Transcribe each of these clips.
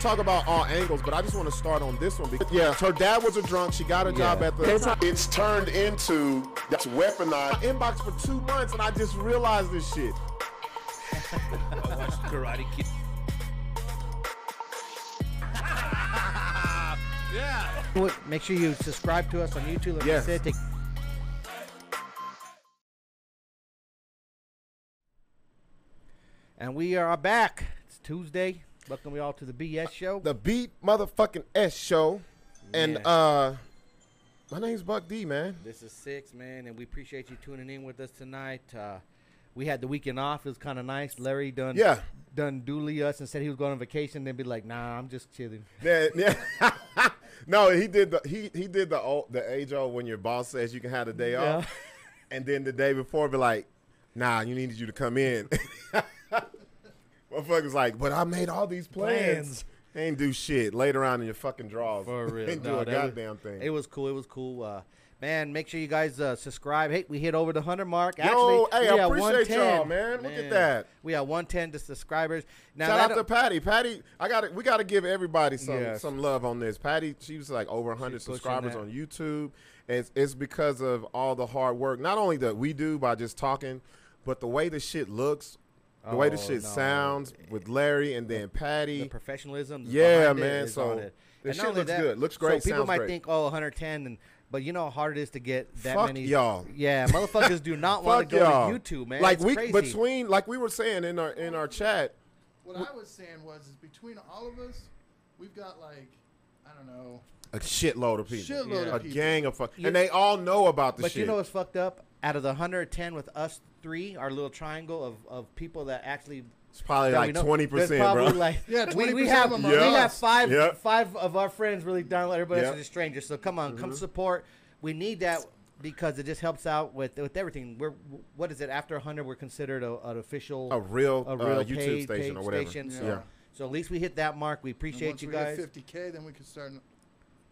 talk about all angles, but I just want to start on this one because yeah, her dad was a drunk. She got a job Yeah. at the It's- It's turned into that's my weaponized. inbox for two months, and I just realized this shit. I watched Karate Kid. yeah. Look, Make sure you subscribe to us on YouTube. Like Yes. I said, take- and we are back. It's Tuesday. Welcome we all to the BS show. The beat motherfucking S show, and Yeah. uh, my name's Buck D, man. This is Six, man, and we appreciate you tuning in with us tonight. Uh, we had the weekend off. It was kind of nice. Larry done, Yeah. done duly us and said he was going on vacation. Then be like, nah, I'm just chilling. Yeah, yeah. no, he did the he he did the old, the age old when your boss says you can have the day off, and then the day before be like, nah, you needed you to come in. Motherfuckers like, but I made all these plans. Plans. Ain't do shit. Later on in your fucking drawers. For real. Ain't do No, a that was- goddamn thing. It was cool. It was cool. Uh, man, make sure you guys uh, subscribe. Hey, we hit over the 100 mark. Actually, Yo, hey, we I at appreciate 110. y'all, man. Look at that. We have 110 to subscribers. Now, Shout that- out to Patty. Patty, I got to We got to give everybody some Yes. some love on this. Patty, she was like over 100 She's pushing subscribers that. on YouTube. It's it's because of all the hard work, not only that we do by just talking, but the way the shit looks, the way the Oh, shit no. sounds with Larry and then the Patty. professionalism. Yeah, behind it man, is on so it. the And not shit only looks good. Looks great, So people sounds might great. think, oh, 110, and but you know how hard it is to get that Fuck many. y'all. Yeah, motherfuckers do not want Fuck to go y'all. to YouTube, man. Like It's we crazy. between like we were saying in our in our chat, What I was saying was, is between all of us, we've got like, I don't know. a shitload of people, Shitload a of people. gang of fuck, You- and they all know about the But shit. you know what's fucked up? Out of the 110 with us three, our little triangle of, of people that actually. it's probably that we like know, twenty there's percent, bro. probably Like, Yeah, we, we 20% have of them are we Yeah. have five Yeah. five of our friends really down. low. Everybody else Yeah. is a stranger. So come on, Mm-hmm. come support. We need that because it just helps out with with everything. We're what is it after 100? We're considered a, an official a real, a real uh, YouTube paid- station paid or whatever. station, Yeah. So, Yeah. so at least we hit that mark. We and appreciate once you we hit guys. 50k, then we can start. n-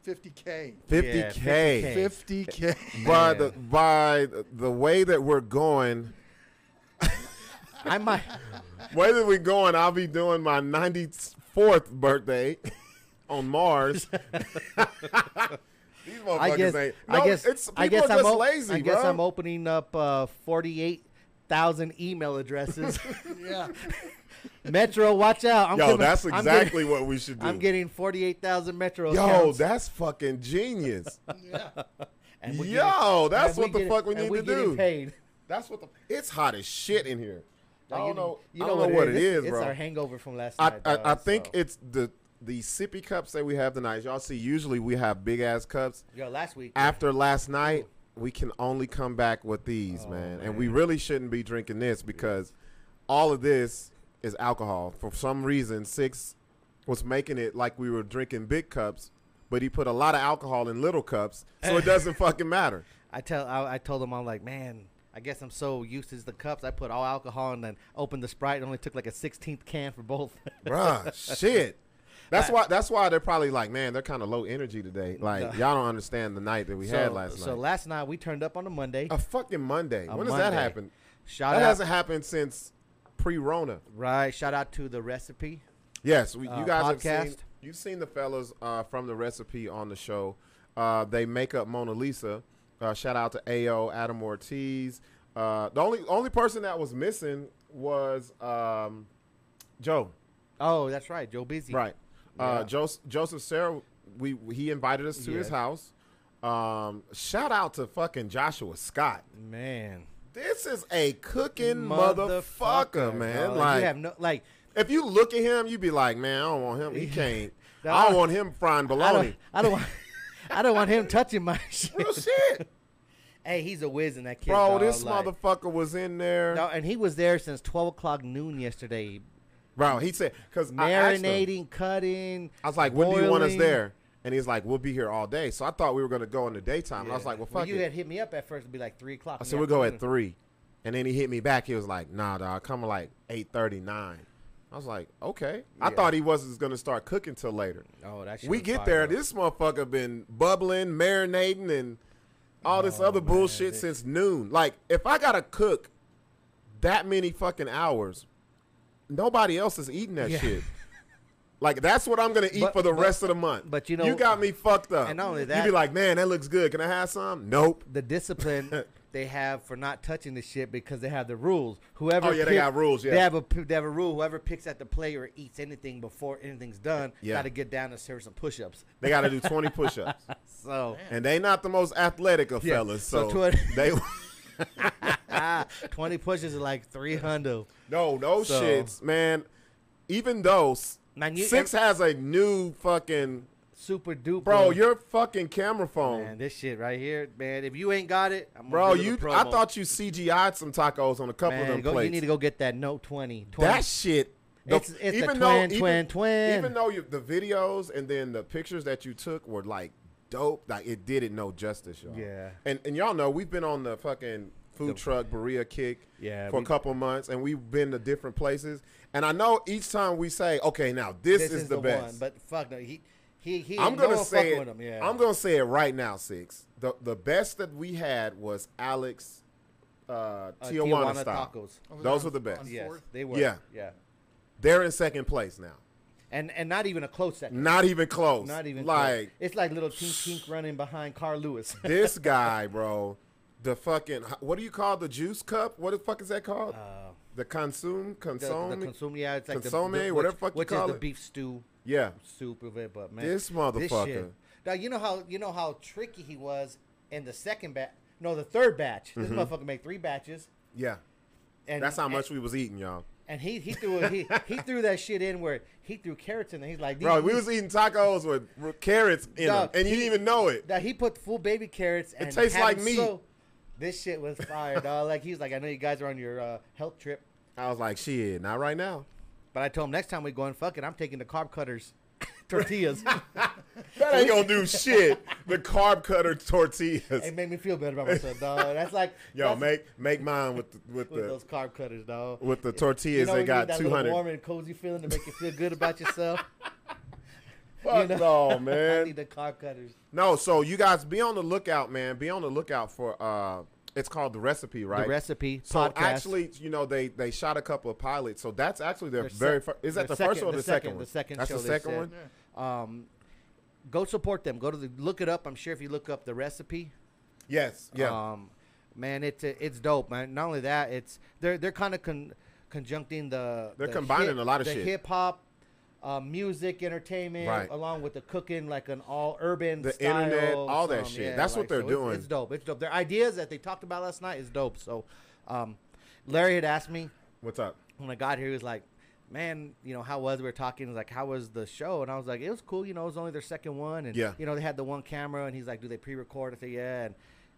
50k. 50K. Yeah, 50K. 50k. By Yeah. the by the way that we're going, I might. way that we're going, I'll be doing my 94th birthday on Mars. These motherfuckers I guess. ain't. No, I guess. it's, people I guess are just I'm o- lazy, I guess bro. I'm opening up uh, 48,000 email addresses. yeah. Metro, watch out! I'm Yo, giving- that's I'm exactly giving- what we should do. I'm getting 48,000 Metro Yo, accounts. that's fucking genius. Yeah. And we're Yo, that's and what the getting- fuck we and need we're to getting do. Paid. That's what the. oh, It's hot as shit in here. I Like, don't you know. You I don't know, what it is, it's, bro. It's our hangover from last I, night. I, I dog, think so. it's the the sippy cups that we have tonight. Y'all see, usually we have big ass cups. Yo, last week. After last night, we can only come back with these, Oh, man. and we really shouldn't be drinking this because all of this is alcohol. For some reason, six was making it like we were drinking big cups, but he put a lot of alcohol in little cups, so it doesn't fucking matter. I tell I, I told him I'm like, man, I guess I'm so used to the cups. I put all alcohol and then opened the Sprite and only took like a 16th can for both. Bruh, shit. That's why. That's why they're probably like, man, they're kind of low energy today. Like, y'all don't understand the night that we had last night. So last night we turned up on a Monday. A fucking Monday. A when does that Monday. happen? Shout that out, hasn't happened since pre-Rona. right? Shout out to the recipe. Yes, we, Uh, you guys have seen. podcast. You've seen the fellas uh, from the recipe on the show. Uh, they make up Mona Lisa. Uh, shout out to Ao Adam Ortiz. Uh, the only only person that was missing was um, Joe. Oh, that's right, Joe Busy. Right. Uh, Yeah. Joseph, Joseph Sarah, we he invited us to his Yes. house. Um, shout out to fucking Joshua Scott. man. This is a cooking motherfucker, man. dog. Like you have no like. If you look at him, you be like, man, I don't want him. He can't. Nah. I don't want him frying I don't, bologna. I don't want. I don't want him touching my shit. Real shit. Hey, he's a whiz in that kid. Bro, dog, this like- motherfucker was in there. dog, and he was there since twelve o'clock noon yesterday, Bro, he said, because I, asked him, marinating, cutting. I was like, when do you want us boiling. there? And he's like, we'll be here all day. So I thought we were going to go in the daytime. I was Yeah. like, well, Well, fuck you it. had hit me up at first. It'd be like three o'clock. I in said, the we'll go at afternoon. 3. And then he hit me back. He was like, nah, dog, come like 8.39. I was like, okay. I Yeah. thought he wasn't going to start cooking till later. Oh, that shit we was get fire, there. though. This motherfucker been bubbling, marinating, and all Oh, this other bullshit since noon. Like, if I gotta cook that many fucking hours, nobody else is eating that Yeah. shit. Like that's what I'm gonna eat But- for the but- rest of the month. but you know- you got me fucked up. and not only you that- be like, man, that looks good. Can I have some? Nope. the discipline they have for not touching the shit because they have the rules. Whoever Oh, yeah, they got rules, yeah. they have a p- they have a rule. Whoever picks at the plate or eats anything before anything's done, Yeah. got to get down and serve some push-ups. They got to do 20 push-ups, So and they not the most athletic of Yeah, fellas. So, so 20 they ah, twenty pushes is like three hundo. no no So- shits, man. Even though s- Man, you- six has a new fucking Super duper, bro, your fucking camera phone. man. This shit right here, man. If you ain't got it, I'm gonna Bro, do the you I promo. thought you CGI'd some tacos on a couple man, of them go, plates. you need to go get that Note 20. 20. that shit. It's- it's the twin, twin, twin. Even though you, the videos and then the pictures that you took were like dope, like it did it no justice, y'all. Yeah. And and y'all know we've been on the fucking food truck Berea kick Yeah, for a we- couple months, and we've been to different places. And I know each time we say, okay, now this, this is, the, best. one. But fuck no, he he he. I'm no gonna one say fucking it, with him. Yeah, I'm gonna say it right now, six. The the best that we had was Alex uh, Uh, Tijuana, Tijuana style. tacos. Over there Those on- were the best. on Yes, Fourth? they were. Yeah. yeah, They're in second place now. and and not even a close second. Not even close. Not even close. like It's like little Tink Tink running behind Carl Lewis. this guy, bro. The fucking what do you call the juice cup? What the fuck is that called? the consume Uh, the, consume. the consume, yeah, it's like Consomme, the, the whatever which, fuck you which call is the it. beef stew yeah, soup of it. But man, This shit. motherfucker. Now you know how you know how tricky he was in the second batch. No, the third batch. This motherfucker made three batches. yeah. And Mm-hmm. That's how and- much we was eating, y'all. And he he threw it- he he threw that shit in where he threw carrots in. there. He's like, Bro, these- we was eating tacos with r- carrots in them, Dog, and you he- didn't even know it. that he put full baby carrots and tastes had like them meat. soaked. This shit was fire, dog. Like he was like, I know you guys are on your uh, health trip, I was like, shit, not right now. but I told him next time we go and fuck it, I'm taking the carb cutters, tortillas. That ain't gonna do shit. The carb cutter tortillas. it made me feel better about myself, dog. That's like Yo, that's make make mine with the, with with the those carb cutters, dog. with the tortillas. you know, they you need got that two little warm hundred. and cozy feeling to make you feel good about yourself. Fuck you no, I need man. the carb cutters. No, so you guys be on the lookout, man. Be on the lookout for uh, it's called the recipe, right? The recipe So podcast. actually, you know, they they shot a couple of pilots. So that's actually their, Their sec- very first. Is that the their first second- or the, the second, second- one? the second That's show the they second said. one. Yeah. um, go support them. Go to the look it up. I'm sure if you look up the recipe, Yes. Yeah. Um, man, it's it's dope, man. Not only that, it's they're they're kind of con- conjuncting the They're the combining hip- a lot of the shit. hip hop, uh, music, entertainment, Right. along with the cooking, like an all urban, The style, internet, all that some- shit. That's what they're so it's- doing. It's, dope. It's dope. Their ideas that they talked about last night is dope. So, um, Larry had asked me What's up? when I got here, he was like, "Man, you know how was we were talking? He was like, how was the show?" And I was like, "It was cool. You know, it was only their second one, and Yeah. you know they had the one camera." And he's like, "Do they pre-record?" I said, "Yeah." And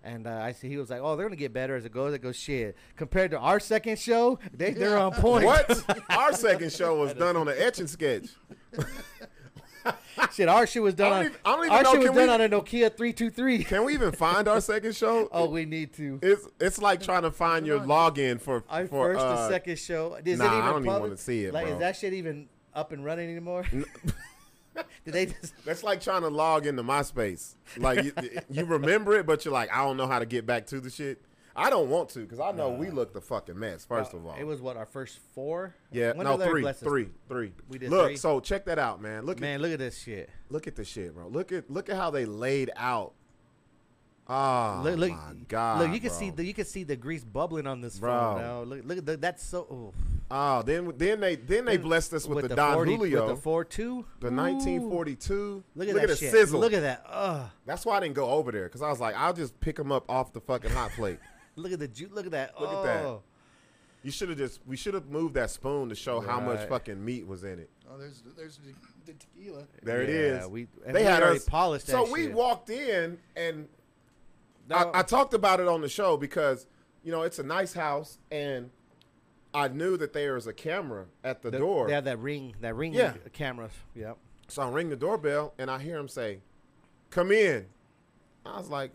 and uh, I see he was like, "Oh, they're gonna get better as it goes." I go, "Shit, compared to our second show, they they're on point." What? Our second show was done on an etching sketch. shit, our shit was done I don't on even- I don't even our know, shit was can done we- on a Nokia three two three. Can we even find our second show? Oh, we need to. It's it's like trying to find your login for Our for first uh, and second show. Is nah, it I even don't even public? wanna see it, Like, bro. is that shit even up and running anymore? Did they just? That's like trying to log into MySpace. Like you, you remember it, but you're like, I don't know how to get back to the shit. I don't want to because I know we look the fucking mess. First of all, it was what our first four. yeah, When no did Larry three, bless us? three, three. We did look. three? So check that out, man. Look at Man, look at this shit. look at the shit, bro. Look at look at how they laid out. Oh Look, look, my god! look. You can bro. see the you can see the grease bubbling on this Bro. phone now. Look, look at the, that's so. oof. Oh, then then they then they blessed us with, the, Don 40 Julio, with the four two, the 1942. Look at look that at shit. the sizzle. Look at that. Ugh. That's why I didn't go over there because I was like, I'll just pick them up off the fucking hot plate. Look at the ju- Look at that. Look oh. at that. You should have just we should have moved that spoon to show how much Right. fucking meat was in it. Oh, there's there's the- the tequila. There it Yeah, is. we- and we already polished that So we shit. walked in and No, I, I talked about it on the show because you know it's a nice house and I knew that there was a camera at the, the- door. They have that ring. That ring. Yeah. Camera. Yep. So I ring the doorbell and I hear him say, "Come in." I was like,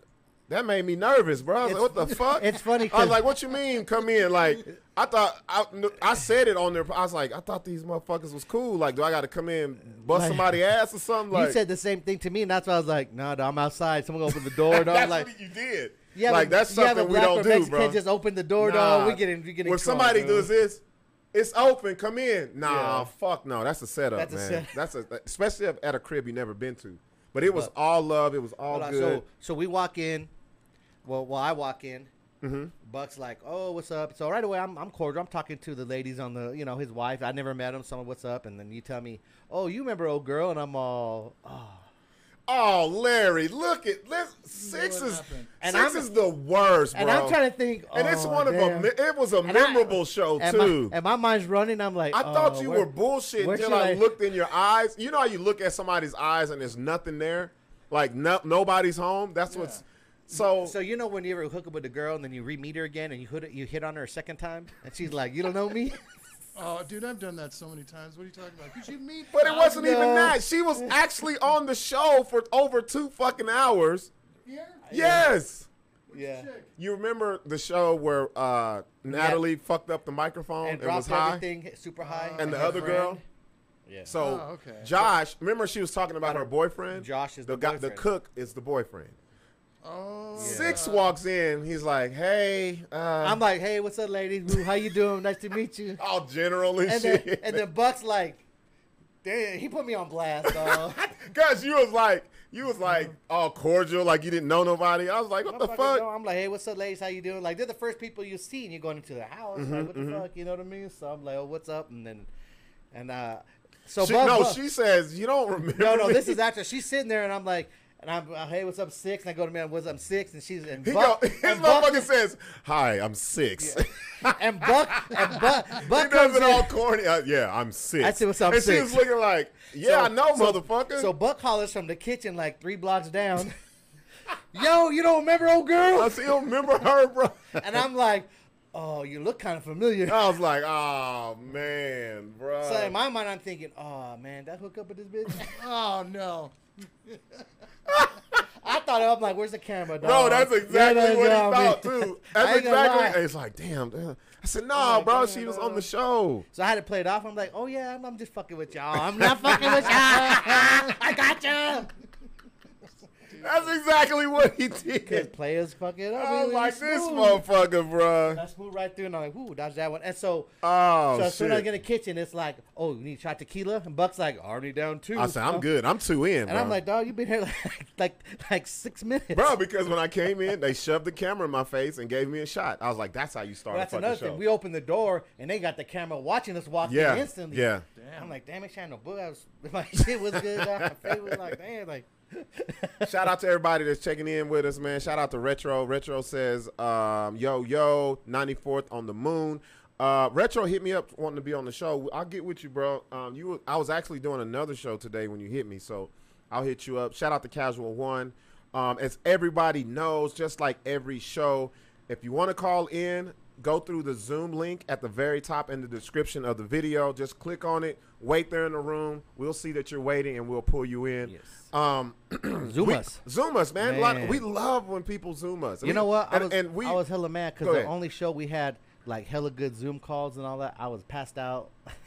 "That made me nervous, bro." I was like, "What the fuck?" it's I funny was 'cause- like, "What you mean, come in?" Like, I thought I, kn- I said it on there. I was like, "I thought these motherfuckers was cool. Like, do I got to come in, bust Like- somebody ass or something?" Like, you said the same thing to me, and that's why I was like, "No, nah, I'm outside. Someone open the door." dog. that's like, what you did. yeah, like but that's you have a something we black don't or do, Mexican bro. Just open the door, Nah. dog. Oh, We get in. We get in. when trouble, somebody dude. does this, It's open. Come in. Nah, Yeah. fuck no. That's a setup, That's a man. setup. That's a especially if at a crib you never been to. But it was But- all love. It was all Hold on, good. So, so we walk in. Well, well, I walk in. Mm-hmm. Buck's like, oh, what's up? So right away, I'm, I'm cordial. I'm talking to the ladies on the, you know, his wife. I never met him. Someone, what's up? And then you tell me, oh, you remember old girl? And I'm all, oh. oh, Larry, look at this. Six What is happened? And 6 I'm- is the worst, bro. And I'm trying to think. And it's oh, one of damn. them. It was a And I- memorable show and my- too. and my mind's running. I'm like, I thought oh, you where- were bullshit where until should I, looked in your eyes. You know how you look at somebody's eyes and there's nothing there, like no, nobody's home. That's what's so. So you know when you ever hook up with a girl and then you re-meet her again and you hit you hit on her a second time and she's like, you don't know me. Oh, dude, I've done that so many times. What are you talking about? Could you meet? but it wasn't e- even no. that. She was actually on the show for over two fucking hours. here? Yes. yeah. Chick. You remember the show where uh, Natalie fucked up the microphone And and, dropped was high, everything super high. and the her other girl. friend- So Oh, okay. Josh, remember she was talking about her boyfriend. Josh is the guy, the boyfriend. cook is the boyfriend. Oh. Six walks in. He's like, "Hey, uh, I'm like, hey, what's up, ladies? Woo, How you doing? Nice to meet you. all general and, And then, Oh, shit." and then Buck's like, damn, he put me on blast, dog. Cause you was like, you was like all cordial, like you didn't know nobody. I was like, "What the Motherfucker, fuck?" no, Mm-hmm. I'm like, hey, what's up, ladies? How you doing? Like, they're the first people you see, and you're going into the house. Mm-hmm, like, what the fuck? You know what I mean? So I'm like, oh, what's up? And then, and uh, so She- Buck, no, Buck- she says you don't remember. no, no, me." this is after she's sitting there, and I'm like, and I'm, uh, hey, what's up, six? And I go to me, what's up, six? And she's and He Buck, go, his and Buck, motherfucker says, "Hi, I'm six. and Buck, and Buck, he does Buck comes it in. all corny. Uh, yeah, I'm six. I said, "What's up, And she six?" was looking like, "Yeah, I know, so- motherfucker." So Buck hollers from the kitchen, like three blocks down. Yo, you don't remember old girl? I still remember her, bro. And I'm like, oh, you look kind of familiar. I was like, "Oh man, bro." So in my mind, I'm thinking, oh man, that hook up with this bitch. Oh no. I thought I'm like, where's the camera, dog? Bro, that's You exactly know what he I mean? thought too. That's I ain't gonna exactly. lie. and It's like, damn, damn. I said, nah, like, bro. damn, She was bro. on the show. So I had to play it off. I'm like, oh yeah, I'm, I'm just fucking with y'all. I'm not fucking with y'all. I got you. That's exactly what he Cause did. players fucking up. I We- was we like, this smooth. motherfucker, bro. I smooth right through, and I'm like, ooh, dodge that one. And so, Oh so as soon as I shit. get in the kitchen, it's like, oh, you need a shot tequila, and Buck's like, already down two. I said, I'm good. I'm two in, And bro. I'm like, dog, you've been here like like like six minutes. bro, because when I came in, they shoved the camera in my face and gave me a shot. I was like, that's how you start Well, that's a fucking another show. thing. We opened the door and they got the camera watching us walk Yeah, in instantly. yeah. Damn. I'm like, damn it, Shannon, book. I was, my shit was good. dog. My face was like, damn, like. Shout out to everybody that's checking in with us, man. Shout out to Retro. Retro says, um, yo, yo, 94th on the moon. Uh, Retro hit me up wanting to be on the show. I'll get with you, bro. Um, you, were- I was actually doing another show today when you hit me, so I'll hit you up. Shout out to Casual One. Um, as everybody knows, just like every show, if you want to call in, go through the Zoom link at the very top in the description of the video. Just click on it. Wait there in the room. We'll see that you're waiting, and we'll pull you in. Yes. Um, Zoom we- us. Zoom us, man. A lot of- Man. we love when people Zoom us. You know what? I And, was, and we, I was hella mad Go because the ahead. only show we had like hella good Zoom calls and all that, I was passed out,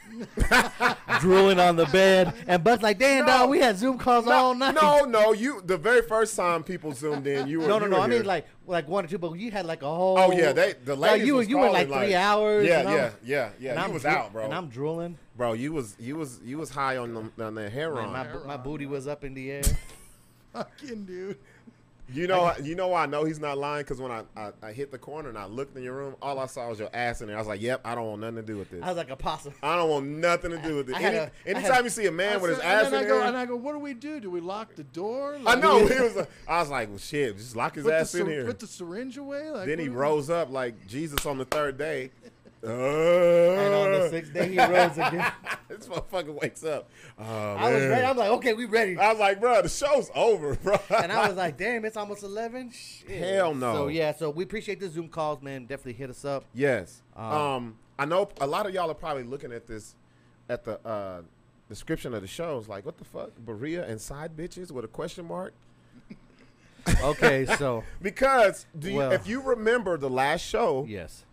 drooling on the bed, and Buck's like, "Damn, No. dog, we had Zoom calls no, all night." no, no. You the very first time people zoomed in, you were no, no, you no. were I here. mean like like one or two, but you had like a whole. oh yeah, they the like, ladies you was you were like calling, three hours. Yeah, and I'm- yeah, yeah, yeah. and you I'm was drool- out, bro. And I'm drooling. bro, you was you was you was high on them on that hair Man, my, on. bo- my booty was up in the air. Fucking dude. You know, you know why I know he's not lying because when I, I I hit the corner and I looked in your room, all I saw was your ass in there. I was like, yep, I don't want nothing to do with this. I was like a possum. I don't want nothing to do with it. I had Any- a- I had- anytime you see a man with his I ass said- and then in I go, there, and I go, what do we do? Do we lock the door? I Like, know. put He was. Like, I was like, well, shit, just lock his the ass in syr- here. Put the syringe away. Like, Then he what- rose up like Jesus on the third day. Uh, And on the sixth day, he rose again. this motherfucker wakes up. Oh, I was man. ready. I'm like, okay, we ready. I was like, bro, the show's over, bro. And I was like, damn, it's almost 11? Shit. Hell no. So, yeah, so we appreciate the Zoom calls, man. Definitely hit us up. yes. Um, um, I know a lot of y'all are probably looking at this, at the uh, description of the shows. Like, what the fuck, Berea and side bitches with a question mark? Okay, so, Because do you, Well- if you remember the last show, yes.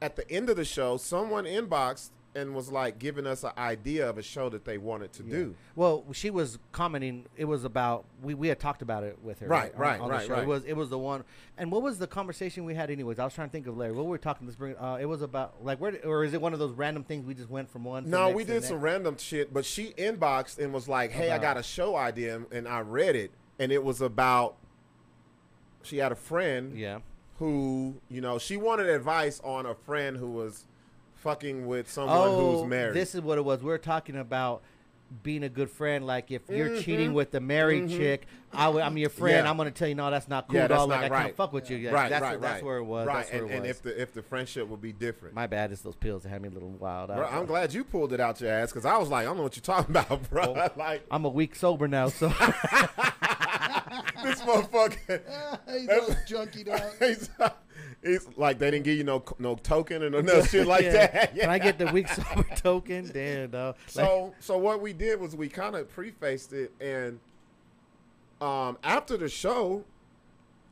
at the end of the show, someone inboxed and was like giving us an idea of a show that they wanted to do. Well, she was commenting. It was about we, we had talked about it with her. Right, on- right, on the right, show. right. It was it was the one. And what was the conversation we had, anyways? I was trying to think of Larry. What we were talking this bring. Uh, it was about like where or is it one of those random things we just went from one. to No, next we to did next? some random shit, but she inboxed and was like, "Hey, I About- got a show idea," and- and I read it, and it was about she had a friend, Yeah. who you know she wanted advice on a friend who was fucking with someone Oh, who's married. this is what it was. We were talking about being a good friend. Like if you're cheating with the married chick, I w- I'm your friend. Mm-hmm. Yeah. I'm gonna tell you no, that's not cool. Yeah, that's dog. Like not I right. can't fuck with you. Yeah, right, that's, right, that's right. where it was. Right, That's where and, it and was. if the if the friendship would be different. My bad. It's those pills that had me a little wild. I Bro, I'm glad you pulled it out your ass because I was like, I don't know what you're talking about, bro. like I'm a week sober now, so. this motherfucker. Oh, he's all junkied out. He's, he's like they didn't give you no no token and no shit like Yeah. that. Yeah. Can I get the week sober token? Damn, dog. Like, So so what we did was we kind of prefaced it, and um, after the show,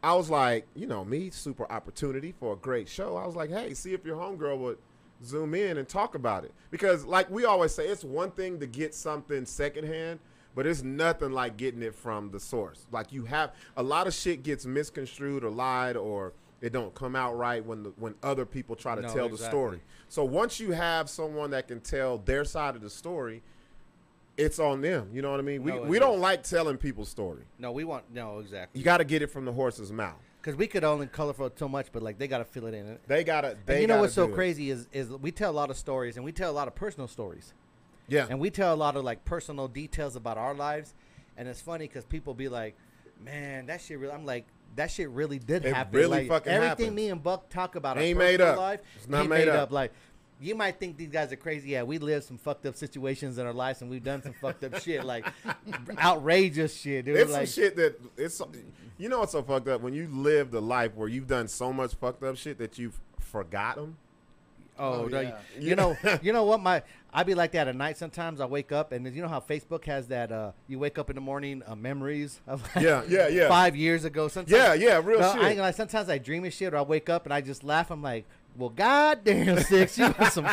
I was like, you know, me super opportunity for a great show. I was like, hey, see if your homegirl would zoom in and talk about it because, like we always say, it's one thing to get something secondhand. But it's nothing like getting it from the source. Like you have a lot of shit gets misconstrued or lied or it don't come out right when the, when other people try to No, tell the exactly. story. So once you have someone that can tell their side of the story, it's on them. You know what I mean? We No, it we is. don't like telling people's story. no, we want no exactly You got to get it from the horse's mouth. because we could only colorful so much, but like they gotta fill it in. They gotta. They and you know gotta what's so do it. crazy is is we tell a lot of stories and we tell a lot of personal stories Yeah. and we tell a lot of like personal details about our lives, and it's funny because people be like, "Man, that shit really." I'm like. That shit really did It happen. really like, fucking everything happened. me and Buck talk about our Ain't made personal up. life, It's not he made up. Like you might think these guys are crazy. Yeah, we live some fucked up situations in our lives, and we've done some fucked up shit, like outrageous shit, dude. it's like, some shit that it's. so- You know what's so fucked up when you live the life where you've done so much fucked up shit that you've forgotten. Oh, Oh, no, yeah. you, you know, you know what? My I be like that at night. Sometimes I wake up and you know how Facebook has that. Uh, you wake up in the morning, uh, memories of like Yeah, yeah, yeah. five years ago. Sometimes, Yeah, yeah, real No, shit. I ain't gonna lie, sometimes I dream of shit, or I wake up and I just laugh. I'm like, well, goddamn, six, you was some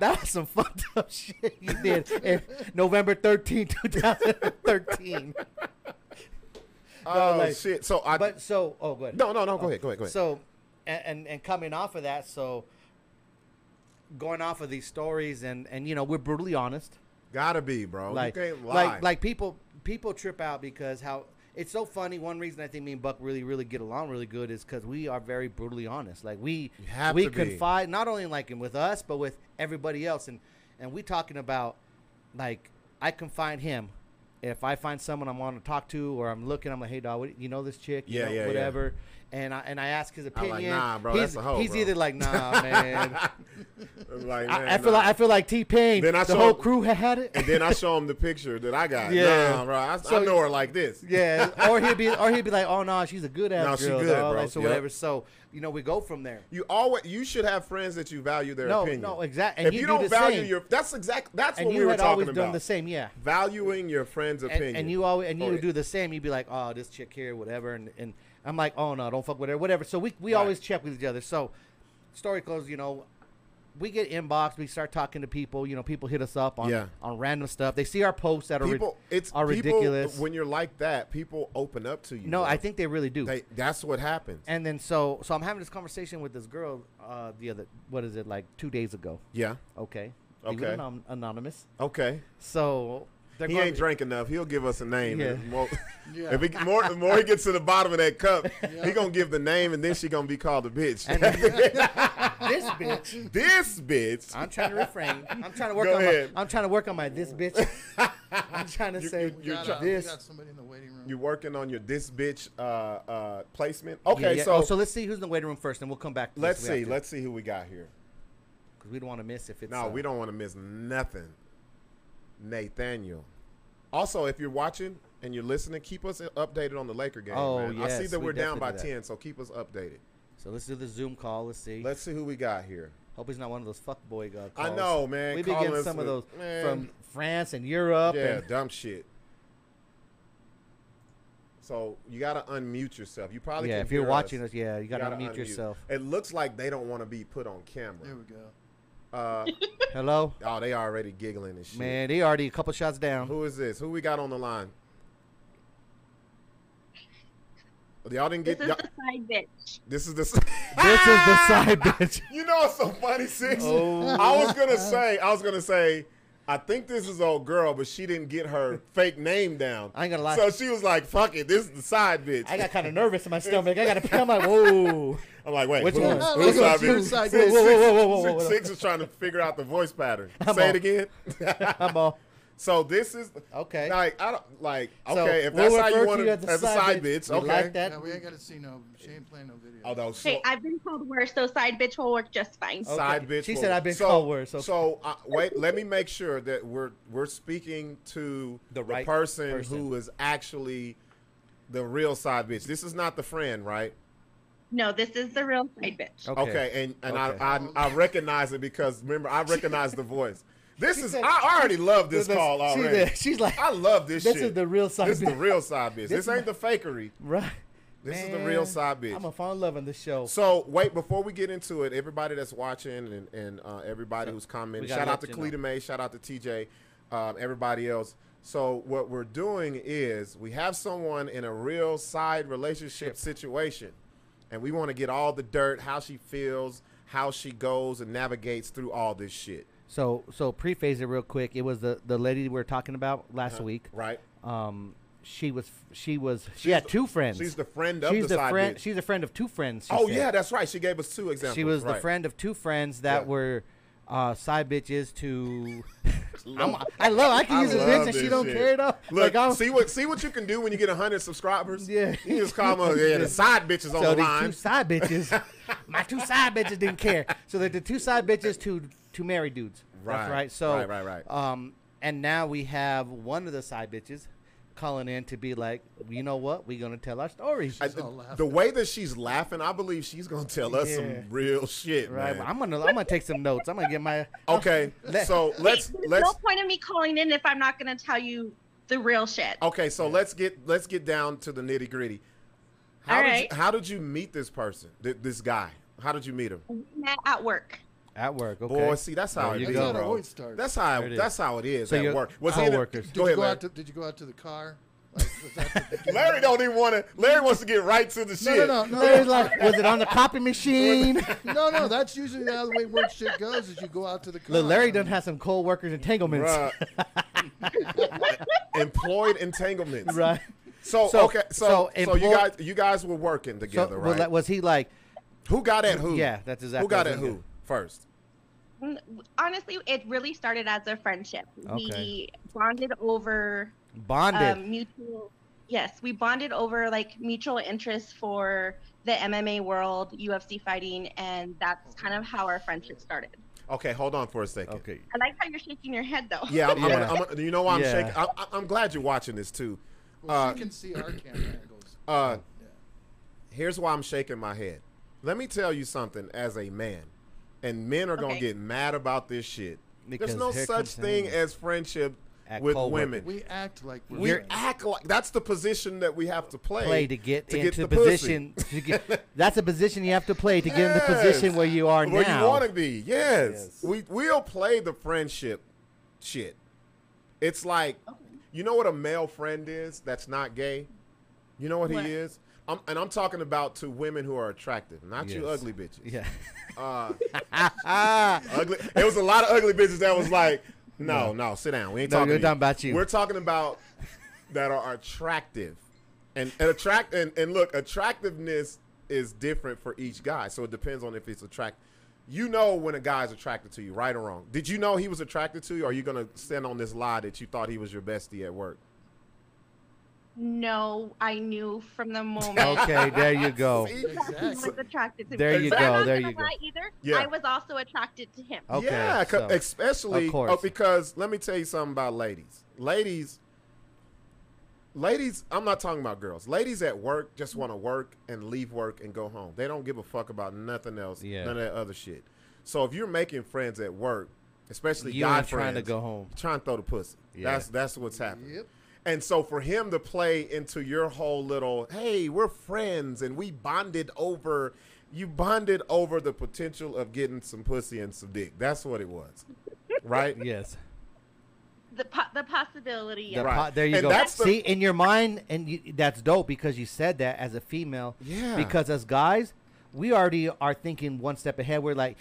that was some fucked up shit you did in November 13, 2013. Oh like- shit! So I. But so, oh, go ahead. no, no, no. Go ahead. Go ahead. Go ahead. So, and, and and coming off of that, so going off of these stories, and and you know, we're brutally honest. gotta be, bro. Like Oh, you can't lie. like like people people trip out because how it's so funny. One reason I think me and Buck really really get along really good is because we are very brutally honest. Like we have we to be. confide not only like in with us but with everybody else, and and we talking about like I confide him. If I find someone I want to talk to, or I'm looking, I'm like, "Hey, dog, what, you know this chick, you Yeah, know, yeah, yeah. whatever," and I and I ask his like, opinion. "Nah, bro, he's, that's a hoe, he's bro." either like, "Nah, man," Like, man, I, I feel nah. like I feel like T Pain. Then I The saw- whole crew had had it. and then I show him the picture that I got. Yeah. nah, bro. I, I So- know her like this. Yeah, or he'd be, or he'd be like, "Oh no, she's a good ass No, she girl, good, dawg," bro. like, so Yep. whatever." So you know, we go from there. You always you should have friends that you value their No, opinion. no, exact- and If you, you do don't the value same. your that's exact that's And what you we were had talking always about. done the same, yeah. Valuing your friend's opinion. And, and you always, and you Oh, would yeah. do the same. You'd be like, "Oh, this chick here, whatever," and and I'm like, "Oh no, don't fuck with her, whatever." So we we Right. always check with each other. So story goes, you know. We get inbox. We start talking to people. You know, people hit us up on Yeah. on random stuff. They see our posts that are rid- people it's are people, ridiculous. When you're like that, people open up to you. no, bro. I think they really do. they, that's what happens. and then so so I'm having this conversation with this girl uh, the other what is it like two days ago. yeah. Okay. Leave Okay. It anon- anonymous. Okay. So they're He going ain't drank enough. He'll give us a name. Yeah. and won't- Yeah. If he, more, the more he gets to the bottom of that cup, he gonna give the name, and then she gonna be called a bitch. And this bitch. this bitch. I'm trying to refrain. I'm trying to work Go on ahead. my. I'm trying to work on my this bitch. I'm trying to say you- We You're got, try- uh, we this. got somebody in the waiting room. You working on your this bitch uh, uh, placement? Yeah, Okay, yeah. so, Oh, so let's see who's in the waiting room first, and we'll come back. To let's this way see. after. Let's see who we got here. 'Cause we don't want to miss if it's. No, uh, we don't want to miss nothing. Nathaniel. Also, if you're watching and you're listening, keep us updated on the Laker game. Oh, man. I see yes, that we we're down by definitely do that. ten, so keep us updated. So let's do the Zoom call. Let's see. Let's see who we got here. Hope he's not one of those fuck boy uh, I calls. know, man. We Call begin us some with- of those man. from France and Europe. Yeah, and- dumb shit. So you gotta unmute yourself. You probably yeah. can If you're hear watching us, us, yeah, you gotta, you unmute yourself. It looks like they don't want to be put on camera. There we go. Uh, Hello, oh, they already giggling and shit. man. He already a couple shots down. Who is this? Who we got on the line? Oh, Y'all didn't This get. is Y'all, the side bitch. this is the. This is the side bitch. You know it's so funny, sis. Oh. I was gonna say, I was gonna say, I think this is old girl, but she didn't get her fake name down. I ain't gonna lie. So she was like, "Fuck it, this is the side bitch." I got kind of nervous in my stomach. I got to. I'm like, whoa. I'm like, wait, Which who's, one? who's Which side one? bitch? Side Six- bitch. Whoa, whoa, whoa, whoa, whoa, Six- whoa. Six was trying to figure out the voice pattern. I'm Say off. it again. I'm all. so this is Okay. Like I don't like. Okay, So, if we'll that's how refer you to want you as the as a side bitch, We okay. like that. Yeah, we ain't gotta see no. She ain't playing no video. Although, Hey, so, I've been called worse, so side bitch will work just fine. Okay. side bitch. She will- said I've been so, called worse, So, so- uh, wait, let me make sure that we're we're speaking to The right person, person. who is actually the real side bitch. This is not the friend, right? No, this is the real side bitch. Okay, and and Okay. I, I I recognize it because remember I recognize the voice. This is said- I already love this This- call she already. the- she's like, I love this. this shit. is the real side This is the bitch. real side bitch. This, This ain't the fakery. Right. This is the real side bitch. I'm gonna fall in love in this show. So wait, before we get into it, everybody that's watching and, and uh, everybody who's commenting, we gotta shout out to let you know. Cleta May, shout out to TJ, um, everybody else. So what we're doing is we have someone in a real side relationship situation, and we want to get all the dirt, how she feels, how she goes and navigates through all this shit. So so preface it real quick. It was the the lady we were talking about last week. Uh-huh. Right? Um, she was she was she had the- two friends. she's the friend of the side friend. bitch. She's a friend of two friends. she oh said. yeah, that's right. She gave us two examples. she was the right. friend of two friends that Yeah. were uh, side bitches to. I'm, I love. I can use this bitch love and she this don't shit. care at all. Look, like I'm, see what see what you can do when you get hundred subscribers. Yeah. you just call them. Yeah, the side bitches on so the these line. two side bitches, my two side bitches didn't care. So they're the two side bitches to to marry dudes. Right, That's right. So right, right, right. Um, and now we have one of the side bitches calling in to be like, you know what? We're gonna tell our stories. I- She's all the, laughing. the way that she's laughing, I believe she's gonna tell us Yeah. some real shit, right. man. I'm gonna I'm gonna take some notes. I'm gonna get my okay, Let- so let's There's let's no point in me calling in if I'm not going to tell you the real shit. okay, so let's get let's get down to the nitty gritty. How All did right. you, how did you meet this person, th- this guy? How did you meet him? We met at work. at work. Okay. Boy, see that's how There it you is, bro. go. That's how it always starts. That's how There it is. that's how it is So at your work. Was he in a- coworkers. Did Go you ahead, go Larry. out to? Did you go out to the car? Like, was that the- Larry don't even want to. Larry wants to get right to the No, shit. no, no, no, Larry's no, like, was it on the copy machine? no, no. That's usually how the way word shit goes. Is you go out to the car. Look, Larry done doesn't have some co-workers entanglements. Bruh. Employed entanglements. Right. So, So- okay, so so, so you guys employ- you guys were working So together, was, right? that- was he like? who got at who? Yeah, that's exactly Who got what at I'm who thinking. first? N- Mm, Honestly, it really started as a friendship. Okay. We bonded over Bonded. um, mutual. Yes, we bonded over like mutual interests for the MMA world, UFC fighting, and that's kind of how our friendship started. Okay, hold on for a second. okay. I like how you're shaking your head though. Yeah, I'm, I'm Yeah. gonna- I'm gonna- you know why I'm Yeah. shaking. I, I- I'm glad you're watching this too. Well, uh, she can see our camera angles. Uh, Yeah. here's why I'm shaking my head. Let me tell you something as a man, and men are gonna Okay. get mad about this shit. Because There's no here such comes thing him. as friendship At with co-working. women. we act like we're. we friends. act like that's the position that we have to play play to get into the pussy. position. To get, that's a position you have to play to get in the position Yes. where you are where now. you want to be. Yes. Yes. we we'll play the friendship shit. It's like you know what a male friend is that's not gay. You know what, What? he is. I'm, and I'm talking about to women who are attractive, not you Yes. ugly bitches. yeah. Uh, ah, ugly. It was a lot of ugly bitches that was like, no, no, sit down. We ain't No, talking. we're to talking about you. We're talking about that are attractive, and, and attract and, and look, attractiveness is different for each guy. So it depends on if it's attract. You know when a guy's attracted to you, right or wrong. Did you know he was attracted to you? Or are you gonna stand on this lie that you thought he was your bestie at work? No, I knew from the moment. okay. There you go. See? that he was Exactly. attracted to There me. you But I'm go, not there gonna you go. Oh. lie Either Yeah. I was also attracted to him. Okay, yeah, 'cause so- especially of course. uh, because let me tell you something about ladies. Ladies, ladies. I'm not talking about girls. Ladies at work just want to work and leave work and go home. They don't give a fuck about nothing else. Yeah. none of that other shit. So if you're making friends at work, especially You guy ain't trying to friends, go home. you're trying to throw the pussy. Yeah. That's that's what's happening. Yep. And so for him to play into your whole little, hey, we're friends and we bonded over you bonded over the potential of getting some pussy and some dick. That's what it was, right? Yes. The po- the possibility. The of- Right. po- there you And go. that's the- See, in your mind, and you, that's dope because you said that as a female. Yeah. Because as guys, we already are thinking one step ahead. We're like,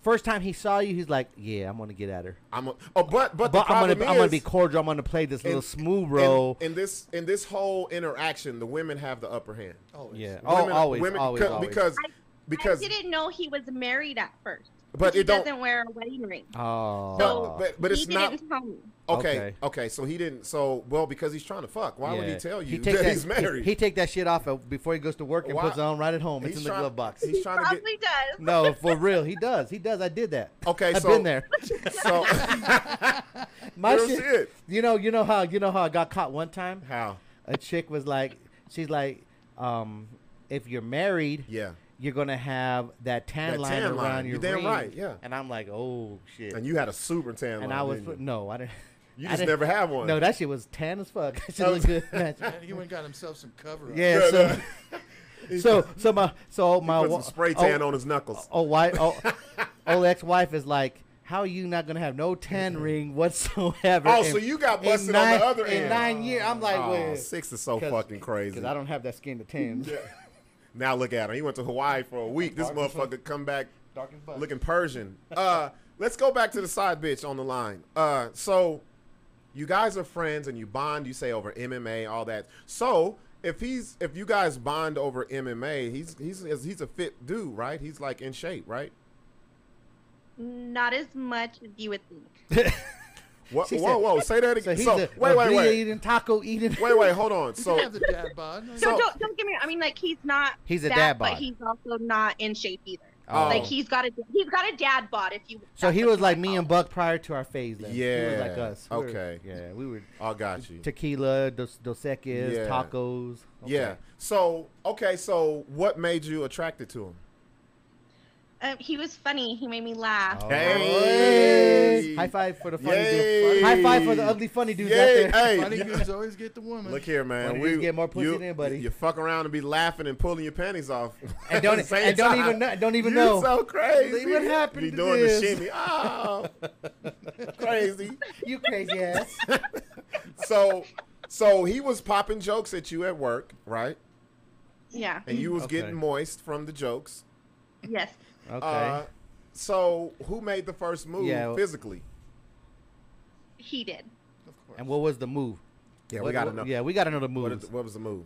first time he saw you, he's like, yeah, I'm going to get at her. I'm a, oh, but but, the But I'm problem gonna is, I'm gonna be cordial. I'm gonna play this in- little smooth in- role. in, this in this whole interaction, the women have the upper hand. Always. yeah. Oh, Women- always, women- always, because, always. because I- because I didn't know he was married at first. But he it don't- doesn't wear a wedding ring. oh. no, but but he it's not didn't tell me. okay, Okay. okay. So he didn't. So well, because he's trying to fuck. Why would he Yeah. tell you take that, that- he's married? He, he take that shit off of- before he goes to work and Why- puts it on right at home. It's He's in the trying- glove box. He's trying to get. Probably does. No, for real, he does. He does. I did that. Okay, I've so been there. So My Real shit, shit. You know, you know how you know how I got caught one time. how? A chick was like, she's like, um, if you're married, Yeah. you're gonna have that tan That line tan around line. your You're damn ring. right, yeah. And I'm like, oh shit. And you had a super tan And line, I was didn't you? no, I didn't. You I just didn't- never had one. No, that shit was tan as fuck. That shit Oh. looked good. Match. And he went and got himself some cover up. Yeah. No, So, so, so my, so my Put wa- some spray tan oh, on his knuckles. Oh, wife, oh, old ex-wife is like, how are you not gonna have no tan ring whatsoever? Mm-hmm. Oh, in- so you got in busted on the nine- other In end. nine years, I'm like, Oh, well, six is so 'cause- fucking crazy. because I don't have that skin to tan. Now look at him. He went to Hawaii for a week. This motherfucker come back Dark as fuck. looking Persian. Uh, let's go back to the side bitch on the line. Uh, so you guys are friends and you bond. You say over MMA, all that. So if he's if you guys bond over MMA, he's he's he's a fit dude, right? He's like in shape, right? Not as much as you would think. Whoa, She whoa, said- whoa! Say that So again. he's So, a, wait, wait, a burrito wait, eating, taco eating. wait, wait. Hold on. You can So have the dad bod. So So- don't, don't get me. I mean, like he's not. He's a that, dad bod. but he's also not in shape either. Oh. Like he's got a he's got a dad bod. If you. so that's he what was you like might me call and it. Buck prior to our phase. Then. he was like Yeah, us. We were- okay. yeah, we were I got you. tequila, dos, dos Equis, Yeah. tacos. Okay. Yeah. So okay. So what made you attracted to him? Um, he was funny. He made me laugh. Oh. Hey. High five for the funny Yay. dude. High five for the ugly funny dudes out Yay. there. Hey, Funny you- dudes always get the woman. Look here, man. Wanna just get more pussy you, than buddy. You fuck around and be laughing and pulling your panties off. And don't- e-, at the same and don't time. even know- don't even You're know. so crazy. What happened You to doing this? the shimmy? Oh, crazy. You crazy ass. So, so he was popping jokes at you at work, right? Yeah. And you was Okay. getting moist from the jokes. Yes. Okay. Uh, so who made the first move Yeah, well- physically? He did. Of course. and what was the move? Yeah, What- we gotta what- know. Yeah, we gotta know the What, moves. is- what was the move?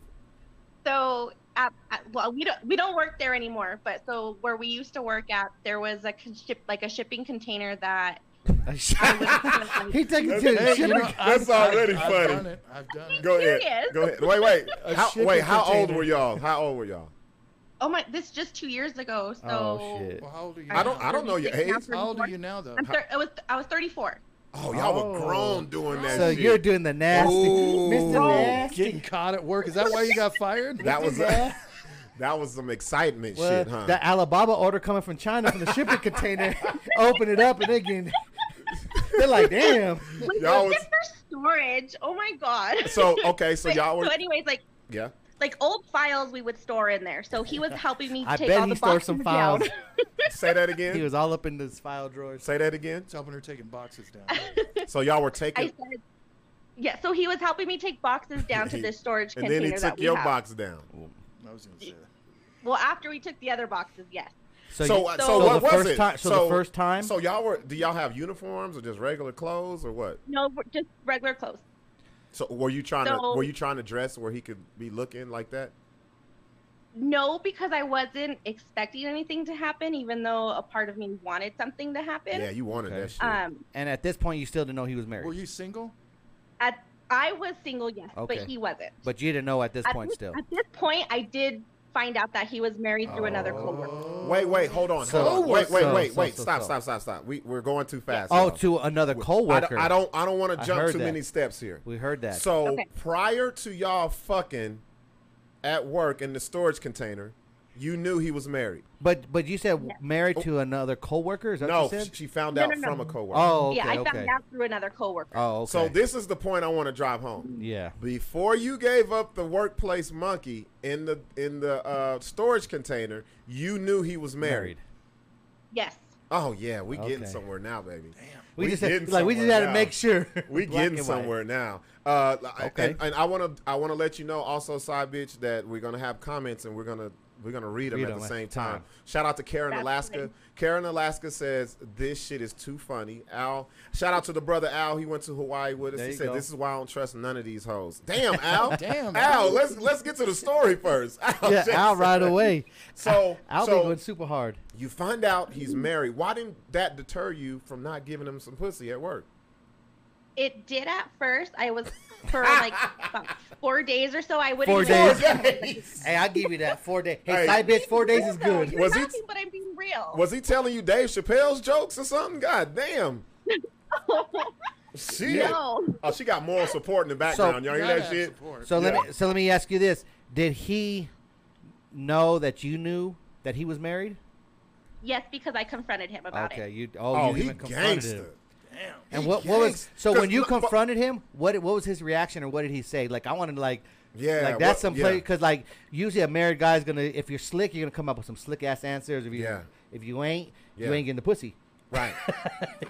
So at, at well, we don't we don't work there anymore. But so where we used to work at, there was a con- ship like a shipping container that. he took it to Hey, the you ship. know, that's already I've funny. done it. I've done it. Go ahead. Serious? Go ahead. Wait, wait. A How, shipping wait, how old container. were y'all? How old were y'all? Oh my! This just two years ago. So Oh, shit. Well, how old are you? I don't. now? I don't know your 36 age. now, How old are you now, though? I'm thir- I was I was 34. Oh, y'all were Oh. grown doing that. So shit. you're doing the nasty, Ooh. Mr. Bro, Nasty. Getting caught at work. Is that why you got fired? That was a, that was some excitement Well, shit, huh? The Alibaba order coming from China from the shipping container. Open it up and they getting. They're like, damn. Wait, Y'all was was- this for storage? Oh my god. so okay, so Wait, y'all were So anyways, like yeah. like old files we would store in there. So he was helping me I take bet all he the stored boxes some down. files. Say that He again. was all up in his file drawers. Say that again. It's helping her taking boxes down. So y'all were I taking, said, yeah. So he was helping me take boxes down to He- this storage and container then he that took we your have. box down. I was going to say that. Well, after we took the other boxes, yes. So, you- uh, so, so- what the was first it? time- so the first time- So y'all were? Do y'all have uniforms or just regular clothes or what? No, just regular clothes. So were you trying So- to were you trying to dress where he could be looking like that? No, because I wasn't expecting anything to happen, even though a part of me wanted something to happen. Yeah, you wanted Okay. that shit. Um, and at this point, you still didn't know he was married. Were you single? at I was single, yes, Okay. but he wasn't. but you didn't know at this at point this, still. At this point, I did find out that he was married through another Oh. coworker. wait, wait, hold on. So- hold on. Wait, wait, so- wait, so- wait. so- stop, so. stop, stop, stop. We we're going too fast. Oh, y'all. to another I coworker. don't, I don't. I don't want I to jump heard too that. many steps here. We heard that. So Okay. prior to y'all fucking at work in the storage container, You knew he was married. But but you said w- married to another coworker. Is that Oh. No, what you said? she found No, out no, no. from a coworker. oh, okay, yeah, I okay. found out through another coworker. Oh, okay. So this is the point I want to drive home. yeah, Before you gave up the workplace monkey in the in the uh, storage container, you knew he was married. married. Yes. Oh yeah, we getting Okay. somewhere now, baby. We, We just had, getting like we just somewhere had to now. make sure We Black getting and white. somewhere now. Uh, I- Okay. and, and I want to I want to let you know also, side bitch, that we're gonna have comments and we're gonna we're gonna read them Read at 'em the at same the time. time. Shout out to Karen That's Alaska. right. Karen Alaska says this shit is too funny. Al, shout out to the brother Al. He went to Hawaii with us. There he you said go. this is why I don't trust none of these hoes. Damn, Al. Damn, Al. Al. Let's let's get to the story first. Al Yeah, out Jackson. right away. So- I'll so- be going super hard. You find out he's married. Why didn't that deter you from not giving him some pussy at work? It did at first. I was for like about four days or so. I wouldn't. Four go- days. Days. Hey, I'll give you that four days. Hey, Hey. side bitch, four days is No, good. You're Was he- laughing, but I'm being real. Was he telling you Dave Chappelle's jokes or something? God damn. Shit. No. Oh, she got moral support in the background. Y'all hear Gotta that have shit? support. So let Yeah. me so let me ask you this: Did he know that you knew that he was married? Yes, because I confronted him about Okay, it. you oh, Oh, you he even confronted gangster. him. Damn. And He what, what was gangsta. so 'Cause when you look, but- confronted him? What what was his reaction or what did he say? Like I wanted to like Yeah, like that's what- some yeah. play because like usually a married guy's gonna if you're slick you're gonna come up with some slick ass answers if you Yeah. if you ain't Yeah. you ain't getting the pussy Right.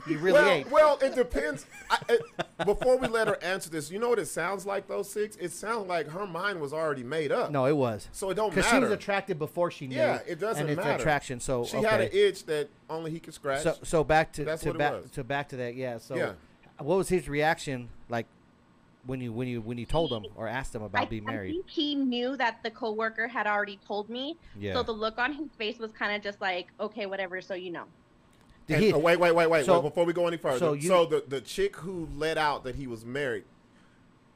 you really well, ain't well, it depends. I, it, before we let her answer this, you know what it sounds like, though, Six? It sounds like her mind was already made up. no it was So it don't because she was matter. attracted before she knew Yeah, it doesn't and it's matter. attraction so She okay. had an itch that only he could scratch. so so back to That's to what it was. back to back to that yeah so Yeah. what was his reaction like when you when you when you told him or asked him about I, being I married think he knew that the coworker had already told me. Yeah. So the look on his face was kind of just like, okay, whatever. So you know. did And- he oh, wait, wait, wait, wait, So- wait. Before we go any further, so so, you- the the chick who let out that he was married,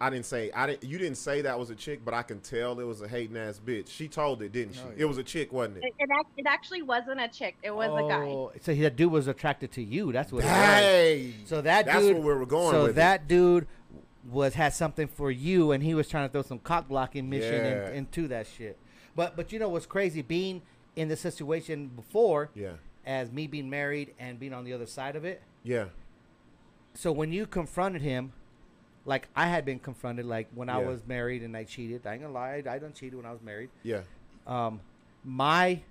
I didn't say I didn't. You didn't say that was a chick, but I can tell it was a hating ass bitch. She told it, didn't she? Oh, yeah. It was a chick, wasn't it? It, it, ac- it actually wasn't a chick. It was a guy. Oh, So that dude was attracted to you. That's what. it was. Hey, So that that's dude, where we were going. So with it. that dude was had something for you, and he was trying to throw some cock blocking mission Yeah. in, into that shit. But but you know what's crazy? Being in the situation before, Yeah. as me being married and being on the other side of it. yeah, So when you confronted him, like I had been confronted, like when I Yeah. was married and I cheated. I ain't gonna lie, I done cheated when I was married yeah, um, my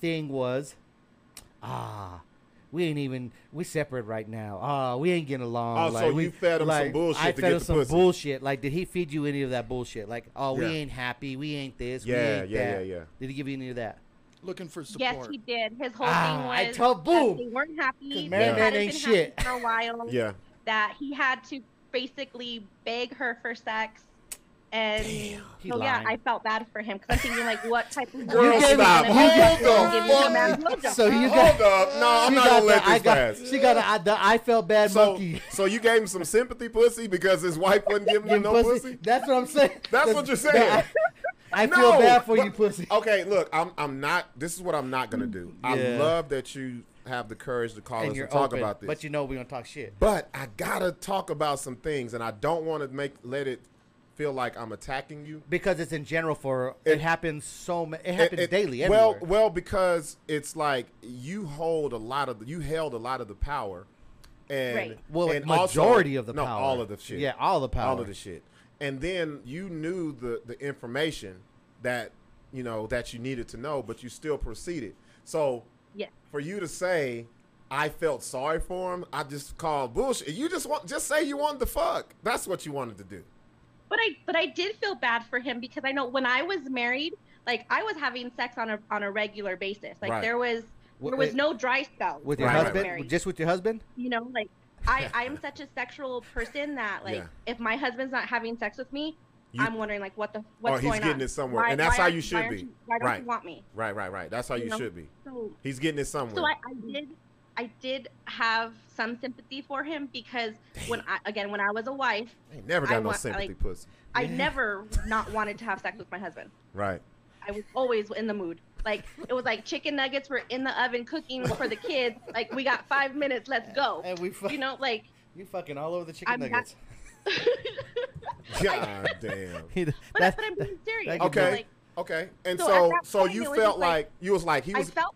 thing was, ah, we ain't even we separate right now. Ah, we ain't getting along. Oh, so we, you fed him some like, bullshit I to fed get him the some pussy. bullshit. Like, did he feed you any of that bullshit? Like, oh, Yeah. we ain't happy. We ain't this. we Yeah, ain't yeah, that. yeah, yeah. Did he give you any of that? Looking for support. Yes, he did. His whole Ah, thing was I told that Boo. they weren't happy. 'Cause they married hadn't men been ain't happy shit. for a while. yeah. That he had to basically beg her for sex. And He so yeah, lying. I felt bad for him 'cause I'm thinking like, what type of Girl, woman gave- stop. would Hold give the him fuck a man blowjob? So you got. Hold up. No, I'm she not got gonna let the, I this got, pass. She got a, I- the I felt bad So, monkey. so you gave him some sympathy pussy because his wife wasn't giving him You no pussy? That's what I'm saying. That's what you're saying. I, I feel No, Oh, bad for but- you, pussy. Okay, look, I'm I'm not. This is what I'm not gonna do. I Yeah. love that you have the courage to call us and talk open, about this. but you know we're gonna talk shit. But I gotta talk about some things, and I don't want to make let it feel like I'm attacking you. because it's in general for it, It- happens so ma- it happens It- it- daily Well, everywhere. well, because it's like you hold a lot of the, you held a lot of the power, and Right. well, and also- majority of the no, power, all of the shit, yeah, all the power, all of the shit, and then you knew the the information that you know that you needed to know, but you still proceeded. So Yeah. for you to say I felt sorry for him, I just called bullshit. You just want just say you wanted to fuck. That's what you wanted to do. But I but I did feel bad for him because I know when I was married, like I was having sex on a on a regular basis. Like Right. there was Wh- there was wait, no dry spell with your Right, right, husband, married. just with your husband. you know like I I'm such a sexual person that like Yeah. if my husband's not having sex with me, You- I'm wondering like what the what's or he's going getting on? it somewhere, and that's how aren't- you should aren't be. you- why don't Right. you want me? Right, right, right. That's how you, You know? should be. So He's getting it somewhere. so I, I did I did have some sympathy for him because when I again when I was a wife, I ain't never got I no want- sympathy like- pussy. I never not wanted to have sex with my husband. Right. I was always in the mood. Like it was like chicken nuggets were in the oven cooking for the kids. Like we got five minutes, let's go. And we fu- you know, like You fucking all over the chicken I'm not- nuggets. God damn. He- but, that- but I'm being serious. that you know, could be- Like, Okay, and So at so that so point, it you was felt just like- like you was like he I was felt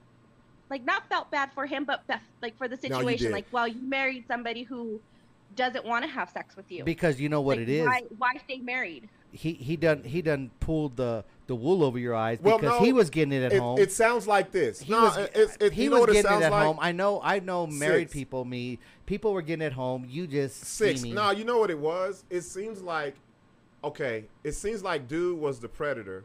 like not felt bad for him, but bef- like for the you situation. did. like, well, you married somebody who doesn't want to have sex with you. because you know what Like, it is. Why, why stay married? He he done he done pulled the the wool over your eyes Well, because no, he was getting it at it, home. it sounds like this. he no, was, it, it, it- he you was know what it getting sounds it at like. home. I know I know married Six. people. Me people were getting it home. You just Six. see me. Nah, you know what it was? It seems like okay, it seems like dude was the predator.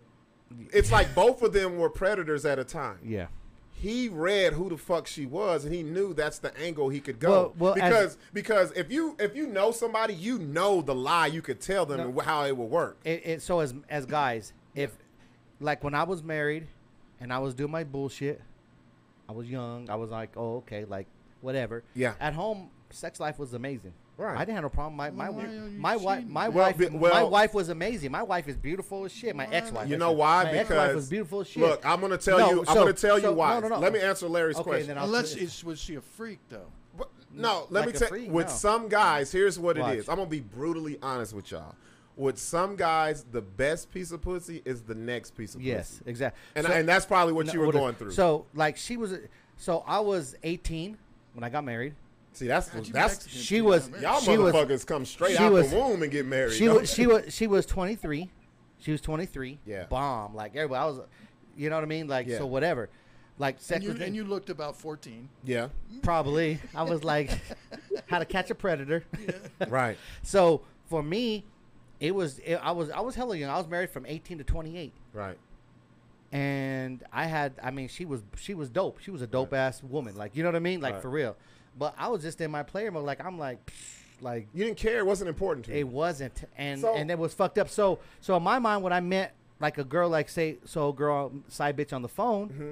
It's like both of them were predators at a time. yeah. He read who the fuck she was and he knew that's the angle he could go. Well- well, as- because because if you if you know somebody, you know the lie you could tell them No. and wh- how it would work. It, it, so as as guys, if like when I was married and I was doing my bullshit, I was young. I was like, oh okay, like whatever. Yeah. At home, sex life was amazing. Right. I didn't have no problem. My my Why are you my wife cheating? my Well, wife be- my well- wife was amazing. My wife is beautiful as shit. My Why- ex wife. You know why? My ex-wife because was beautiful as shit. Look, I'm gonna tell No, you. I'm so- gonna tell so- you why. no, no, no. Let me answer Larry's Okay, question. then I'll- Unless is was she a freak though? But, no, let Like me a tell freak, with no. some guys, here's what Watch. it is. I'm gonna be brutally honest with y'all. With some guys, the best piece of pussy is the next piece of Yes, pussy. exactly. And and that's probably what you were what if- going through. So like she was, so I was 18 when I got married. see that's How'd you that's Mexican she if you was- got married? y'all She was- motherfuckers come straight she out was- the womb and get married. She don't was she was she was 23. She was 23. Yeah. Bomb. Like everybody. I was, you know what I mean. Like Yeah. so whatever. Like And sex you, was and you looked about fourteen. yeah, probably. I was like, how to catch a predator. right. so for me, it was it, I was I was hella young. I was married from 18 to 28. Right. and I had I mean she was she was dope. She was a dope ass woman. Like you know what I mean? Like Right. for real. But I was just in my player mode. Like I'm like psh, like You didn't care. It wasn't important to it you. wasn't and So- and it was fucked up. So so in my mind when I met like a girl like say so a girl side bitch on the phone. Mm-hmm.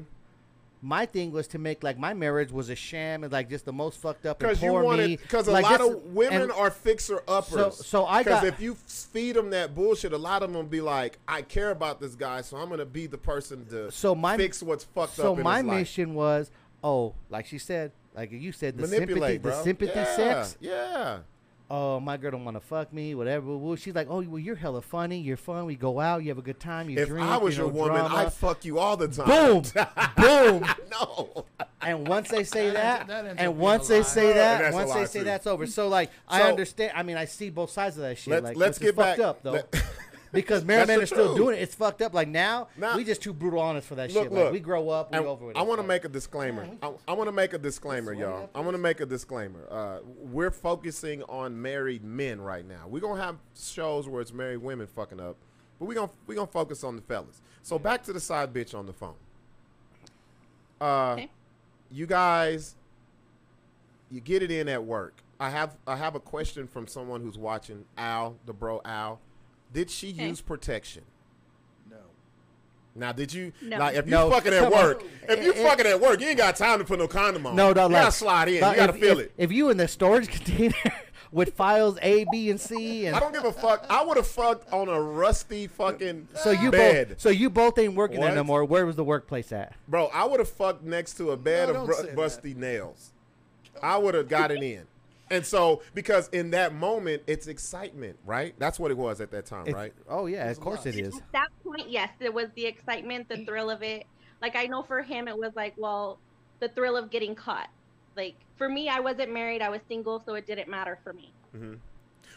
My thing was to make like my marriage was a sham and like just the most fucked up and Because you poor me. wanted, because a Like, lot just- of women and- are fixer uppers. So- so I got- if you feed them that bullshit, a lot of them be like, "I care about this guy, so I'm gonna be the person to So my- fix what's fucked so up." in my his life." mission was oh like she said like you said the sympathy manipulate, bro. the sympathy yeah, sex Yeah, oh my girl don't want to fuck me whatever Well, she's like oh well you're hella funny you're fun we go out you have a good time you if drink I was you know, your woman, drama. I'd fuck you all the time. boom boom no, and once they say that, That ends- that ends up and being once a they lie. say And that that's a once they lie, say too. that's over so like I So- understand I mean I see both sides of that shit Let's- like let's which is get fucked back- up though let- because That's married men the are still truth. doing it it's fucked up like now Now- we just too brutal honest for that look, shit look. like we grow up we and over with I it. want to Like, make a disclaimer. I, I want to make a disclaimer, y'all. I want to make a disclaimer. Uh, we're focusing on married men right now. We're gonna have shows where it's married women fucking up, but we gonna we gonna focus on the fellas. So back to the side bitch on the phone. Uh, Okay. you guys, you get it in at work. I have I have a question from someone who's watching Al, the bro Al. Did she Okay. use protection? No. Now, did you No. like if you No, fucking at come on. work? If you It- it- fucking at work, you ain't got time to put no condom on. No, no, you like, gotta slide in. like, you gotta if- feel if- it. If you in the storage container with files A, B, and C, and I don't give a fuck. I would have fucked on a rusty fucking so you bed, both, so you both ain't working there no What? more. Where was the workplace at? bro. I would have fucked next to a bed No, of don't ru- say that. rusty nails. I would have got it in. And so, because in that moment, it's excitement, right? That's what it was at that time, It- right? Oh yeah, of a course lot. it is. At that point, yes, there was the excitement, Mm. the thrill of it. Like I know for him, it was like, well, the thrill of getting caught. Like for me, I wasn't married; I was single, so it didn't matter for me. Mhm.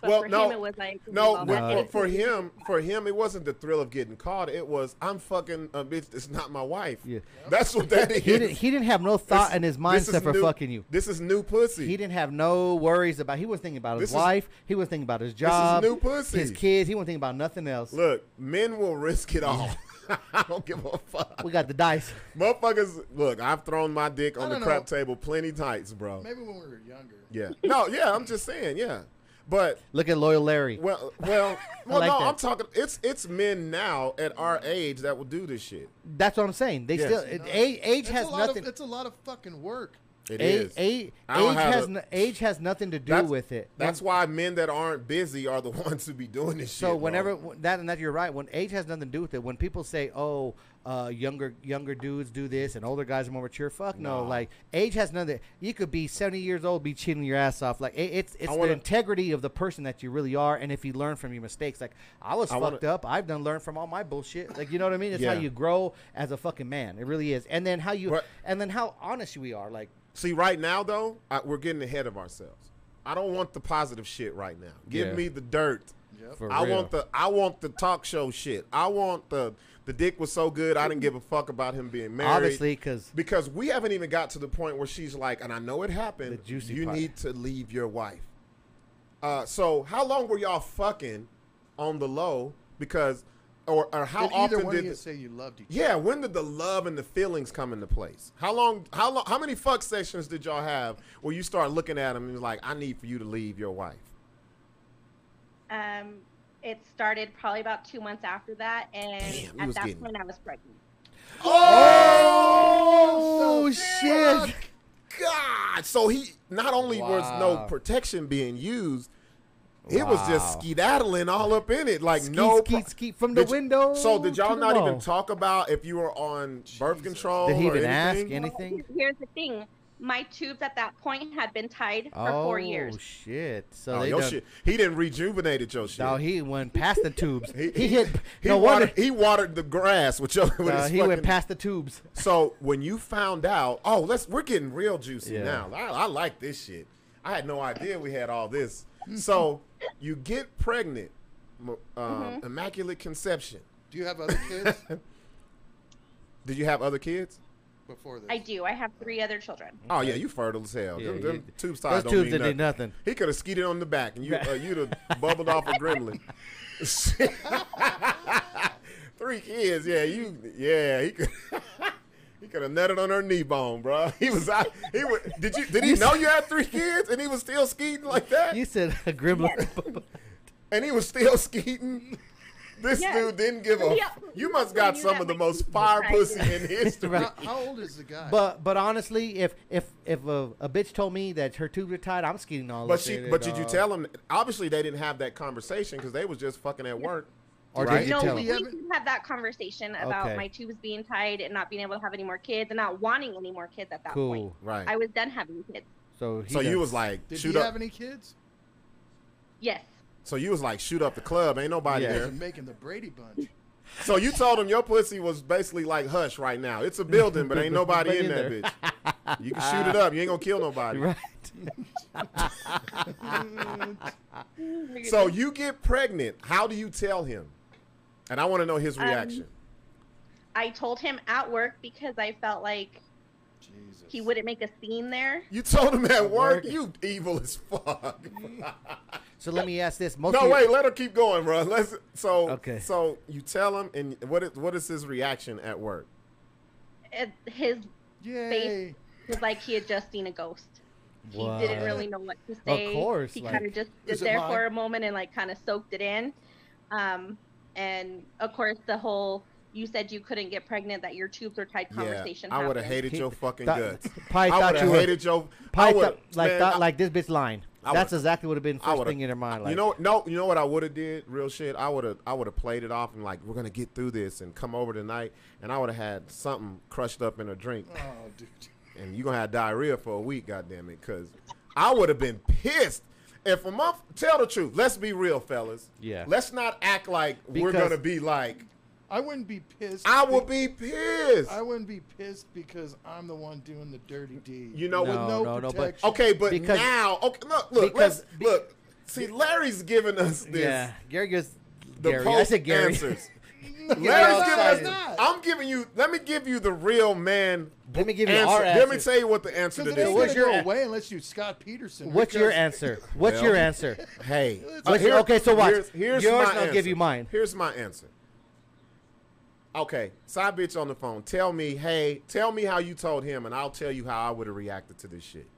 But Well, for no. him, it was like No, well, but that No. for, innocent- for him, for him, it wasn't the thrill of getting caught. It was I'm fucking a bitch. It's not my wife. Yeah. That's what that is. He didn't. He didn't have no thought This- in his this mind is except for new- fucking you. This is new pussy. He didn't have no worries about. He was thinking about This his is- wife. he was thinking about his is job. new pussy. His kids. He wasn't thinking about nothing else. Look, men will risk it all. I don't give a fuck. We got the dice. Motherfuckers, look, I've thrown my dick on the don't know. crap table plenty times, bro. Maybe when we were younger. Yeah. No, yeah, I'm just saying, yeah. But Look at loyal Larry. well, well, well like no, that. I'm talking it's it's men now at our age that will do this shit. That's what I'm saying. They Yes. still it, age, age It's has a lot nothing. Of, it's a lot of fucking work. It age, is. age, I don't age have has a- no, age has nothing to do That's- with it. That's why men that aren't busy are the ones who be doing this shit. So bro. whenever w- that and that you're right. When age has nothing to do with it. When people say, "Oh, uh, younger younger dudes do this and older guys are more mature. Fuck no, like age has nothing. You could be seventy years old, be cheating your ass off. Like it, it's it's wanna- the integrity of the person that you really are, and if you learn from your mistakes. Like I was I wanna- fucked up. I've done learned from all my bullshit. Like you know what I mean? It's Yeah. how you grow as a fucking man. It really is. And then how you But- and then how honest we are. Like See, right now though, I, we're getting ahead of ourselves. I don't want the positive shit right now. Give Yeah. me the dirt. Yep. For I real. want the I want the talk show shit. I want the the dick was so good I didn't give a fuck about him being married. Obviously, 'cause- because we haven't even got to the point where she's like, and I know it happened. The juicy you part. need to leave your wife. Uh, so how long were y'all fucking on the low? Because or or how Did either often one did of you the- say you loved each yeah, when did the love and the feelings come into place? How long? How long? How many fuck sessions did y'all have where you start looking at him and you're like, "I need for you to leave your wife"? Um, it started probably about two months after that, and Damn, you at was that getting- point, I was pregnant. oh shit. God! So he not only was no Wow. protection being used, it was just Wow. skedaddling all up in it, like Skeet, no skeet, skeet from the Did you- window So did to y'all the not even wall. talk about if you were on birth control? Did he or even ask anything? anything? Well, Oh, Here's the thing: my tubes at that point had been tied for Oh four years. shit! So Oh, they your done, shit. He didn't rejuvenate your shit. No, he went past the tubes. he, hit. He, no watered, wonder. he watered the grass with your. With uh, his he went fucking- past the tubes. So when you found out, oh, let's we're getting real juicy Yeah. now. I, I like this shit. I had no idea we had all this. So you get pregnant, m- um, immaculate conception. Do you have other kids Did you have other kids? before this? I do. I have three other children. Oh yeah, you fertile as hell. Yeah, them, you- them tube size Those don't tubes mean didn't do nothing. nothing. He could have skeeted on the back, and you uh, you'd have bubbled off a gremlin. Three kids, yeah, you, yeah, he could. He could have nutted on her knee bone, bro. He was out. He was, did you did he know you had three kids and he was still skeeting like that? You said a gremlin. and he was still skeeting. This Yes. dude didn't give a. Yeah. You must So got you some got of the my most keys, fire right? pussy in history. Right. How, how old is the guy? but but honestly, if if if a, a bitch told me that her tubes are tied, I'm skidding all. But up she, in it, but did you dog. tell him? Obviously, they didn't have that conversation because they was just fucking at work. Or Right? did you no, tell we him? did have that conversation about Okay. my tubes being tied and not being able to have any more kids and not wanting any more kids at that point. Cool. Right. I was done having kids. So he so you done- was like Did shoot he up. have any kids? Yes. so you was like shoot up the club. Ain't nobody Yeah. there. He's making the Brady Bunch. So you told him your pussy was basically like hush right now. It's a building, but ain't nobody Nobody in that in bitch. You can shoot it up. You ain't gonna kill nobody. right. So you get pregnant. How do you tell him? And I want to know his Um, reaction. I told him at work because I felt like Jesus. he wouldn't make a scene there. you told him at work. work. You evil as fuck. So let me ask this. Most no, of your- wait. Let her keep going, bro. Let's. So Okay. So you tell him, and what is what is his reaction at work? It, his Yay. was like he had just seen a ghost. He What? didn't really know what to say. course, he like- kind of just stood Is it there mine? for a moment and like kind of soaked it in. Um, and of course, the whole "you said you couldn't get pregnant, that your tubes are tied" conversation. I would have happened. hated He- your fucking thought- guts. I probably thought would have you were- hated your. I Probably would thought, like man, thought, I- like this bitch lying. I That's would've- exactly what have been the I first would've- thing in her mind. Like, you know, no, you know what I would have did? Real shit. I would have, I would have played it off and like, we're gonna get through this and come over tonight, and I would have had something crushed up in a drink, Oh, dude. and you gonna have diarrhea for a week, goddamn it, because I would have been pissed. If a month, tell the truth. Let's be real, fellas. Yeah. Let's not act like we're Because- gonna be like. I wouldn't be pissed. I will be pissed. I wouldn't be pissed because I'm the one doing the dirty deed. You know with what- no, No, no, no, but- protection. Okay, but Because- now, okay, look, look, because- let's, look. See, Larry's giving us this. yeah, Gary gives. The Gary, I post said Gary. answers. Larry's Let's give outside. us- I'm giving you. Let me give you the real man. Let me give you answer. our Let me answer. tell you what the answer to Because it this ain't what's is. gonna your go a- away unless you Scott Peterson. What's your because- answer? What's Well, your answer? Hey, uh, What's your- here- okay, so watch. Here's, here's Yours, my and I'll give answer. you mine. Here's my answer. Okay, side bitch on the phone. Tell me, hey, tell me how you told him, and I'll tell you how I would have reacted to this shit.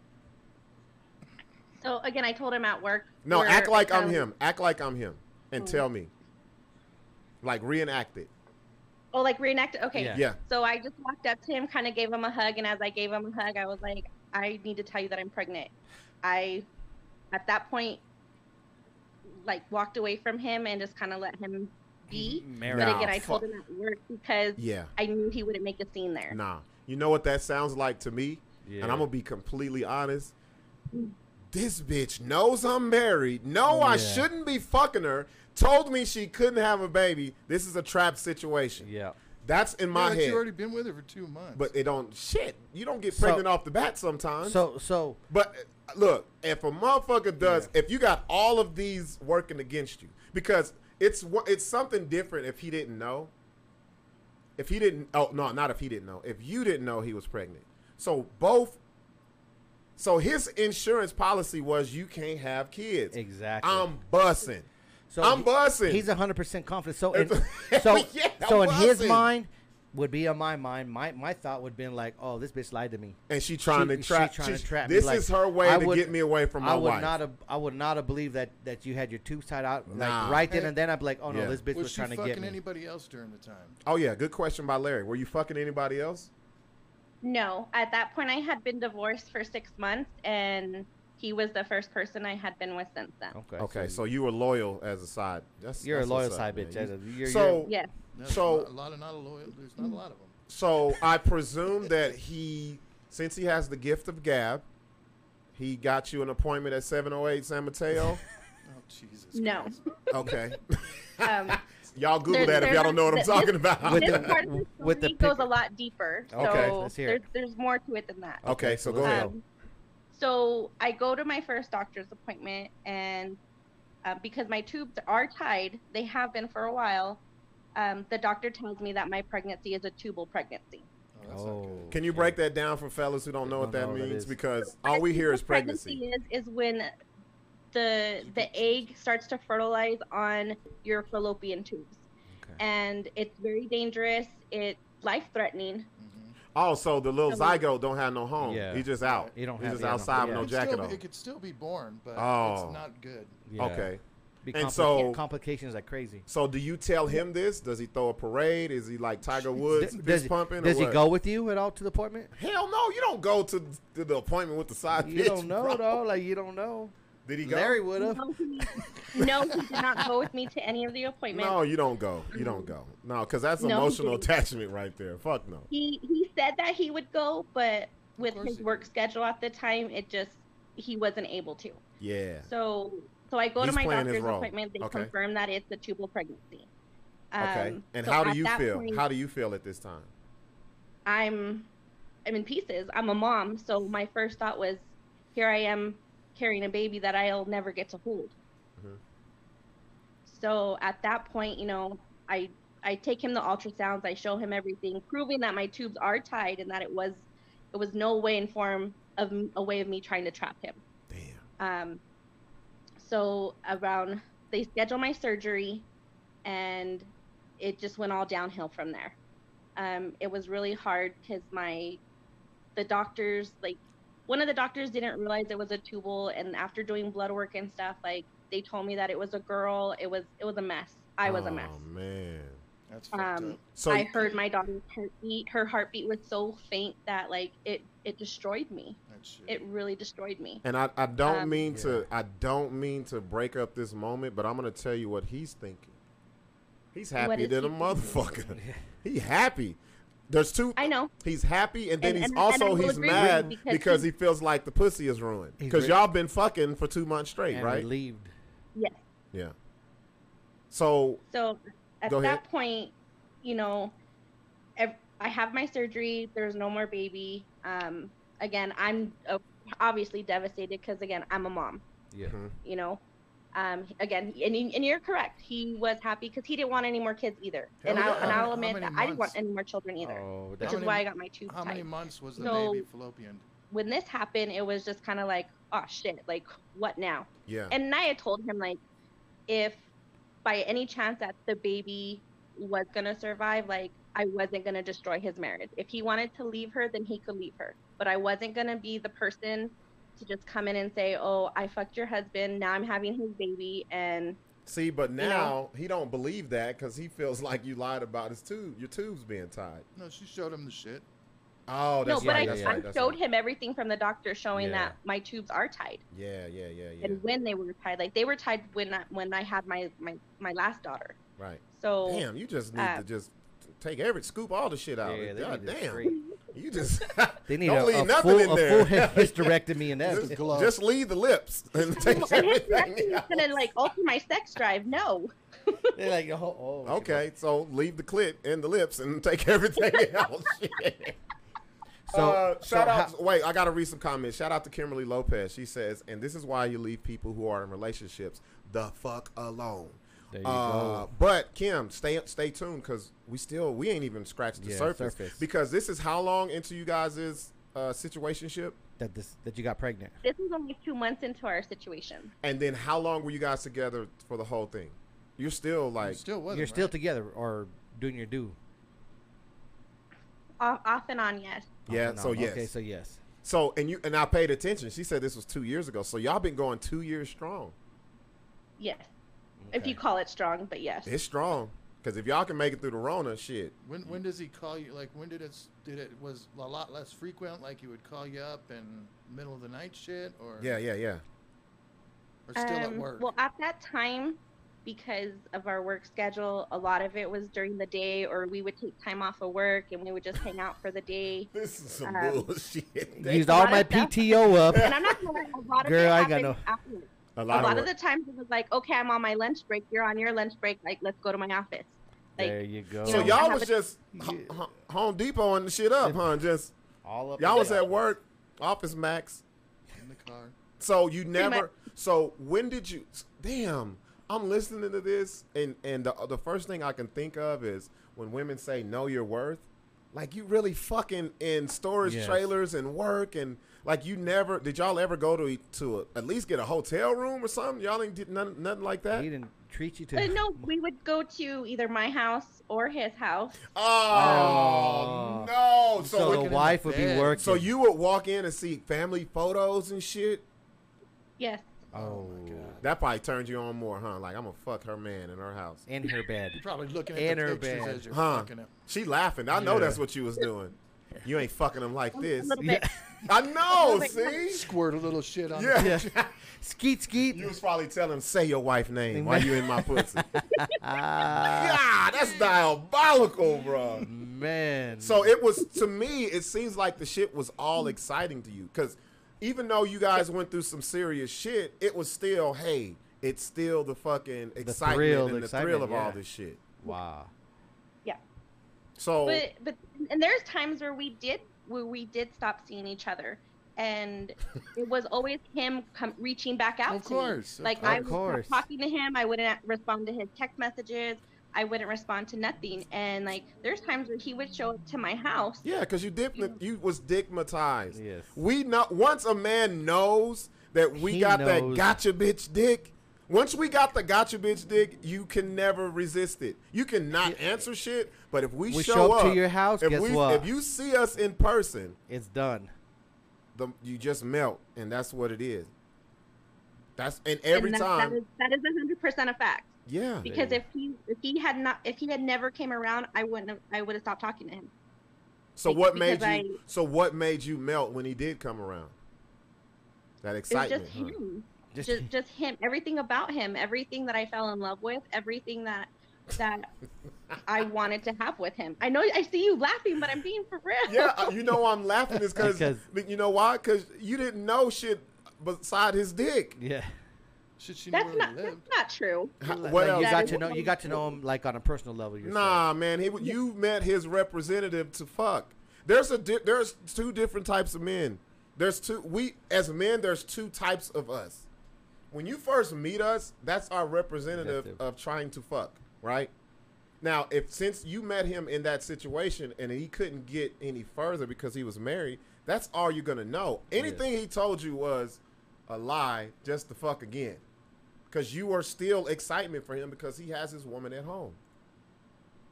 So again, I told him at work. No, where, act like I'm um, him. Act like I'm him, and tell me. Like reenact it. Oh, like reenact. Okay. Yeah. Yeah. So I just walked up to him, kind of gave him a hug, and as I gave him a hug, I was like, "I need to tell you that I'm pregnant." I, at that point, like walked away from him and just kind of let him be. Married. But again, Nah, I told him at work because Yeah. I knew he wouldn't make a scene there. Nah. You know what that sounds like to me? Yeah. And I'm going to be completely honest. This bitch knows I'm married. No, I Yeah. shouldn't be fucking her. Told me she couldn't have a baby. This is a trap situation. Yeah. That's in my but head. you already been with her for two months. but they don't shit. You don't get So- pregnant off the bat sometimes. So so But uh, look, if a motherfucker does, if you got all of these working against you, because it's wha- it's something different. If he didn't know, if he didn't, oh no, not if he didn't know. If you didn't know he was pregnant, so both. So his insurance policy was you can't have kids. Exactly. I'm bussing. so I'm he- bussing. He's hundred percent confident. So in, It's- so Yeah, so in I'm his bussing. mind would be on my mind. My my thought would been like, oh, this bitch lied to me. and she trying She- to she trap. trying to she- trap me, This like, is her way I to would- get me away from my I would wife. not have. I would not have believed that that you had your tubes tied out like Nah. right then and then. I'm like, oh no, Yeah. this bitch was was, she trying to fucking get me. anybody else during the time? oh yeah, good question by Larry. Were you fucking anybody else? No, at that point, I had been divorced for six months, and he was the first person I had been with since then. okay. Okay, so you were loyal as a side. That's You're a that's loyal what's up, side man. bitch. You- As a- you're- so you're- Yes. No, there's So- not- a lot of not a loyal. There's not a lot of them. so I presume that he, since he has the gift of gab, he got you an appointment at seven oh eight San Mateo. Oh Jesus. No. Christ. Okay, Um, y'all Google There- that if y'all there's- don't know what I'm this- talking about. With this the- part of the story with the goes pic- a lot deeper. Okay, so let's hear there's, it. Oh, there's more to it than that. okay, so go ahead. Um, so I go to my first doctor's appointment, and uh, because my tubes are tied, they have been for a while. Um, the doctor tells me that my pregnancy is a tubal pregnancy. Oh, that's not good. Can you break that down for fellas who don't know what Don't that know what that means? is. because all we hear is What pregnancy. Is is when the the egg starts to fertilize on your fallopian tubes, and it's very dangerous. It's life threatening. Mhm. Also, Oh, the little So we- zygote don't have no home. Yeah. He just out. He don't He's have- just yeah, no- outside yeah. with no It could still jacket be- on. It could still be born, but Oh. it's not good. Yeah. Okay. Be And complica- so- complications like crazy. So do you tell him this? Does he throw a parade? Is he like Tiger Woods Does- fist does he- pumping? does or he what? go with you at all to the appointment? Hell no! You don't go to, to the appointment with the side You bitch, don't know, bro. though. Like you don't know. Did he go? Larry would have. No, he, no, he did not go with me to any of the appointments. no, you don't go. You don't go. No, because that's No, he emotional didn't. attachment right there. Fuck no. He he said that he would go, but with course his he work did. schedule at the time, it just he wasn't able to. Yeah. So so I go He's to my playing his doctor's role. appointment. They Okay. confirm that it's a tubal pregnancy. Okay. Um, and so how do at you that feel? point, How do you feel at this time? I'm I'm in pieces. I'm a mom, so my first thought was, here I am carrying a baby that I'll never get to hold. Mhm. So at that point, you know, I I take him the ultrasounds, I show him everything, proving that my tubes are tied and that it was it was no way in form of m- a way of me trying to trap him. Damn. Um, so around they schedule my surgery, and it just went all downhill from there. Um, it was really hard because my the doctors like one of the doctors didn't realize it was a tubal, and after doing blood work and stuff, like they told me that it was a girl. It was it was a mess. I was a mess. Oh man. That's fucked Um, up. So I heard my daughter's heartbeat. Her heartbeat was so faint that like it it destroyed me. That shit. It Mm. really destroyed me. And I, I don't Um, mean to I don't mean to break up this moment, but I'm gonna tell you what he's thinking. He's happier is than a he thinking? motherfucker. he happy. There's two. I know. He's happy, and then And- he's and- and I also will he's agree with mad you because, because he, he- feels like the pussy is ruined. He's Because re- y'all been fucking for two months straight, And right? relieved. Yes. Yeah. So So at Go that ahead. point, you know, ev- I have my surgery. There's no more baby. Um, again, I'm uh, obviously devastated because again, I'm a mom. Yeah. Mhm. You know, um, again, and, y- and you're correct. He was happy because he didn't want any more kids either. and, Hell I'll, yeah. and How I'll admit many that I didn't want months? any more children either, Oh, which that- is How many- why I got my tubes How many tied. months was the So- baby fallopian? When this happened, it was just kind of like, oh shit, like what now? yeah, and Naya told him like if by any chance that the baby was gonna survive, like I wasn't gonna destroy his marriage. If he wanted to leave her, then he could leave her. But I wasn't gonna be the person to just come in and say, "Oh, I fucked your husband. Now I'm having his baby." And see, but now know- he don't believe that because he feels like you lied about his tube, your tubes being tied. No, she showed him the shit. Oh, that's no, but right. I, that's I right. That's showed right. him everything from the doctor showing Yeah. that my tubes are tied Yeah, yeah, yeah, yeah. and when they were tied. Like they were tied when I, when I had my my my last daughter. right. So Damn, you just need Uh, to just take every scoop all the shit out. Yeah, of it. they God need to damn, scrape. you just They need don't a, leave a, nothing full, in a there. full hysterectomy and just, that. glove. just leave the lips and take Well, and it's not everything that out. it's gonna like alter my sex drive. No, They're like, oh, oh, Okay, so leave the clit and the lips and take everything out. Shit. So, uh, so shout out. how- wait, I gotta read some comments. Shout out to Kimberly Lopez. She says, and this is why you leave people who are in relationships the fuck alone. There you Uh, go. but Kim, stay stay tuned because we still we ain't even scratched the Yeah, surface, surface. because this is how long into you guys is uh, situationship, That this that you got pregnant. this is only two months into our situation. and then how long were you guys together for the whole thing? You're still You like still with You're him, still right? together or doing your due. Off, off and on, yes. yeah, Off and so on. yes, Okay, so yes. So and you and I paid attention. She said this was two years ago. So y'all been going two years strong. Yes. If Okay. you call it strong, but yes. It's strong because if y'all can make it through the Rona, shit. When when does he call you? Like when did it s- did it was a lot less frequent? Like he would call you up in middle of the night shit, or Yeah, yeah, yeah. or still at Um, work. Well, at that time, because of our work schedule, a lot of it was during the day, or we would take time off of work and we would just hang out for the day. This is some Um, bullshit. Used a all lot my of stuff. PTO up. And I'm not gonna lie, a lot of Girl, it I got happened no- afterwards. a a lot, lot of, of the times it was like, okay, I'm on my lunch break. You're on your lunch break. Like, let's go to my office. Like, there you go. the so know, y'all I was have just h- h- Home Depot and the shit up, huh? Just all up y'all in was there. at work, office max. in the car. So you much. never. So when did you? Damn, I'm listening to this, and and the the first thing I can think of is when women say know your worth. Like you really fucking in storage Yes. trailers and work and like you never did y'all ever go to to a, at least get a hotel room or something y'all ain't did none, nothing like that. He didn't treat you to. but Uh, no, we would go to either my house or his house. Oh, Oh. no! So so like- the looking in the wife would be bed. working. so you would walk in and see family photos and shit. Yes. Oh. That probably turned you on more, huh? Like I'm gonna fuck her man in her house. In her bed. You're probably looking at In the her pictures bed. as you're Huh. fucking him. She laughing. I know Yeah. that's what you was doing. You ain't fucking him like this. A little bit. I know, A little see? bit. Squirt a little shit on. Yeah. The, Yeah. skeet skeet. You was probably telling him, say your wife's name while you in my pussy. Ah. yeah, that's diabolical, bro. Man. So it was, to me, it seems like the shit was all exciting to you. Because even though you guys went through some serious shit, it was still, hey, it's still the fucking excitement thrill, and the the thrill excitement, of all yeah. this shit. wow. Yeah. So, But but and there's times where we did where we did stop seeing each other, and it was always him come, reaching back out. Of to me. course, of like course. I Of was course. talking to him, I wouldn't respond to his text messages. I wouldn't respond to nothing, and like there's times where he would show up to my house. Yeah, because you dip, you was digmatized. Yes. We know once a man knows that we He got that knows. gotcha bitch dick. Once we got the gotcha bitch dick, you can never resist it. You cannot answer shit, but if we, We show, show up up to your house, if guess we, what? If you see us in person, It's done. the, you just melt, and that's what it is. That's and every and that, time, that is that is hundred percent a fact. yeah. Because if he if he had not if he had never came around, I wouldn't have I would have stopped talking to him. So what made because you? I- so what made you melt when he did come around? That It was excitement. just huh? him. Just- just just him everything about him everything that i fell in love with everything that that i wanted to have with him i know i see you laughing but i'm being for real Yeah, uh, you know I'm laughing is cause, Because- you know why? Cause you didn't know shit beside his dick. Yeah. shit, she knew that's where not he that's lived. not true How- Like, what you else? got That to is know. You got to know him like on a personal level yourself. Nah, man, he w- you met his representative to fuck. There's a di- there's two different types of men. There's two we as men. There's two types of us. When you first meet us, that's our representative Representative. of trying to fuck, right? Now, if since you met him in that situation and he couldn't get any further because he was married, that's all you're gonna know. Anything he told you was a lie, just to fuck again, because you are still excitement for him because he has his woman at home.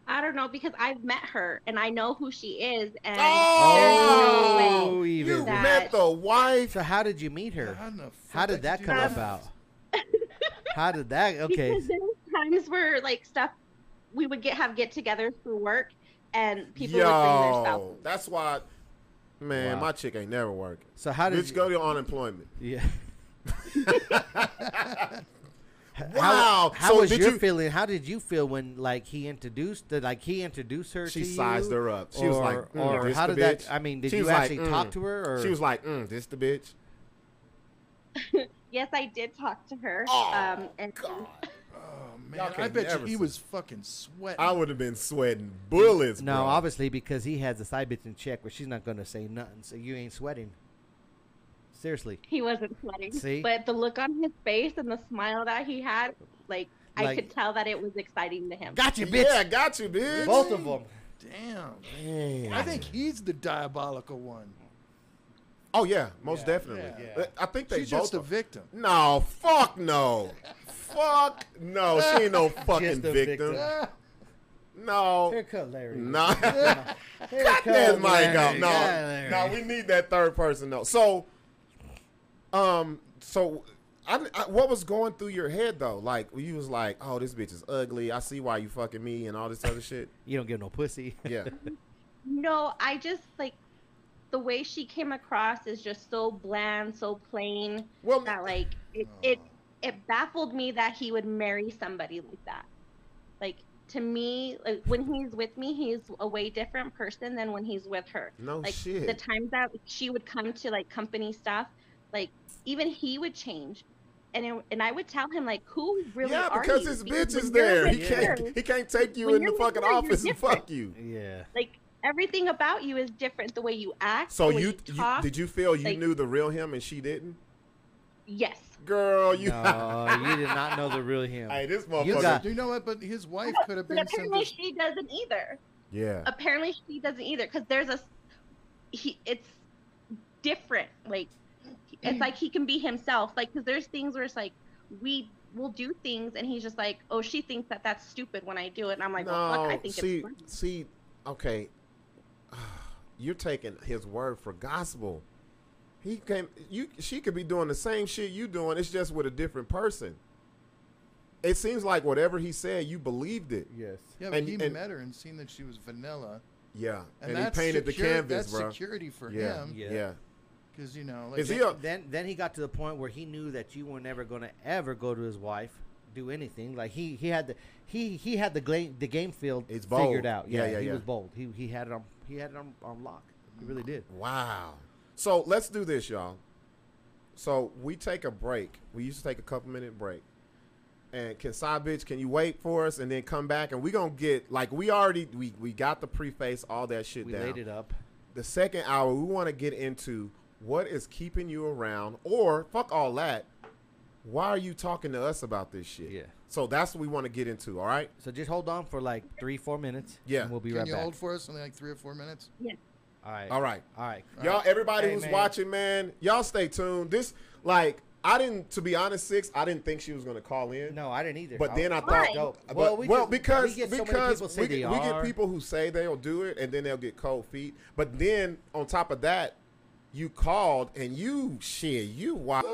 i don't know because i've met her and i know who she is and there's no way Oh, no way you even met that- the wife. So how did you meet her? How in the How fuck did that you come do Oh, about? How did that? Okay. because there's times where like stuff we would get have get-togethers through work and people would bring their Yo, spouses that's why, man, Wow. my chick ain't never working. So how did Bitch, you, go to unemployment. Yeah. H- Wow. How, how So was did your you- feeling? How did you to you feel when like he introduced the, like he introduced her? She to sized you? her up. She was like, Or- mm, or this how the did that? bitch. I mean, did She you was like, actually mm. talk to her? Or She was like, mm, this the bitch. Yes, I did talk to her. Oh, um, and Oh Y'all man, I can't bet you never he see- was fucking sweating. I would have been sweating bullets. no, bro. obviously because he has a side bitch in check, where she's not gonna say nothing, so you ain't sweating. Seriously, he wasn't sweating. See? But the look on his face and the smile that he had, like, I Like- could tell that it was exciting to him. got you, bitch. Yeah, got you, bitch. Both of them. Damn. I think he's the diabolical one. Oh yeah, most Yeah, definitely. yeah. I think they She's both. just a are- victim. No, fuck no. fuck no. She ain't no fucking Just a victim. victim. Ah, Here No. cut Larry. No. Here Cut that come mic Larry. out. No. Yeah, Larry. No, we need that third person though. So um so I, I- what was going through your head though? Like you was like, "Oh, this bitch is ugly. I see why you fucking me and all this other shit." You don't give no pussy. Yeah. No, I just like the way she came across is just so bland, so plain Well, that like it Oh. it, it baffled me that he would marry somebody like that. Like to me, like when he's with me, he's a way different person than when he's with her. No like Oh, shit. the times that she would come to like company stuff, like even he would change. And, it, and I would tell him like, who really yeah, are because you? his Because bitch when is you're there. with He can't her, he can't take you When in the you're with fucking her, you're office and different. fuck you. Yeah. like everything about you is different the way you act So the way you, you talk did you feel you like- knew the real him and she didn't? yes Girl, Oh, you No, you did not know the real him. Hey, this motherfucker. You got- Do you know what? But his wife could have but been some. apparently she doesn't either yeah. apparently she doesn't either because there's a he it's different like it's like he can be himself like because there's things where it's like we will do things and he's just like oh she thinks that that's stupid when i do it and i'm like well, fuck, i think see, it's funny. see, okay. You're taking his word for gospel. He came. You, she could be doing the same shit you doing. It's just with a different person. It seems like whatever he said, you believed it. Yes. yeah, but and- he and- met her and seen that she was vanilla, Yeah, and, and, he that's painted secure- the canvas, That's bro. security for yeah. him yeah, Yeah. because you know, like, Is he a- Then then he got to the point where he knew that you were never gonna ever go to his wife, do anything. Like he he had the he he had the game the game field It's bold. figured out. Yeah, Yeah, yeah, he yeah. was bold. He he had it on he had it on, on lock. He really did. Wow. So let's do this, y'all. So we take a break. We used to take a couple minute break. And can side bitch, can you wait for us and then come back? And we gonna get like we already we we got the preface, all that shit We down. laid it up. The second hour, we want to get into what is keeping you around, or fuck all that. Why are you talking to us about this shit? Yeah. So that's what we want to get into. All right. So just hold on for like three four minutes. Yeah. And we'll be can right you back. hold for us only like three or four minutes? All right. All right. All right. Y'all, everybody Hey, who's man. watching, man, y'all stay tuned. This, like, I didn't, to be honest, six, I didn't think she was gonna call in. No, I didn't either. But then I Why? thought, Dope. but, well, Well, we just- because we get so many because people say we, get, they we get are. people who say they'll do it and then they'll get cold feet. But then on top of that, you called and you shit, you watch.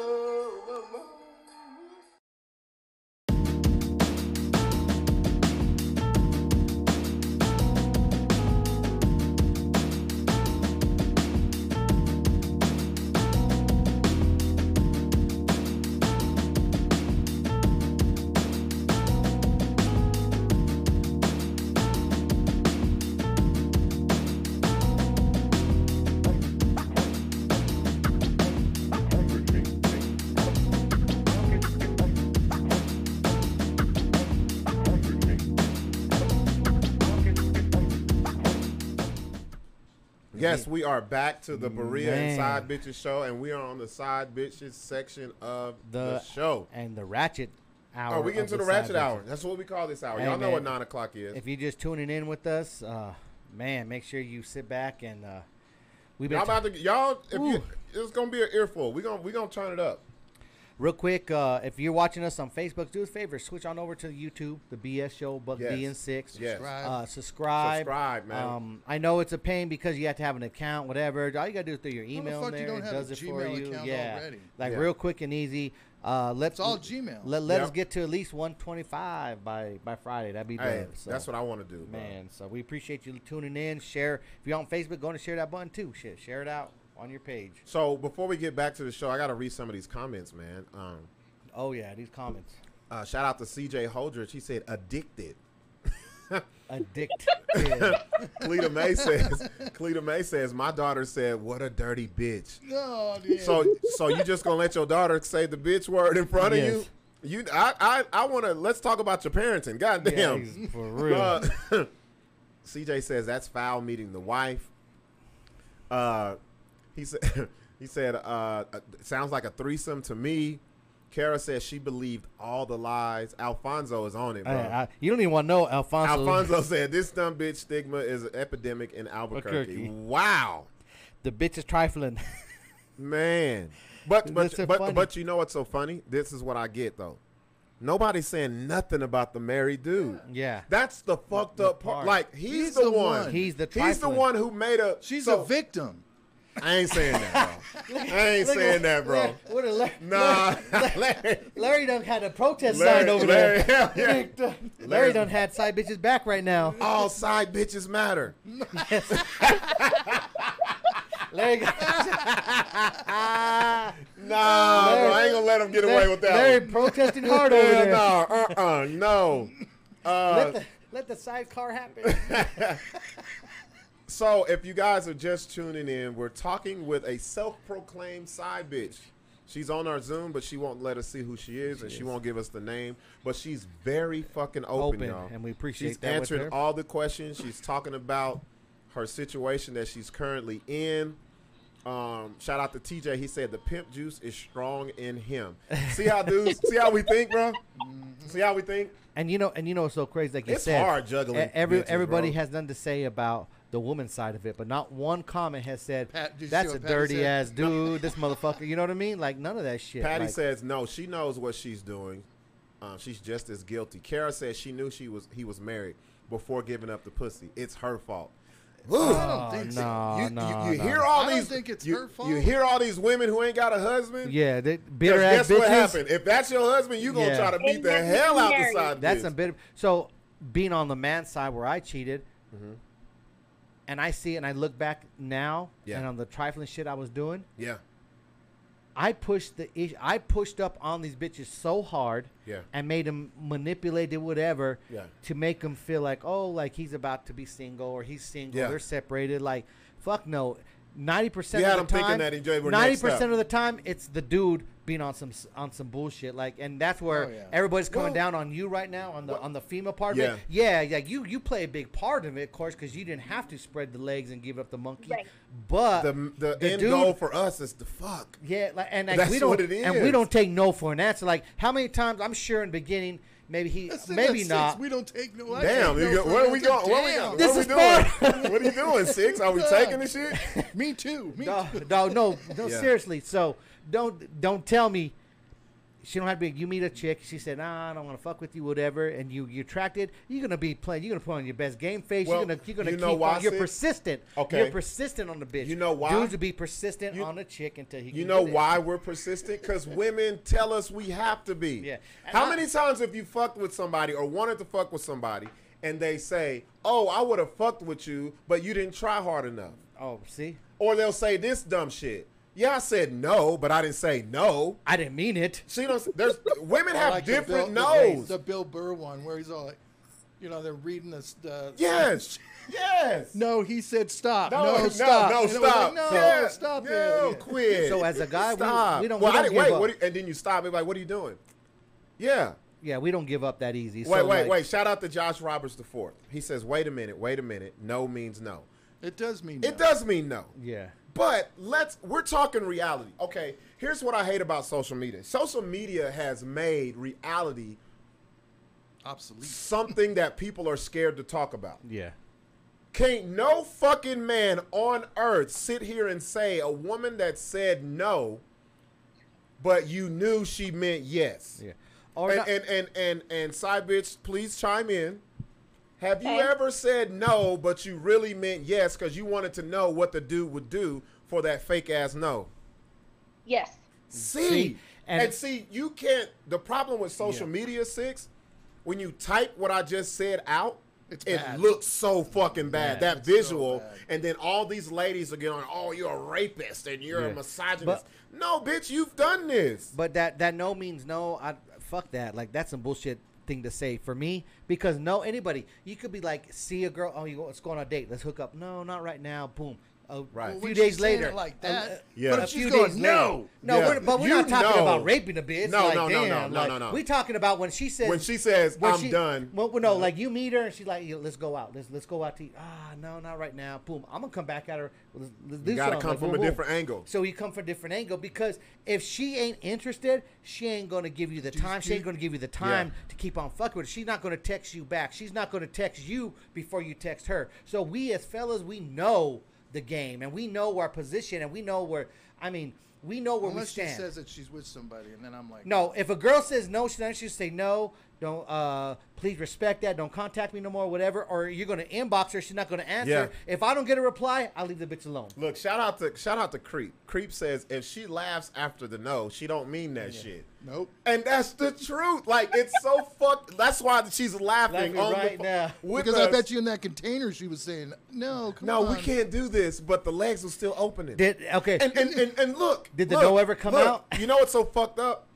Yes, we are back to the Berea and Man. Side Bitches show, and we are on the Side Bitches section of the, The- show. and the ratchet hour. Are we of getting to the side ratchet bitches. hour? That's what we call this hour. Hey, Y'all know what man. nine o'clock is. If you're just tuning in with us, uh, man, make sure you sit back and uh, we've been Y'all about to y'all. If you, Ooh. it's gonna be an earful. We gonna we gonna turn it up. Real quick, uh, if you're watching us on Facebook, do us a favor, switch on over to YouTube, the BS Show, Buck Yes. D and Six. Yes. Subscribe. Uh, subscribe. Subscribe, man. Um, I know it's a pain because you have to have an account, whatever. All you gotta do is through your email fuck you there. don't it have a does it for Gmail you. account Yeah, already? like Yeah. real quick and easy. Uh, let's It's all Gmail. Let, let us Yep. get to at least 125 by by Friday. That'd be Hey, dope. So, that's what I want to do, bro. man. So we appreciate you tuning in. Share if you're on Facebook, go and share that button too. Shit, share it out on your page. So before we get back to the show, I gotta read some of these comments, man. Um, Oh yeah, these comments. Uh, shout out to CJ Holdridge. He said addicted. Addict. Cleta May says. Cleta May says my daughter said, "What a dirty bitch." No, Oh, dude. So so you just gonna let your daughter say the bitch word in front of Yes. you? You I I, I wanna let's talk about your parenting. God damn. for real. Uh, CJ says that's foul meeting the wife. Uh, he said he said uh, it sounds like a threesome to me. Kara says she believed all the lies. Alfonso is on it, bro. Hey, I- you don't even want to know Alfonso. Alfonso said this dumb bitch stigma is an epidemic in Albuquerque. Albuquerque. Wow, The bitch is trifling. man. But but That's so but funny. but you know what's so funny? This is what I get though. Nobody's saying nothing about the married dude. yeah. That's the fucked up part. part. Like he's, He's the, the one. one. He's the He's the trifling. one who made a. she's so- a victim. I ain't saying that, bro. I ain't saying that, bro. What a Larry, Nah, Larry, Larry done had a protest Larry- sign over Larry, there. hell yeah. Larry, done- Larry's- Larry done had side bitches back right now. all side bitches matter. Larry, got- Nah, bro, I ain't gonna let him get away with that. Larry one. protesting hard over Hell there. No, uh, uh no. Uh, Let the let the sidecar happen. so, if you guys are just tuning in, we're talking with a self-proclaimed side bitch. She's on our Zoom, but she won't let us see who she is, and she won't give us the name. But she's very fucking open, Open, y'all. and we appreciate She's that with answered her. all the questions. She's talking about her situation that she's currently in. Um, shout out to TJ. He said the pimp juice is strong in him. See how dudes? see how we think, bro? See how we think? And you know, and you know, it's so crazy. Like you It's said, hard juggling e- Every bitches, everybody bro. has nothing to say about the woman's side of it, but not one comment has said Pat- did you see that's what a Patty dirty said? ass dude. this motherfucker. You know what I mean? Like none of that shit. Patty like, says no. She knows what she's doing. Um, she's just as guilty. Kara says she knew she was he was married before giving up the pussy. It's her fault. I don't think so. Oh, no, you, no, you, you no. hear all I don't these. think it's you, her fault. you hear all these women who ain't got a husband. yeah, they, bitter 'Cause ass Guess bitches. what happened? If that's your husband, you gonna Yeah. try to beat the Exactly. hell out the Married. side. That's bitch. a bit. So being on the man's side where I cheated, Mm-hmm. and I see it, and I look back now, Yeah. and on the trifling shit I was doing, yeah, I pushed the ish, I pushed up on these bitches so hard, Yeah. and made them manipulate it whatever, Yeah. to make them feel like oh like he's about to be single or he's single, Yeah. they're separated. Like fuck no, ninety percent You had of the 'em thinking time, that enjoy were ninety next up. percent of the time it's the dude being on some s- on some bullshit. Like and that's where Oh, yeah. everybody's coming Well- down on you right now on the on the female part. of it. yeah, yeah. You you play a big part of it, of course, because you didn't have to spread the legs and give up the monkey, Right. but the the, end dude- goal for us is to fuck. yeah, like, and like, That's we don't, what it and is. we don't take no for an answer. Like how many times? I'm sure in the beginning, maybe he, That's in maybe that not. sense. We don't take no. I Damn, take you no go, for where an are we answer. going? Where are we Damn. going? This what is we doing? what are you doing, Six? Are we taking the shit? Me too. Me no, too. no, no, no, Yeah. seriously. So don't don't tell me. She don't have to be. You meet a chick. She said, "Nah, I don't want to fuck with you, whatever." And you you attracted. You're gonna be playing. You're gonna put on your best game face. Well, you're gonna you're gonna you know keep. why, on, you're Sid? persistent. Okay. You're persistent on the bitch. You know why? Dudes will be persistent You- on a chick until he. You can know get it. why we're persistent? Because women tell us we have to be. Yeah. And How I- many times have you fucked with somebody or wanted to fuck with somebody and they say, oh, I would have fucked with you, but you didn't try hard enough? Oh, see, Or they'll say this dumb shit. Yeah, I said no, but I didn't say no. I didn't mean it. See, don't, there's women I have like the different Bill- the- no's. The Bill Burr one where he's all like, you know, they're reading this. The, yes, yes. No, he said stop. No, no, stop. no, And it was stop. Like, no, Yeah, stop it. No, Yeah. quit. So as a guy, we- stop. we don't- Well, we I don't didn't give wait. up. What do you, and then you stop. Everybody, what are you doing? Yeah. Yeah, we don't give up that easy. Wait, so wait, like, wait. Shout out to Josh Roberts the fourth. He says, "Wait a minute, wait a minute. No means no. It does mean It does mean no. Yeah. But let's we're talking reality. Okay, here's what I hate about social media. Social media has made reality Obsolete. something that people are scared to talk about. Yeah. Can't no fucking man on earth sit here and say a woman that said no, but you knew she meant yes. Yeah. Or and, not- and and and and side bitch, please chime in. Have you Okay. ever said no, but you really meant yes because you wanted to know what the dude would do for that fake ass no? Yes. See, See, and, and- see, you can't. The problem with social media six, when you type what I just said out, It's it bad. looks so fucking bad. That It's so visual, bad. and then all these ladies are going, "Oh, you're a rapist and you're a Yeah. misogynist." no, bitch, you've done this. but that that no means no. I, fuck that. Like that's some bullshit thing to say for me because no anybody you could be like see a girl oh you let's go on a date let's hook up no not right now boom a Right. Well, few when days she's saying later it like a- that, Yeah. but a if few she's going, days later no. no Yeah. we're, but we're You not talking know. about raping a bitch No, like, no, no, no, damn, no, like, no, no. we talking about when she says When she says, when "I'm done." well no like you meet her and she's like yeah, let's go out let's let's go out to eat ah no not right now boom I'm gonna come back at her let's, let's do You gotta something. come Like, from boom, a boom. different angle. So you come from a different angle because if she ain't interested, she ain't gonna give you the time. She ain't gonna give you the time to keep on fucking with her. She's not gonna text you back. She's not gonna text you before you text her. So we as fellas, we know the game and we know our position and we know where. I mean, we know where Unless we she stand. says that she's with somebody, and then I'm like, No, if a girl says no, she then she say no. Don't uh, please respect that. Don't contact me no more, whatever. Or you're gonna inbox her. She's not gonna answer. Yeah. If I don't get a reply, I leave the bitch alone. Look, shout out to shout out to Creep. Creep says if she laughs after the no, she don't mean that shit. Nope. And that's the truth. Like it's so fucked. That's why she's laughing Laughing on the right fo- now. with Because I us. bet you in that container she was saying, no, come No, on. we can't do this. But the legs were still opening. Did okay? and, and, and, and look. Did the look, no ever come look, out? You know what's so fucked up?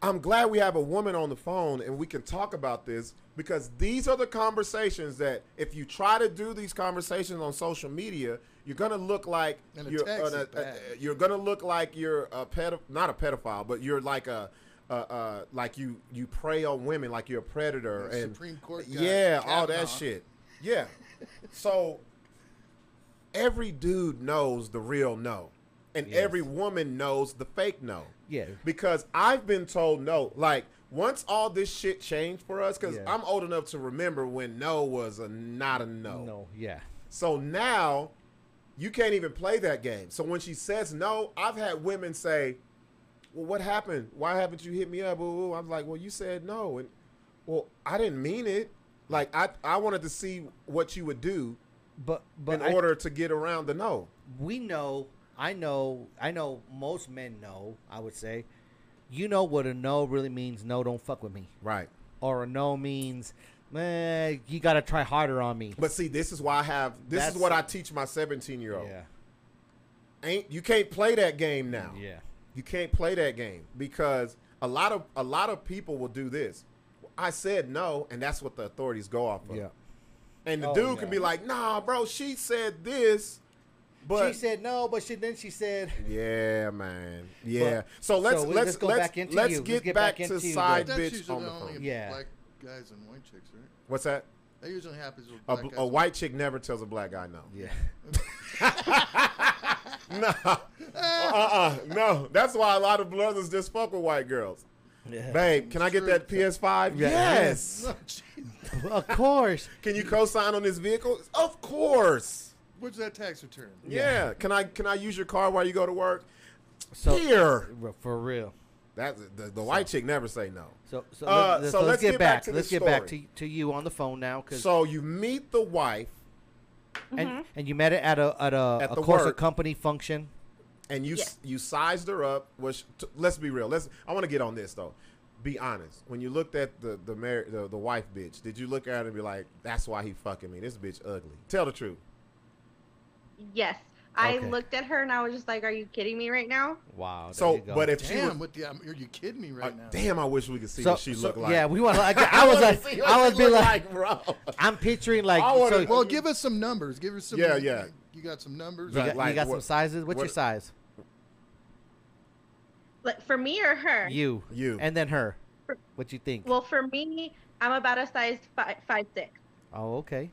I'm glad we have a woman on the phone and we can talk about this because these are the conversations that if you try to do these conversations on social media, you're gonna look like And the you're text is uh, uh, bad. you're gonna look like you're a pedo not a pedophile, but you're like a uh, uh, like you you prey on women like you're a predator The and Supreme Court guy, yeah all that Kavanaugh. shit yeah so every dude knows the real no and every woman knows the fake no Yeah. because i've been told no like once all this shit changed for us because Yeah. i'm old enough to remember when no was a not a no no, yeah. so now you can't even play that game so when she says no i've had women say well what happened why haven't you hit me up Ooh, ooh. i'm like well you said no and well i didn't mean it like i i wanted to see what you would do But but in I- order to get around the no. we know, I know, I know. Most men know. I would say, you know what a no really means. No, don't fuck with me. Right. Or a no means, man, you gotta try harder on me. But see, this is why I have this That's- is what I teach my 17 year old. Yeah, Ain't you can't play that game now. yeah, You can't play that game because a lot of a lot of people will do this. I said no, and that's what the authorities go off of. yeah. And the Oh, dude yeah. can be like, nah, bro, she said this, but she said no, but she then she said. yeah, man, yeah. But- so let's so we'll let's just go let's back into let's, you. Get back, to into you, side but- That's bitch usually on the only phone. Yeah. black guys and white chicks, right? What's that? That usually happens with A, black bl- guys a and- white chick never tells a black guy no. Yeah, No. Uh-uh. No. That's why a lot of brothers just fuck with white girls. Babe, can I get that PS5? Yes. No, geez. of course. Can you co-sign on this vehicle? Of course. What's that tax return? Yeah. Can I can I use your car while you go to work? So Here. for real. That's the, the white chick never say no. So so, Uh, let's, so let's let's get, get back back. to the let's get back to story. to you on the phone now, because So you meet the wife and and you met it at a at a, At of the course a work. company function. and you s Yeah. you sized her up. Which t- let's be real. Let's I want to get on this though. Be honest. When you looked at the the, mar- the the wife bitch, did you look at her and be like, "That's why he fucking me. This bitch ugly." Tell the truth. Yes. I Okay. looked at her and I was just like, "Are you kidding me right now?" Wow. there So, you go. but if she was Damn, what the, um, are you kidding me Uh, right now? damn, I wish we could see So- what she so- looked like. Yeah, we want to. Like, I was wanna like, see what I she would be look like, bro. I'm picturing like. I wanna- so Well, Well, give us some numbers. Give us some. Yeah, yeah. You got some numbers. you got, like you got some what- sizes. What's your what- size? Like for me or her? You. You. And then her. What you think? Well, for me, I'm about a size five, five six. oh, okay.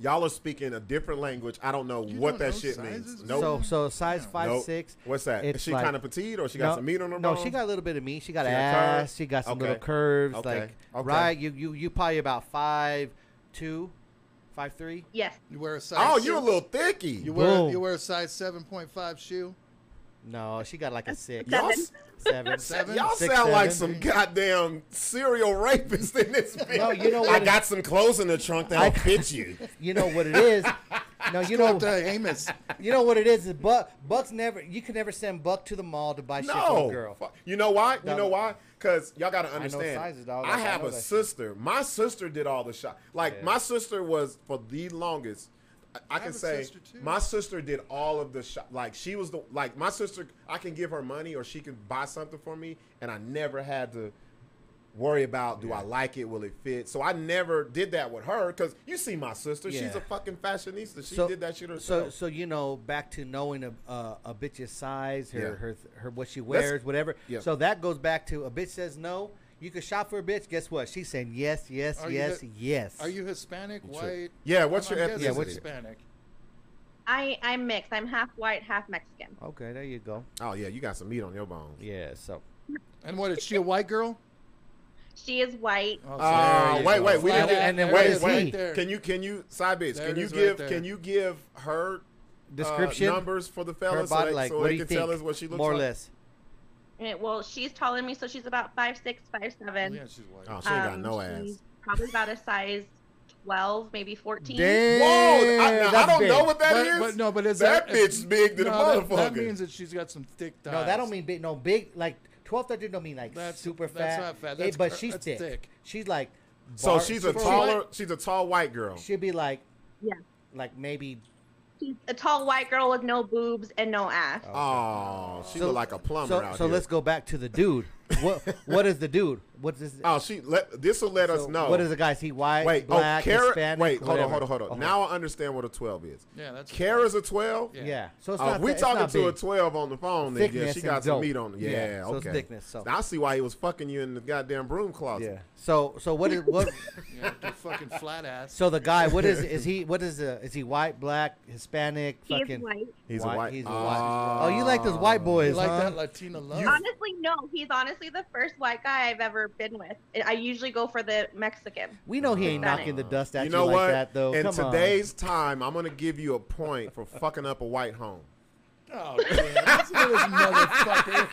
Y'all are speaking a different language. I don't know You what don't that know shit sizes, means. man? Nope. So so size Damn. five Nope. six. What's that? Is it's she like- kind of petite or she got no, some meat on her No, bone? she got a little bit of meat. She got She got ass. curves? She got some little Okay. curves. Okay. Like Okay. right, you you you probably about five two, five three. Yes. You wear a size. Oh, shoe? you're a little thicky. You wear Boom. you wear a size seven point five shoe. No, she got like a six, Y'all, s- seven. Seven. y'all Six, sound like some seven. goddamn serial rapist in this bitch. No, you know I what it- got some clothes in the trunk that'll I- fit you. You know what it is? No, you know. But, uh, Amos, You know what it is? Is Buck Buck's never. You can never send Buck to the mall to buy shit for No, a girl. Fuck. you know why? You No. know why? Because y'all gotta know understand. I, sizes, dog. Like, I have know a that shit. sister. My sister did all the shop. Like Yeah. my sister was for the longest. I, I can have a say sister, too. my sister did all of the shop. Like she was the like my sister. I can give her money or she can buy something for me, and I never had to worry about do I like it? Will it fit? So I never did that with her because you see my sister. She's Yeah. a fucking fashionista. She So- did that shit So, herself. so you know, back to knowing a a, a bitch's size, her, Yeah. her her what she Let's- wears, whatever. yeah. So that goes back to a bitch says no. You can shop for a bitch. Guess what? She's saying yes, yes, Are you yes, the- yes. Are you Hispanic, white? Yeah, what's I'm- your I'm ethnicity? guessing Yeah, what's- Hispanic? I I'm mixed. I'm half white, half Mexican. okay? There you go. oh yeah, you got some meat on your bones. Yeah. So Uh, And what is she a white girl? She is white. Oh, Ah, there you wait, go. wait, we Flat didn't- out. and then There what it is right he? there. Can you can you side bitch? There Can it you is right give there. can you give her description. uh, numbers for the her fellas so body, they, like so what they do you can think? tell us what she looks More like? or less. Eh, Well, she's taller than me, so she's about five six, five seven. Um, Yeah, she's white. Oh, she Uh, ain't got no ass. she's Probably about a size twelve, maybe fourteen. Damn. Whoa! I, now, I that's don't know big. what that but, is. but no, but is that, that, bitch big to the no, that- motherfucker? That means that she's got some thick thighs. No, that don't mean big. No, big like 12, 13 don't mean like That's- super that's fat. not fat. Eh, That's but cur- she's that's thick. thick. She's like. so bar- she's a she- taller. She's a tall white girl. She'd be like, Yeah. like maybe. She's a tall white girl with no boobs and no ass. Oh, she So- look like a plumber So, out so here. let's go back to the dude. What what is the dude? What's this? Oh, she let this will let us so know. What is the guy? Is he white, Wait, black, oh, Kara. Hispanic? wait, hold on, whatever? hold on, hold on. Oh, Now I understand what a twelve is. Yeah, that's Kara's a twelve. Yeah. yeah. So it's Oh, not. if we it's talking not to a big. twelve on the phone, then yeah, Thickness she and got some dope. meat on. Yeah, Yeah, so okay. it's thickness, so- I see why he was fucking you in the goddamn broom closet. Yeah. So so what is what? Yeah, with her fucking flat ass. so the guy, what is is he? What is the? Is he white, black, Hispanic? He is fucking. white. He's a white. Ah. He's a white. Oh, you like those white boys, You like huh? that Latina love? Honestly, no. He's honestly the first white guy I've ever been with. I- I usually go for the Mexican. we know he ain't Hispanic. knocking the dust at You you, know like what? that though. In Come on. today's time, I'm gonna give you a point for fucking up a white home. Oh, man. Listen to this motherfucker.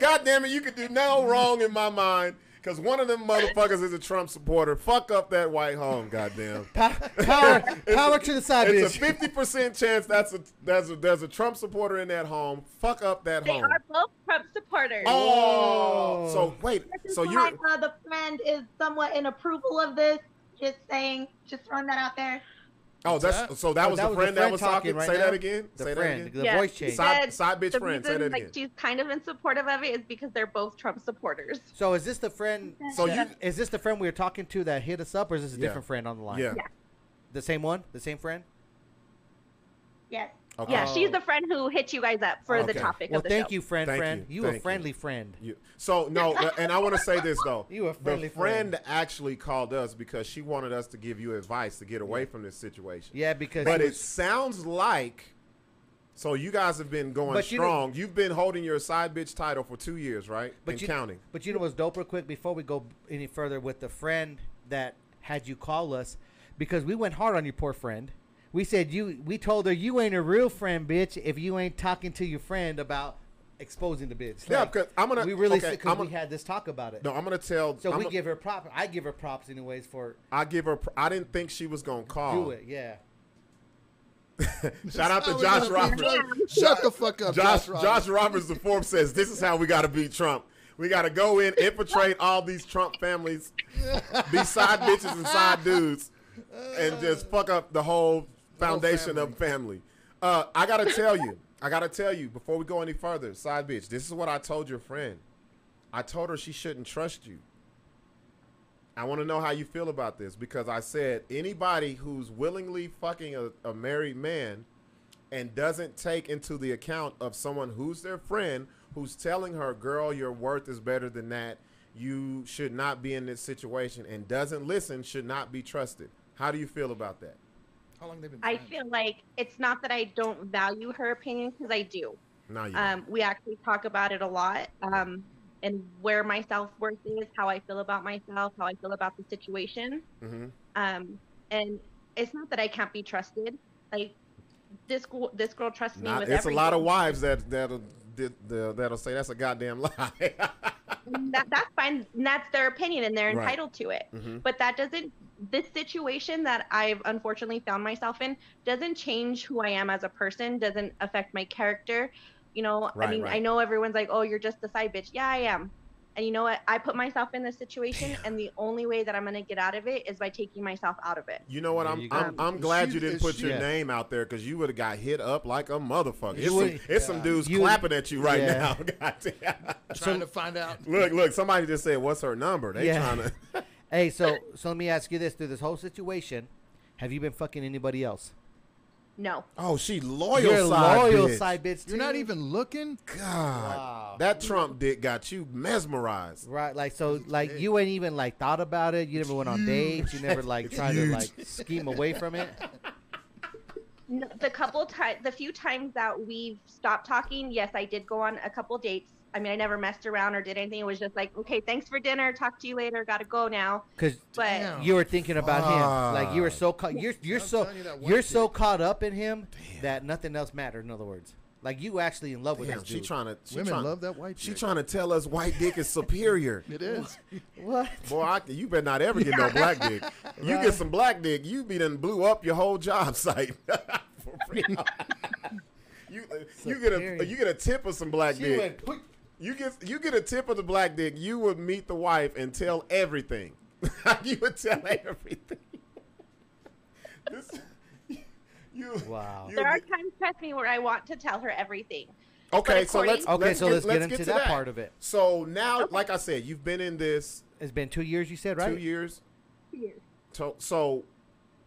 God damn it, you could do no wrong in my mind. Cause one of them motherfuckers is a Trump supporter. Fuck up that white home, goddamn. Pa- power, power to the side, It's a bitch. fifty percent chance that's a that's a there's a Trump supporter in that home. Fuck up that They home. are both Trump supporters. oh, Whoa. so wait, This is so why you're uh, the friend is somewhat in approval of this. Just saying, just throwing that out there. oh that? that's so that Oh, was that the was friend that was talking. right Say now? that again. The Say friend, that again. the Yeah. voice change. Side- Said side bitch the friend, say reason, that like, again. She's kind of in support of it is because they're both Trump supporters. So is this the friend? So you- that- is this the friend we were talking to that hit us up, or is this a Yeah. different friend on the line? Yeah. Yeah. The same one, the same friend. Yes. Okay. Yeah, she's the friend who hit you guys up for Okay. the topic Well, of the thank show. you, friend. Thank friend, you, you, thank a you. friendly friend. You- so no, uh, and I want to say this though. You a friendly the friend, friend. actually called us because she wanted us to give you advice to get away from this situation. Yeah, because but he it sounds like. So you guys have been going But you know- strong. You've been holding your side bitch title for two years, right? but and you, counting. But you know what's dope? Real quick, before we go any further with the friend that had you call us, because we went hard on your poor friend. We said you. We told her you ain't a real friend, bitch. If you ain't talking to your friend about exposing the bitch. Yeah, Like, 'cause I'm gonna- We really okay, because I'm we gonna- had this talk about it. No, I'm gonna tell. So I'm we gonna- give her props. I give her props anyways for I give her. pr- I didn't think she was gonna call. do it. Yeah. Shout out I to was Josh gonna- Roberts. Shut the fuck up, Josh, Josh. Josh, Roberts. Roberts the fourth says this is how we got to beat Trump. We got to go in, infiltrate all these Trump families, be side bitches and side dudes, and just fuck up the whole foundation of family. Uh, I gotta tell you, I gotta tell you before we go any further, side bitch. This is what I told your friend. I told her she shouldn't trust you. I want to know how you feel about this because I said anybody who's willingly fucking a, a married man and doesn't take into the account of someone who's their friend who's telling her, girl, your worth is better than that. You should not be in this situation and doesn't listen should not be trusted. How do you feel about that? How long they been? I friends? feel like it's not that I don't value her opinion because I do. Now you. Um, we actually talk about it a lot um, and where my self worth is, how I feel about myself, how I feel about the situation. mm-hmm. Um, and it's not that I can't be trusted. Like this, gr- this girl trusts me Not, with it's a lot of everything. wives that that'll that- that- that'll say that's a goddamn lie. And that, that's fine. And that's their opinion, and they're Right. entitled to it. Mm-hmm. Mhm. But that doesn't. This situation that I've unfortunately found myself in doesn't change who I am as a person. Doesn't affect my character. You know, Right, I mean, I right. know everyone's like, "Oh, you're just a side bitch." Yeah, I am. And you know what? I put myself in this situation, and the only way that I'm going to get out of it is by taking myself out of it. You know what? There I'm, you go. I'm I'm glad She- you didn't is put she- your Yeah. name out there because you would have got hit up like a motherfucker. It's, You some, would- it's some yeah. dudes You- clapping at you right yeah. now. Goddamn. trying to find out. look, look. Somebody just said, "What's her number?" They Yeah. trying to. Hey, so so let me ask you this: through this whole situation, have you been fucking anybody else? No. Oh, she loyal You're side loyal bitch. side bitch. You're not too. even looking. God, Wow. that Trump dick got you mesmerized. right. Like so, like you ain't even like thought about it. You never went on dates. You never like It's tried to huge. like scheme away from it. No, the couple times, the few times that we've stopped talking, yes, I did go on a couple dates. I mean, I never messed around or did anything. It was just like, okay, thanks for dinner. Talk to you later. Got to go now. Cause But Damn. you were thinking about him. Like you were so caught. You're you're I'm so telling you that one you are so chick- caught up in him that nothing else mattered. In other words, like you actually in love with Damn, this she dude. trying to. She Women tryna- love that white She chick. trying to tell us white dick is superior. It is. what? Boy, I, you better not ever get no black dick. You get some black dick, you be done blew up your whole job site. For real. you you get Superior. a you get a tip of some black dick. quick. You get you get a tip of the black dick. You would meet the wife and tell everything. you would tell everything. this, you, Wow. you- There are times, trust me, where I want to tell her everything. okay, but so let's according- Okay, so let's get into that part of it. So now, like I said, you've been in this It's been two years. You said right? two years. So, so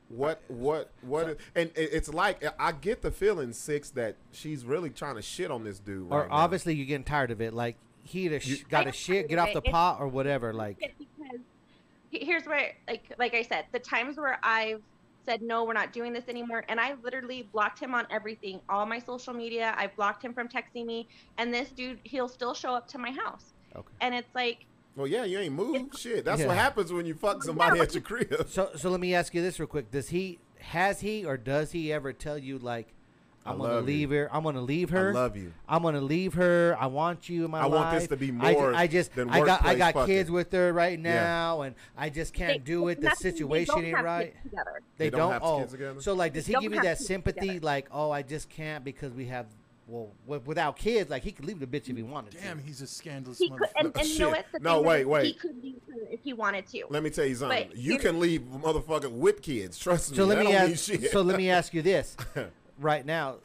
what? What? What? and it- it's like I- I get the feeling six that she's really trying to shit on this dude. Or right now. obviously you're getting tired of it. Like he either sh- got I to got shit, tired get of off the it. It's- pot, or whatever. Like it because he- here's where like like I said, the times where I've said no, we're not doing this anymore, and I literally blocked him on everything, all my social media. I blocked him from texting me, and this dude, he'll still show up to my house, okay. and it's like Well, yeah, you ain't moved. Shit, that's what Yeah. happens when you fuck somebody at your crib. So so let me ask you this real quick. Does he has he or does he ever tell you like I I'm gonna love you. leave her. I'm gonna leave her. I love you. I'm gonna leave her. I want you in my I life. want this to be I, ju- more I just than I got I workplace got fucking. kids with her right now, and I just can't they- do it. The nothing- they situation don't ain't have right. kids together. They, They don't. don't have oh, kids together? so like, does he Don't give you have that kids sympathy? together. Like, oh, I just can't because we have well w- without kids. Like he could leave the bitch if he wanted Damn, to. he's a scandalous He could, motherfucker. and, and you know Shit. what? The No, thing is, wait, wait. He could leave her if he wanted to. Let me tell you something. But you here- can leave motherfucker with kids. Trust me. So let that me don't mean ask. shit. So let me ask you this, right now.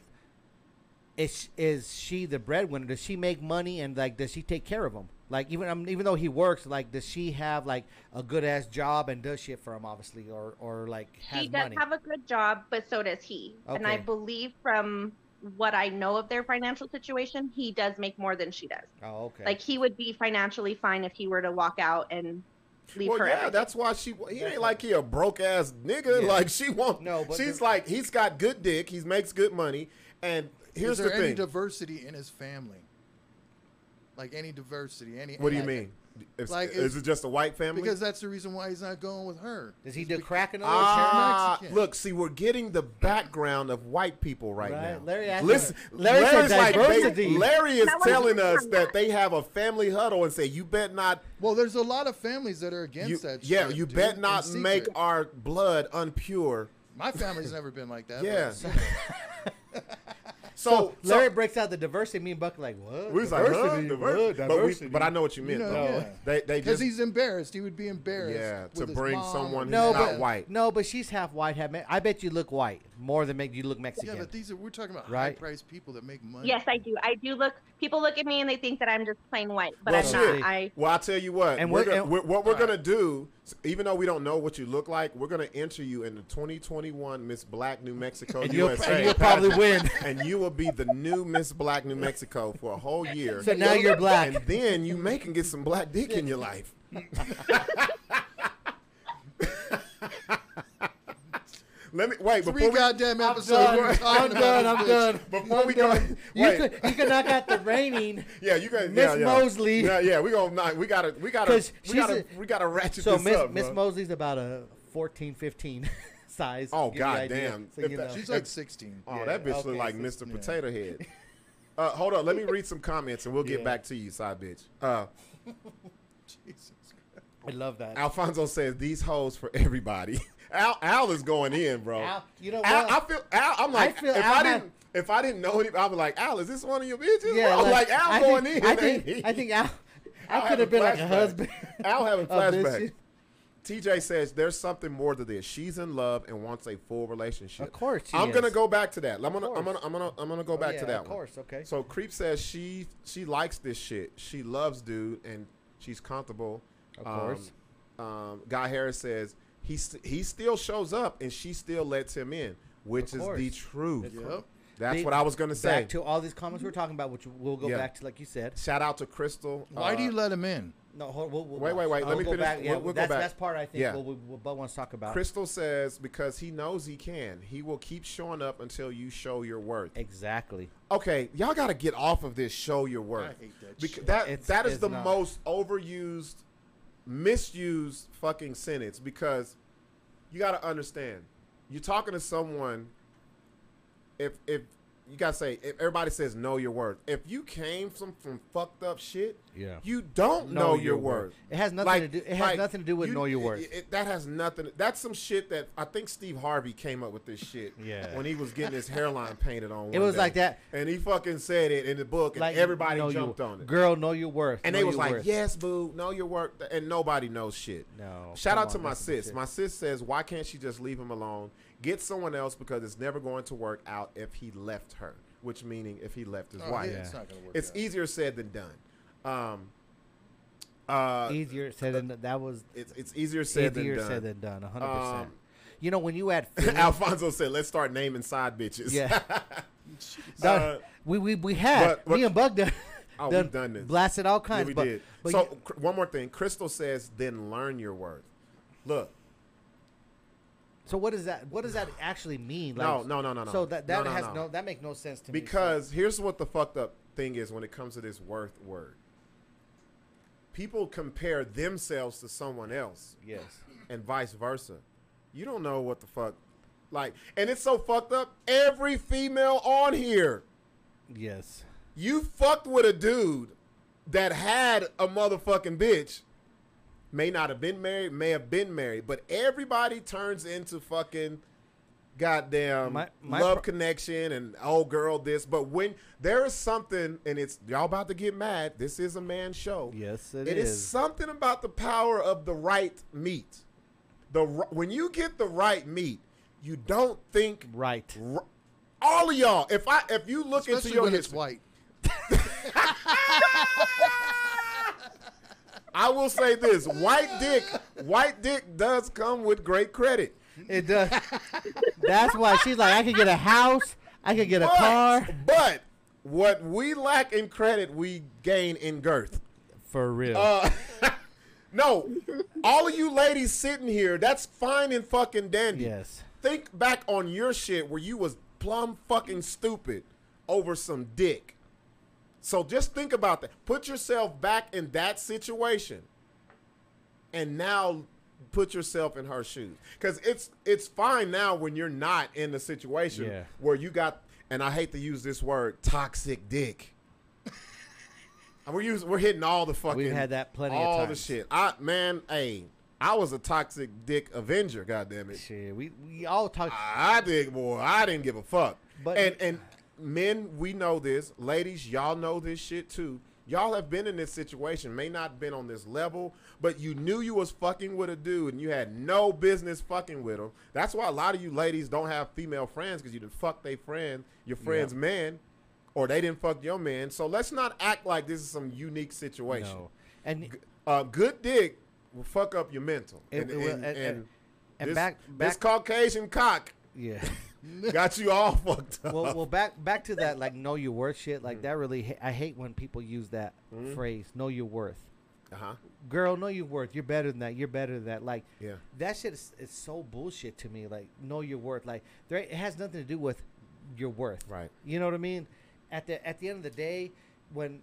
Is is she the breadwinner? Does she make money and like does she take care of him? Like even I mean, even though he works, like does she have like a good ass job and does shit for him, obviously, or or like has She does money? have a good job, but so does he. And I Okay. believe from what I know of their financial situation, he does make more than she does. oh okay. Like he would be financially fine if he were to walk out and leave well, her. yeah, everything. that's why she. He ain't like he a broke ass nigga. Yeah. Like she won't. No, No, but she's the- like he's got good dick. He makes good money. And here's is there the any thing. diversity in his family? Like any diversity? Any? what do you like- mean? Is, like, is it's- it just a white family? Because that's the reason why he's not going with her. does he It's do be- crack and all that shit? Ah, Mexican. look, see, we're getting the background of white people right, Right, now. Larry asked Listen, about- Larry Larry's said like, they- diversity. Larry is That was telling me us on that that. they have a family huddle and say, "You bet not Well, there's a lot of families that are against You- that. yeah, shit, you dude, bet in not secret. make our blood unpure. My family's never been like that. Yeah. but- So, so Larry breaks out the diversity. Me and Buck like what? we was like, huh? Diversity, Diver- what? But, we- Diversity. but I know what you meant. know, though. yeah. They they Because just he's embarrassed. He would be embarrassed. Yeah, with to his bring mom someone or- who's no, not but white. no, but she's half white, half. Me- I bet you look white more than make you look Yeah, Mexican. but these are we're talking about Right. high-priced people that make money. yes, I do. I do look. People look at me and they think that I'm just plain white, but well, I'm shit. not. I well, I tell you what. And we're we're- gonna, and- we're, what we're All right. gonna do, s- even though we don't know what you look like, we're gonna enter you in the 2021 Miss Black New Mexico and you'll, USA. and you'll probably pageant, win. and you will be the new Miss Black New Mexico for a whole year. So now you're black. and then you may can get some black dick in your life. Let me wait Three before we, goddamn episodes. we're I'm talking done. about this I'm bitch. done. Before I'm we go- done. you wait. could you could knock out the raining. Yeah, you guys. Miss yeah, yeah. Mosley. Yeah, yeah. We gonna knock- we gotta we gotta 'Cause we she's gotta a- we gotta ratchet So this Miss up. Miss bro. Mosley's about a 14, size. Oh, Give you the idea. goddamn. So, If you that- know. She's like 16. Oh, Yeah, that bitch okay, look like so- Mr. yeah. Potato Head. Uh, hold on, let me read some comments and we'll get Yeah. back to you, side bitch. Uh, Jesus Christ. I love that. Alfonso says these hoes for everybody. Al Al is going in, bro. Al- you know Al, what? I feel Al. I'm like, feel if Al I had- didn't, if I didn't know him, I'd be like, Al, is this one of your bitches? yeah, bro? like, Al I going think, in. I think, ain't he? I think Al. I having could have been like a flashbacks. husband. Al having of this flashbacks. shit. TJ says there's something more to this. She's in love and wants a full relationship. Of course she I'm gonna is. go back to that. I'm gonna, course. I'm gonna, I'm gonna, I'm gonna go Oh, back yeah, to that Of one. course, okay. So Creep says she she likes this shit. She loves dude and she's comfortable. Of Um, course. um, Guy Harris says he st- he still shows up and she still lets him in, which Of is the course. truth. Yep. That's They- what I was gonna say. Back to all these comments we we're talking about, which we'll go Yeah. back to, like you said. Shout out to Crystal. Why do Uh, you let him in? No, hold, we'll, we'll Wait, wait, wait, I'll let me go finish. Back. Yeah, We'll- we'll go that's, back. That's part I think Yeah. what we, what Bud wants to talk about. Crystal says because he knows he can, he will keep showing up until you show your worth. Exactly. Okay, y'all got to get off of this show your worth. I hate that Bec- shit. that It's- that is it's the not. most overused, misused fucking sentence because you got to understand. You're talking to someone. If if you gotta say if everybody says know your worth. If you came from from fucked up shit, Yeah. you don't know, your, worth. It has nothing to do- it has nothing to do with know your worth. it- it- that has nothing. That's some shit that I think Steve Harvey came up with this shit. Yeah. When he was getting his hairline painted on. It one was day. like that. and he fucking said it in the book, and everybody know your- jumped on it. Girl, know your worth. and know they was your like, worth. "Yes, boo, know your work," and nobody knows shit. No, Shout come out to on, my that's some sis. shit. My sis says, "Why can't she just leave him alone? Get someone else because it's never going to work out if he left her." Which meaning, if he left his Oh, wife, yeah, It's not gonna work. it's out. easier said than done. Um, uh, Easier said than that was it's, it's easier said easier than done. said than done. 100. percent Um, You know when you add feelings, Alfonso said, "Let's start naming side bitches." Yeah. Uh, done- we we we had but- but- me and Bug done, Oh, we've done this. blasted all kinds. yeah, we but, did. but so you- cr- one more thing, Crystal says, "Then learn your worth." Look, so what does that what does that actually mean? No, no, no, no, no. So that No, that no, has no. no. that make no sense to me. Because here's what the fucked up thing is when it comes to this worth word. People compare themselves to someone else yes, and vice versa. You don't know what the fuck like and it's so fucked up. Every female on here, yes, you fucked with a dude that had a motherfucking bitch. May not have been married, may have been married, but everybody turns into fucking goddamn My- my love pro- connection and oh girl this. But when there is something, and it's y'all about to get mad, this is a man show. yes, it is. something about the power of the right meat. The r- when you get the right meat, you don't think right. r- all of y'all. If I if you look into especially your when it's history, white. I will say this: white dick, white dick does come with great credit. It does. That's why she's like, I could get a house, I could get a But, car. but what we lack in credit, we gain in girth. For real. Uh, No, all of you ladies sitting here, that's fine and fucking dandy. yes. Think back on your shit where you was plumb fucking stupid over some dick. So just think about that. Put yourself back in that situation. And now put yourself in her shoes. Cuz it's it's fine now when you're not in the situation Yeah. where you got and I hate to use this word toxic dick. And we're using we're hitting all the fucking We've had that plenty of all times. the shit. I man, hey, I was a toxic dick avenger, goddamn it. Shit, we, we all talk. I did, boy. I didn't give a fuck. But- and and men, we know this. Ladies, y'all know this shit too. Y'all have been in this situation, may not been on this level, but you knew you was fucking with a dude and you had no business fucking with him. That's why a lot of you ladies don't have female friends because you didn't fuck they friend, your friend's man, or they didn't fuck your man. So let's not act like this is some unique situation. no. And Uh, good dick will fuck up your mental. It- and it will- and, and- and and- and this, back- this back- Caucasian cock yeah. got you all fucked up. well, well, back back to that like know your worth shit. Like Mm-hmm. that really, ha- I hate when people use that phrase, know your worth. uh-huh. Girl, know your worth. You're better than that. You're better than that. Like Yeah. that shit is, is so bullshit to me. Like know your worth. Like there, it has nothing to do with your worth. Right. You know what I mean? At the at the end of the day, when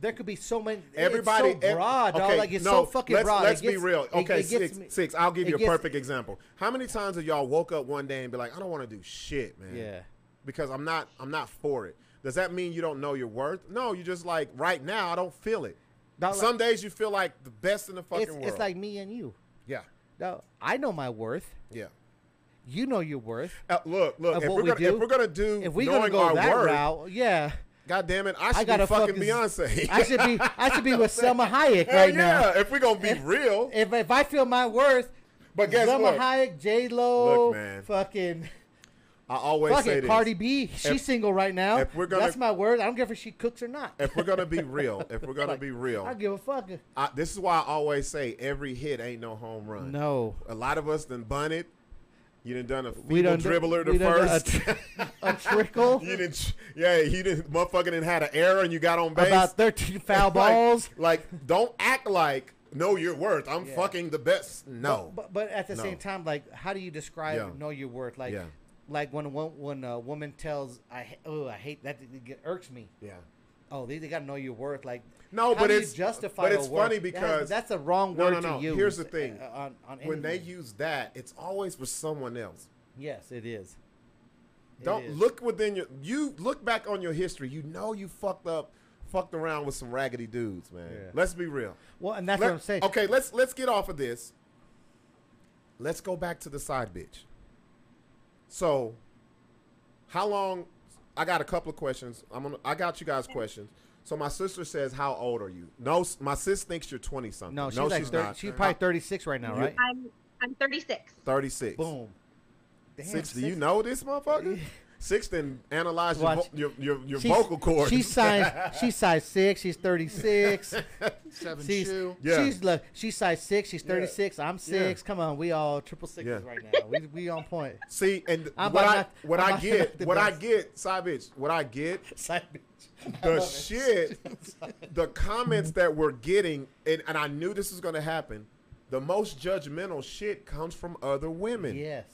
there could be so many, Everybody, it's so ev- broad, dog. okay, Like it's no, so fucking let's, broad. It Let's be gets- real. it- Okay, it gets six, me- six. I'll give it you a gets- perfect example. How many times have y'all woke up one day and be like, I don't want to do shit, man. Yeah. Because I'm not, I'm not for it. Does that mean you don't know your worth? No, you just like right now. I don't feel it. Dog, like, Some days you feel like the best in the fucking it's, world. it's like me and you. yeah, No, I know my worth. yeah. You know your worth. Uh, look, look. Of If what we're, we gonna, do, if we're gonna do, If we're knowing gonna go our that worth, route, yeah, God damn it, I I should gotta be fucking fucking- Beyonce. I should be I should be with Selma Hayek Hell yeah, right now. if we're gonna be real. If if I feel my worth, But guess Selma what? Hayek, J Lo, Look, man. fucking I always fuck say it, this. Cardi B, she's single right now. if we're gonna- That's my word. I don't care if she cooks or not. If we're gonna be real, if we're gonna Like, be real, I don't give a fuck. I, this is why I always say every hit ain't no home run. No, A lot of us done bun it. You done done a feeble we done dribbler we to done done first. a, tr- a trickle you didn't. Yeah, you didn't. Motherfucker didn't had an error and you got on base. about thirteen foul Like- balls. Like, don't act like know your worth. I'm fucking the best. No. But, but at the No. same time, like, how do you describe Yeah. know your worth? Like, Yeah. like when a wo- when a woman tells, I ha- oh I hate that it get- irks me. yeah. Oh, they, they gotta know your worth. Like, No, how but do it's- you justify. but a it's word? funny That has- because- that's a wrong No, word no, no. to use. Here's the thing. uh, on, on When they anything. use that, it's always for someone else. yes, it is. It Don't is. look within your. You look back on your history. You know you fucked up, fucked around with some raggedy dudes, man. Yeah. Let's be real. Well, and that's Let- what I'm saying. Okay, let's let's get off of this. Let's go back to the side bitch. So, how long? I got a couple of questions. I'm gonna. I got you guys questions. So my sister says, "How old are you?" No, s- my sis thinks you're 20 something. No, she's like she's 30, not. she's probably 36 right now, You- right? I'm I'm 36. 36. Boom. Damn, Six. Do you six- know this motherfucker? Six then analyze your, vo- Watch. your your your she's- vocal cords. She's size. She's size six. She's 36. Seven She's shoe. Yeah. she's look, she's size six, she's thirty six, I'm six. Come on, we all triple sixes Yeah. right now. We we on point. See, and I'm what about I not- what I'm I about get, not the what I best. get, side bitch, what I get Side bitch. the shit, the comments Mm-hmm. that we're getting, and, and I knew this was going to happen. The most judgmental shit comes from other women. Yes.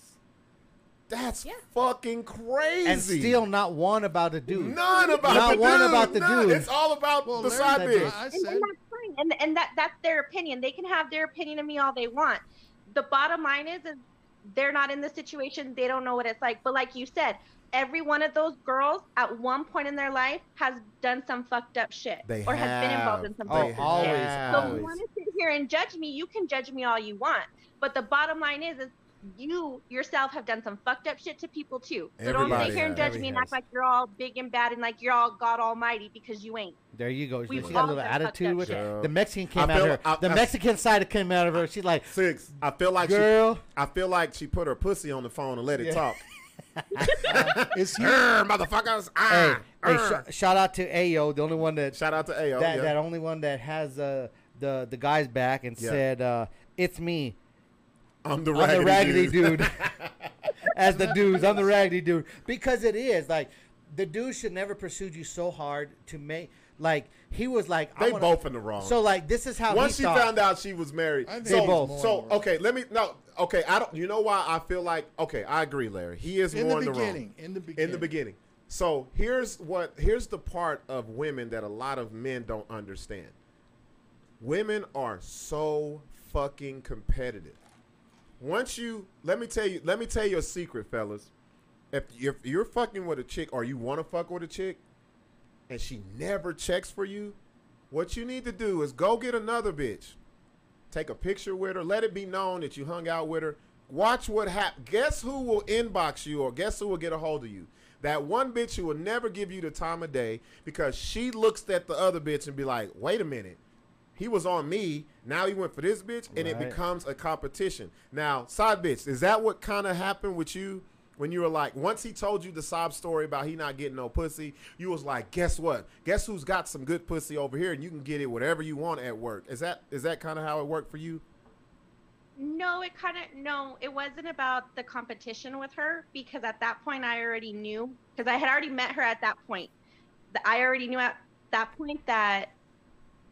That's fucking crazy. And still not one about a dude. none about Not the one dude. about the none. dude. It's all about Well, the Larry, side that bitch. I, I And, said and that's fine. And and that that's their opinion. They can have their opinion of me all they want. The bottom line is, is they're not in the situation. They don't know what it's like. But like you said, every one of those girls at one point in their life has done some fucked up shit They or has been involved have. in some They Oh, fucked up always, shit. have. So if always. you want to sit here and judge me, you can judge me all you want. But the bottom line is, is you yourself have done some fucked up shit to people too. So don't Everybody sit here and has. judge me and Everybody act like you're all big and bad and like you're all God Almighty because you ain't. There you go. She We've got a all little been fucked attitude up with her. shit. The Mexican came I out of feel- her. I- the I- Mexican side came out of her. She's like, Six. I feel like she. girl. I feel like she put her pussy on the phone and let it Yeah. talk. it's you. Err, motherfuckers. Hey, Ah, hey err. sh- shout out to Ayo, the only one that Shout out to Ayo. that, yeah. that only one that has uh, the the guy's back and Yeah. said, uh, "It's me, I'm the I'm raggedy, the raggedy dude. dude. As the dudes, I'm the raggedy dude. Because it is like the dude should never pursued you so hard to make like he was like I They wanna- both in the wrong. So like this is how Once she he thought. found out she was married, I think so, They both. so Moral. okay. Let me no. Okay, I don't. You know why I feel like okay. I agree, Larry. He is In more the in the wrong beginning, in the In the beginning. beginning. So here's what here's the part of women that a lot of men don't understand. Women are so fucking competitive. Once you let me tell you let me tell you a secret, fellas. If you're, if you're fucking with a chick or you want to fuck with a chick, and she never checks for you, what you need to do is go get another bitch. Take a picture with her. Let it be known that you hung out with her. Watch what happens. Guess who will inbox you or guess who will get a hold of you? That one bitch who will never give you the time of day because she looks at the other bitch and be like, wait a minute. He was on me. Now he went for this bitch, and it Right. becomes a competition. Now, side bitch, is that what kind of happened with you when you were like, once he told you the sob story about he not getting no pussy, you was like, guess what? Guess who's got some good pussy over here, and you can get it whatever you want at work. Is that is that kind of how it worked for you? No, it kind of no, it wasn't about the competition with her because at that point I already knew because I had already met her at that point. The, I already knew at that point that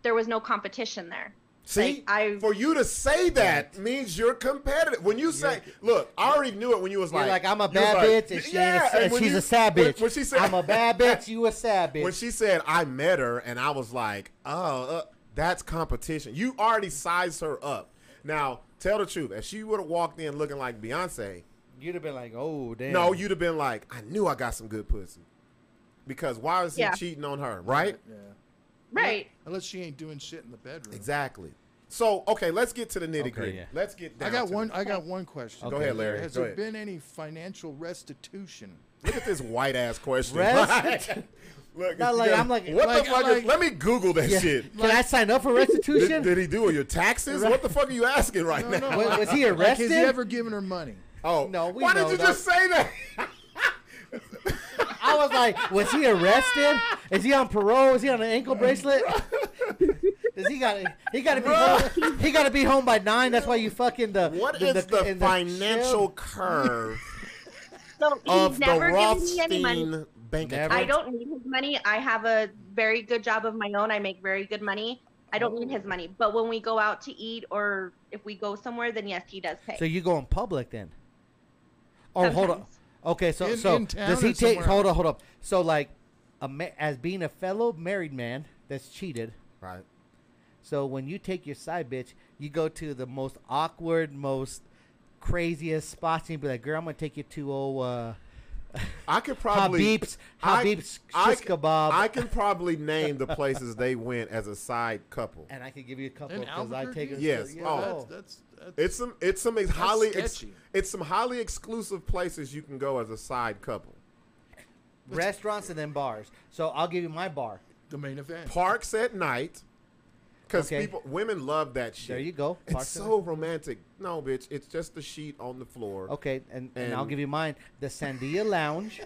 there was no competition there. See, Like, I- for you to say that means you're competitive. When you say, "Look, I already knew it," when you was You're like, like, I'm you a was bad like, bitch, and, she yeah, ain't a, and and when she's you- a sad when- bitch. when she said, I'm a bad bitch, you a sad bitch. when she said I met her and I was like, oh, uh, that's competition. You already sized her up. Now, tell the truth. If she would have walked in looking like Beyonce, You'd have been like, oh damn. no, you'd have been like, I knew I got some good pussy. Because why is he Yeah. cheating on her, right? Yeah. Right. Unless she ain't doing shit in the bedroom. Exactly. So okay, let's get to the nitty gritty. yeah. Let's get. Down I got to one. the- I got one question. Go ahead, Larry. Has Go there ahead. been any financial restitution? Look at this white ass question. Rest- Like, Look, Not you like- gotta- I'm like- what like- the fuck? like- is, let me Google that Yeah. shit. Can I sign up for restitution? Did, did he do all your taxes? What the fuck are you asking right now? Wa- was he Like, has arrested? he ever given her money? Oh No, we Why know did you that. just say that? I was like, was he arrested? Is he on parole? Is he on an ankle bracelet? Does he got he got to be home, he got to be home by nine? That's why you fucking the What is the, the, in financial curve So he's of the never given me any money. Rothstein bank Never. account? I don't need his money. I have a very good job of my own. I make very good money. I don't need his money. But when we go out to eat or if we go somewhere, then yes, he does pay. So you go in public then? Oh, hold on. Sometimes. Okay, so In- so in town does he or take? somewhere Hold else? on, hold up. So like, a ma- as being a fellow married man that's cheated. Right. So when you take your side bitch, you go to the most awkward, most craziest spots, and you be like, "Girl, I'm gonna take you to old uh, I could probably Habib's I- Habib's I shish c- kebab." I can probably name the places they went as a side couple. and I can give you a couple In because I take Albuquerque? it. Yes. Yeah. Oh. That's, that's, that's, It's some it's some ex- highly ex- sketchy. it's some highly exclusive places you can go as a side couple. restaurants and then bars. So I'll give you my bar. the main event. Parks at night, because Okay. people women love that shit. There you go. It's Parks at so romantic. No, bitch, it's just the sheet on the floor. Okay, and, and, I'll And- give you mine. The Sandia Lounge.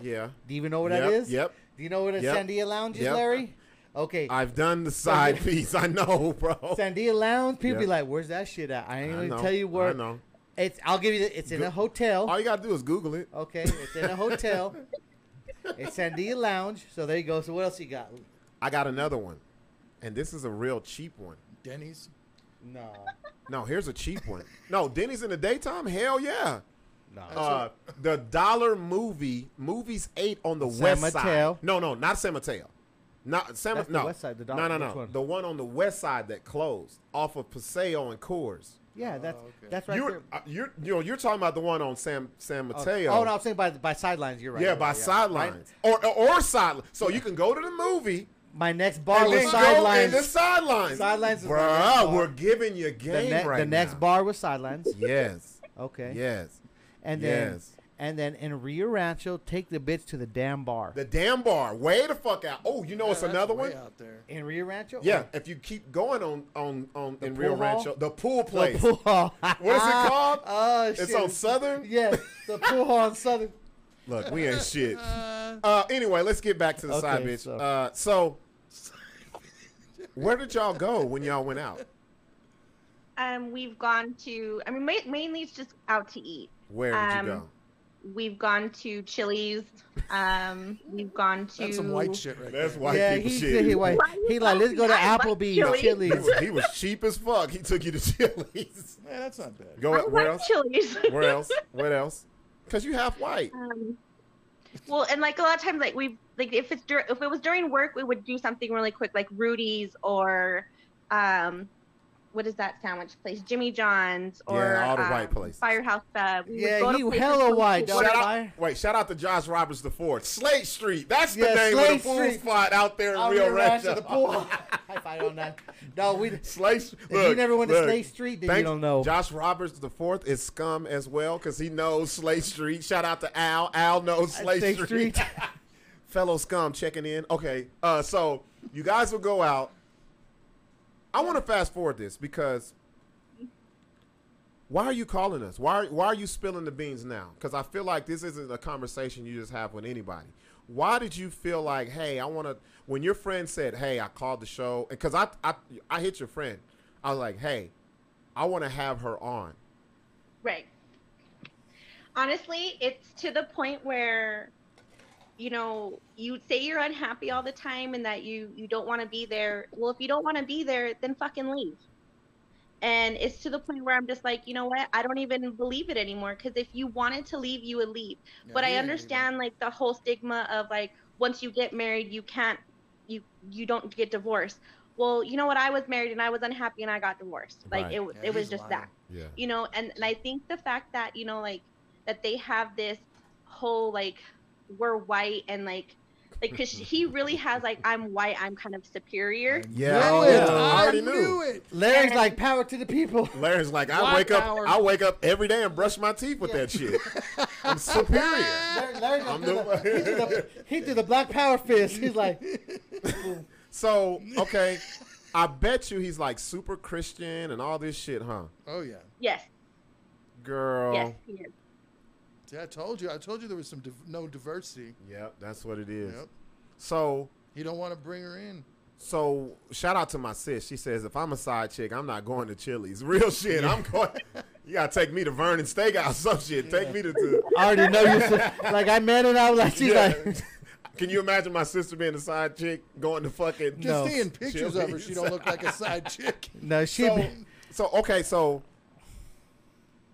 Yeah. Do you even know what that Yep, is? yep. Do you know what a Yep, Sandia Lounge is, yep. Larry? Okay. I've done the side piece. I know, bro. Sandia Lounge. People be Yep. like, "Where's that shit at?" I ain't I gonna know, tell you I where. know. It's. I'll give you. The, it's in a hotel. All you gotta do is Google it. Okay, it's in a hotel. it's Sandia Lounge. So there you go. So what else you got? I got another one, and this is a real cheap one. Denny's. No, No, here's a cheap one. No, Denny's in the daytime. Hell yeah. no. Uh, the dollar movie movies eight on the San west Mateo. side. No, no, not San Mateo. Not San. That's the no, west side, the no, dollar- no, which no. one? The one on the west side that closed off of Paseo and Coors. yeah, that's Oh, okay. that's right you're, there. uh, you're, you know, you're talking about the one on San San Oh, Mateo. Oh no, I was saying by by sidelines. You're right. yeah, you're by right, sidelines or or, or sideline. So you can go to the movie My next bar and was then go in the sidelines. sidelines. Sidelines is my next Bruh, bar. we're giving you The, game ne- right the next now. bar was sidelines. Yes. Okay. Yes. And then Yes. and then in Rio Rancho, take the bitch to the damn bar. The damn bar. Way the fuck out. Oh, you know Yeah, it's that's another way one. out there. in Rio Rancho. Yeah, if you keep going on on on in Rio pool hall? Rancho, the pool Oh, The place. pool hall. What is it called? Oh it's shit. on Southern. Yes, the pool hall on Southern. Look, we ain't shit. Uh, anyway, let's get back to the side Okay, bitch. so- Uh, so, where did y'all go when y'all went out? Um, we've gone to. I mean, ma- mainly it's just out to eat. Where did Um, you go? We've gone to Chili's. Um, we've gone to. That's some white shit right That's there. white yeah, people he, shit. He, white. Why he you like, let's go to fucking- I like He Applebee's, Chili's." Chili's. was, he was cheap as fuck. He took you to Chili's. Yeah, that's not bad. Go I where like else? Chili's. Where else? Where else? Cause you half white. Um, well, and like a lot of times, like we like if it's dur- if it was during work, we would do something really quick, like Rudy's or, um, what is that sandwich place? Jimmy John's or Yeah, all the white um, places. Firehouse Fub. We would Yeah, go to he places hella where we white, could dog. go to- Shout Fire. out, wait, shout out to Josh Roberts the fourth. Slate Street. That's the Yeah, name Slate of the pool Street. spot out there in Oh, Rio Rio Rancho, Rancho. the pool. hall. High five on that. No, we. Slate. Street- If you look, never went to look. Slate Street, then you Thanks- don't know. Josh Roberts the fourth is scum as well because he knows Slate Street. Shout out to Al. Al knows Slate, Slate Street. Street. Fellow scum checking in. Okay, uh, so you guys will go out. I want to fast forward this because why are you calling us? Why why are you spilling the beans now? Because I feel like this isn't a conversation you just have with anybody. Why did you feel like, hey, I want to? When your friend said, hey, I called the show, because I, I I hit your friend. I was like, hey, I want to have her on. Right. Honestly, it's to the point where you know, you say you're unhappy all the time and that you you don't want to be there. Well, if you don't want to be there, then fucking leave. And it's to the point where I'm just like, you know what? I don't even believe it anymore cuz if you wanted to leave, you would leave. Yeah, but we I ain't understand like the whole stigma of like once you get married, you can't you you don't get divorced. Well, you know what? I was married and I was unhappy and I got divorced. Like Right. it even- w- Yeah, it was he's just lying. that Yeah. you know and, and i think the fact that you know like that they have this whole like we're white and like Like, cause he really has like, I'm white, I'm kind of superior. Yeah, Knew oh, it. yeah. I I already knew. it. Larry's like power to the people. Larry's like, I White wake power. up, I wake up every day and brush my teeth with that shit. I'm superior. Larry, Larry just I'm threw the- the, he threw the, he threw the black power fist. He's like, So okay, I bet you he's like super Christian and all this shit, huh? Oh yeah. Yes, Girl. yes, he is. See, I told you. I told you there was some div- no diversity. Yep, that's what it is. Yep. So He don't want to bring her in. so shout out to my sis. She says if I'm a side chick, I'm not going to Chili's. Real shit. I'm going. You gotta take me to Vernon Steakhouse, some shit. Take me to. to I already know you. so- Like I met it. I was like, she's Yeah. like, Can you imagine my sister being a side chick going to fucking? Just No. seeing pictures of her, she don't look like a side chick. no, she. So, so okay, so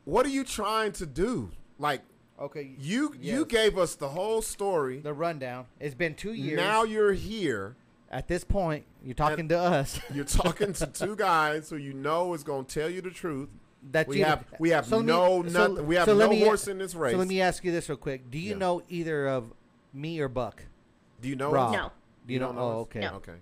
what are you trying to do? Like okay, you you Yes. gave us the whole story. the rundown. It's been two years. Now you're here. at this point, you're talking to us. You're talking to two guys who you know is going to tell you the truth. That We you have- we have let no so- nothing- we have let no horse in this race. So let me ask you this real quick: Do you Yeah. know either of me or Buck? Do you know? Rob? us? No. Do you, know? us? Oh, okay. No. Okay.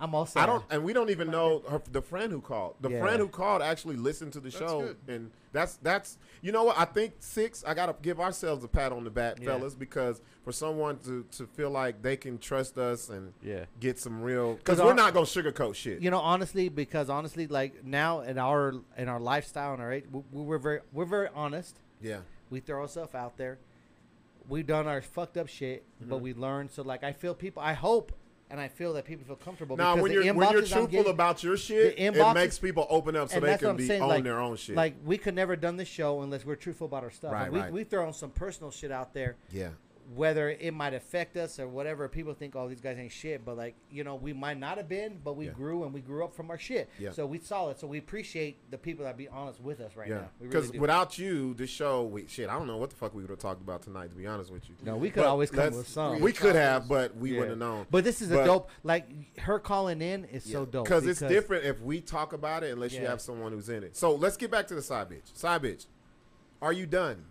I'm also. I don't, and we don't even know her, the friend who called. The Yeah. friend who called actually listened to the show, good. and that's that's you know what I think six. I gotta give ourselves a pat on the back, Yeah. fellas, because for someone to to feel like they can trust us and Yeah. get some real because 'Cause we're our- not gonna sugarcoat shit. You know, honestly, because honestly, like now in our in our lifestyle and our age, we, we're very we're very honest. yeah, We throw ourselves out there. We've done our fucked up shit, but Mm-hmm. we learned. So like, I feel people. I hope and I feel that people feel comfortable. now because when the you're when you're inboxes I'm truthful getting- about your shit, the it inboxes- makes people open up so and they that's what can I'm be saying, on like- their own shit. Like we could never done this show unless we're truthful about our stuff. Right, Like, we right. we throw some personal shit out there, yeah, whether it might affect us or whatever. People think, oh, these guys ain't shit, but like you know, we might not have been, but we Yeah. grew and we grew up from our shit. Yeah. So we saw it. So we appreciate the people that be honest with us right yeah. now. We Because really do. without you, this show, we, shit, I don't know what the fuck we would have talked about tonight. To be honest with you, no, we could But always come let's- with some. We could have, but we wouldn't have known. But this is But- a dope. Like her calling in is so dope Because it's different if we talk about it unless you Yeah. have someone who's in it. So let's get back to the side bitch. Side bitch, are you done?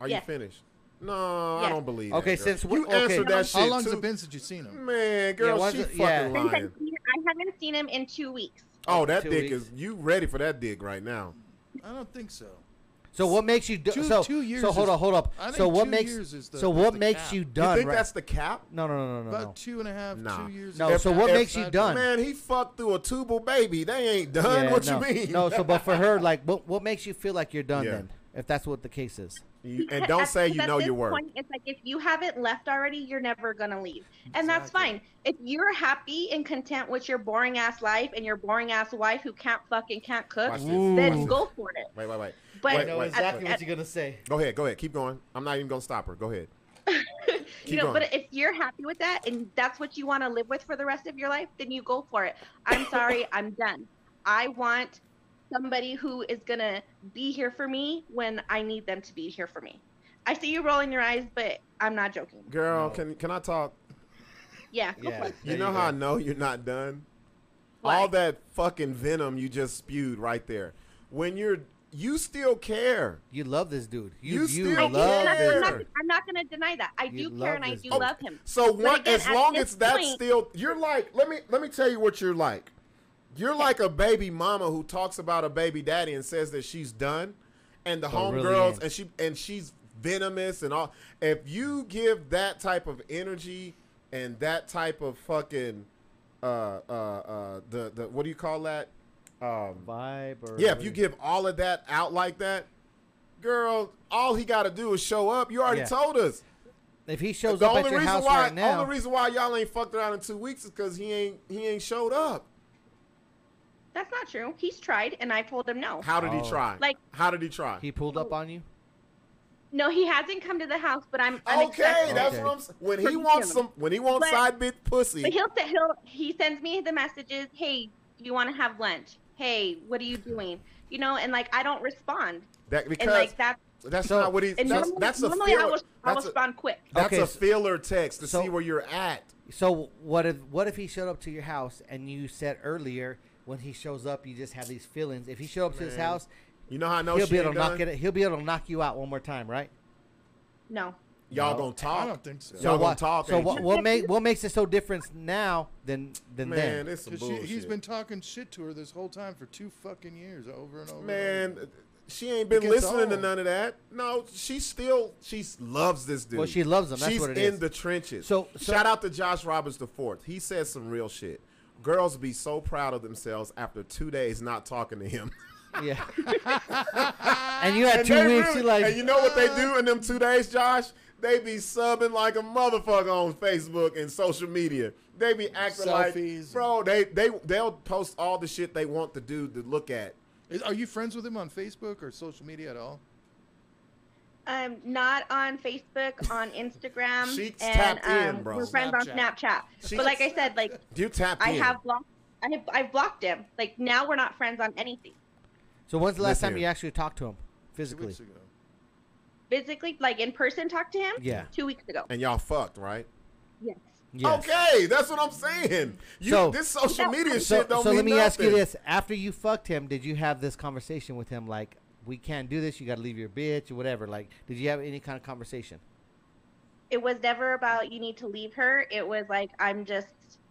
Are Yes. you finished? No, I Yes. don't believe. Okay, that, girl. since we- you okay. answered that shit, How long's too. Mm. it been since you've seen him? Man, girl, once she it- fucking yeah. Since I've lying. seen- I haven't seen him in two weeks. Oh, that Two dick weeks. is. You ready for that dick right now? I don't think so. So what makes you do- Two- so two years So hold is- on, hold up. I think So what two years makes is the- so is what the makes cap. you You done? think right? that's the cap? No, no, no, no, no. About no. two and a half, Nah. two years. No, ago. so what If- makes you if- done? Man, he fucked through a tubal baby. They ain't done. Yeah, what no. you mean? No, so but for her, like, what what makes you feel like you're done Yeah. then, if that's what the case is? You- and Because don't at- say because you at know this your worth. point, It's like if you haven't left already, you're never gonna leave, and that's Exactly. fine. If you're happy and content with your boring ass life and your boring ass wife who can't fucking can't cook, Watch this. then Watch this. go for it. Wait, wait, wait. But Wait, wait, wait. what you're gonna say. Go ahead, go ahead. Keep going. I'm not even gonna stop her. Go ahead. Keep you know, going. but if you're happy with that and that's what you want to live with for the rest of your life, then you go for it. I'm sorry, I'm done. I want somebody who is gonna be here for me when I need them to be here for me. I see you rolling your eyes, but I'm not joking. Girl, No. can can I talk? Yeah, go Yeah. for it. You There know you how I go. know you're not done? Why? All that fucking venom you just spewed right there. When you're you still care. You love this dude. You You you, still I do love care. care. this. I'm not, dude. I'm not going to deny that. I You do care love and I this do dude. love him. So one again, as at long this as that's point- still you're like let me let me tell you what you're like. You're like a baby mama who talks about a baby daddy and says that she's done and the Oh, really homegirls ain't. and she and she's venomous and all if you give that type of energy and that type of fucking uh uh uh the, the what do you call that? Um Vibe or Yeah, if you give all of that out like that, girl, all he got to do is show up. You already Yeah. told us. if he shows the up at only your reason house why, right now, only reason why y'all ain't fucked around in two weeks is because he ain't he ain't showed up. That's not true. He's tried and I told him no. How did Oh. he try? Like- how did he try? he pulled up on you. No, he hasn't come to the house, but I'm I'm okay, expecting- that's Okay. what I'm. saying. When he wants some, when he wants But- side bit pussy, But he'll say he'll he sends me the messages, "Hey, do you want to have lunch? Hey, what are you doing?" You know, and like I don't respond. that because and like that that's So- not what he. and That's, normally, that's a normally I filler. will I will That's a, respond quick. that's Okay, a so- filler text to so- see where you're at. So what if what if he showed up to your house and you said earlier when he shows up you just have these feelings. If he showed up to his Man. house, You know how I know he'll she be ain't able to knock done? it. He'll be able to knock you out one more time, right? No. Y'all No. gonna I talk? don't think so. Yeah. Y'all gonna talk, So ain't what, you? what make what makes it so different now than than Man, then? it's some 'Cause she, bullshit. he's been talking shit to her this whole time for two fucking years, over and over. and man. Mm. over. She ain't been gets listening to old. none of that. No, she still she loves this dude. Well, she loves him. That's She's what it in is. the trenches. So- so- shout out to Josh Roberts the fourth. He says some real shit. Girls be so proud of themselves after two days not talking to him. Yeah. and you had And two they weeks. really- you like and you know what they do in them two days, Josh? They be subbing like a motherfucker on Facebook and social media. They be acting like, Selfies. bro. They they they'll post all the shit they want the dude to look at. Is- are you friends with him on Facebook or social media at all? Um, not on Facebook, on Instagram, She's and tapped in, um, bro. we're friends on Snapchat. Snapchat. She's- but like I said, like You tap I in. have blocked, I have, I've blocked him. Like now we're not friends on anything. So when's the last Listen time you here. actually talked to him Two physically? weeks ago. Physically, like in person, talked to him. Yeah. Two weeks ago. and y'all fucked, right? Yes. Yes. Okay, that's what I'm saying. You, So- this social media So, shit don't so mean let me ask you nothing. this: After you fucked him, did you have this conversation with him? Like, we can't do this. You got to leave your bitch or whatever. Like, did you have any kind of conversation? It was never about you need to leave her. It was like I'm just,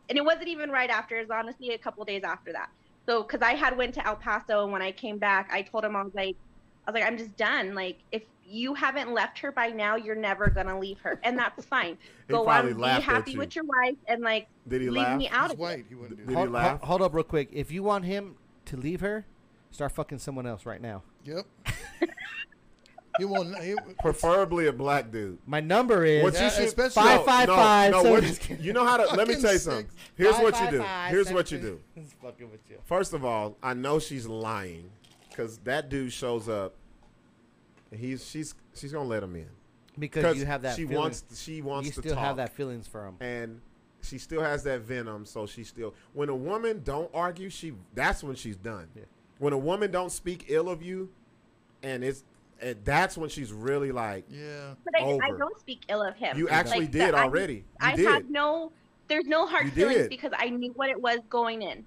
and it wasn't even right after. It was honestly a couple days after that. So because I had went to El Paso and when I came back, I told him I was like, I was like, I'm just done. Like if you haven't left her by now, you're never gonna leave her, and that's fine. He Go probably on, be laughed at happy you. with your wife, and like Did he leave laugh? me out He's of it. white. He wouldn't do Did he that. Hold, laugh? hold- hold up, real quick. If you want him to leave her, start fucking someone else right now. Yep. he won't. He, Preferably a black dude. My number is What Yeah, you should especially- five five five. No, so- what- you know how to. Let me Fucking tell you six. something. Here's Five, what you five, do. five, Here's what you do. seven, two. It's fucking with you. First of all, I know she's lying because that dude shows up. And he's she's she's gonna let him in Because you have that. she feeling. wants she wants You to still talk have that feelings for him. and she still has that venom. So she still when a woman don't argue, she that's when she's done. Yeah. When a woman don't speak ill of you, and it's and that's when she's really like yeah. But I, I Over. don't speak ill of him. You actually Like, the- did I- already. You I did. have no, there's no hard You feelings did. because I knew what it was going in.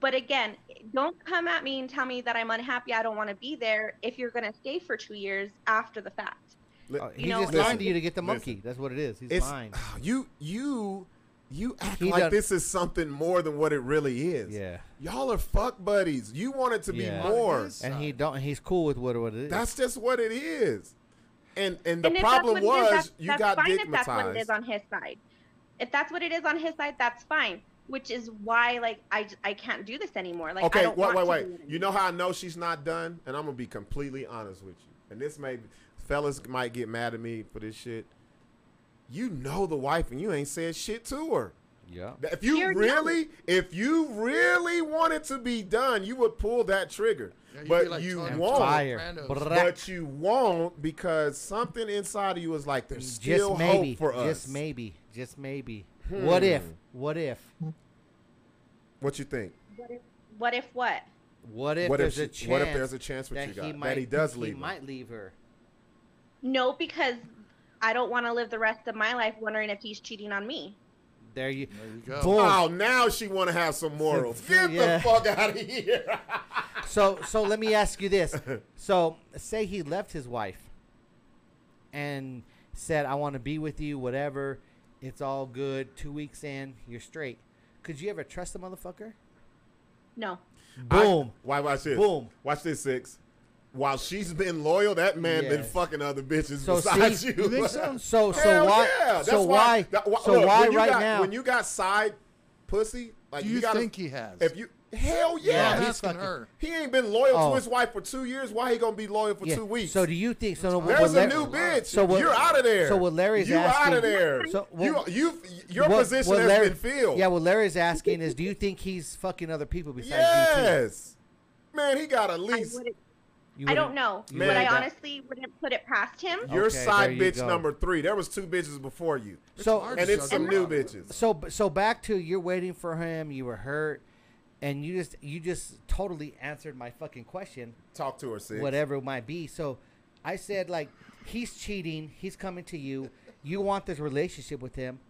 But again, don't come at me and tell me that I'm unhappy. I don't want to be there if you're going to stay for two years after the fact. "Li- Uh, you He's know, just listen, lying to you to get the listen. monkey. That's what it is. He's it's ah, lying. you you you act He like done- this is something more than what it really is. Yeah. Y'all are fuck buddies. You want it to Yeah. be more. Yes. And he don't. He's cool with what, what it is. That's just what it is. And and the And if that's problem what it was is, that's- you that's got fine if that's what it digmatized. is on his side. If that's what it is on his side, that's fine. Which is why, like, I, j- I can't do this anymore. Like, I okay, don't wait, want wait, to wait. do it You know how I know she's not done, and I'm gonna be completely honest with you. And this may, fellas might get mad at me for this shit. You know the wife, and you ain't said shit to her. yeah. That- If you You're really, if you really wanted to be done, you would pull that trigger. Yeah, you'd be but like you Tony won't. Fire. Brando's. Bra- But you won't because something inside of you is like there's still just maybe. hope for us. Hmm. Just maybe. Just maybe. What if? What if? What you think? What if, what if what? What if What if there's a she- chance? what if there's a chance with that you guys- he that might, he does leave He her? might leave her. No, because I don't want to live the rest of my life wondering if he's cheating on me. There you. There you go. Boom. Oh, now she want to have some morals. Get Yeah. the fuck out of here. So so let me ask you this. So say he left his wife and said, "I want to be with you, whatever. It's all good." Two weeks in, you're straight. Could you ever trust the motherfucker? No. Boom. I, why watch this? Boom. Watch this, six. While she's been loyal, that man been Yes. fucking other bitches So besides see- you. You think so? So- so Hell why- yeah. so That's why- that- so why when you right got- now- When you got side pussy, like Do you, gotta, think he has? If you hell yeah, yeah, I'm he's- asking fucking- her. he ain't been loyal Oh. to his wife for two years. Why he gonna be loyal for Yeah. two weeks? So do you think so? what- There's what a new Lar- bitch. So what- you're out of there. So what Larry's you asking? out of there. So you, what- you, your what- position what has Larry- been filled. Yeah, what Larry's asking is, do you think he's fucking other people besides you? Two? Yes. Man, he got at I, least. wouldn't- You I wouldn't- don't know. you but wouldn't I doubt- honestly wouldn't put it past him. Your Okay, side there you bitch go. number three. There was two bitches before you, So hard and to it's some juggle. new bitches. so so back to you're waiting for him. You were hurt, and you just you just totally answered my fucking question. Talk to her, sis. whatever it might be. So I said, like, he's cheating. He's coming to you. You want this relationship with him.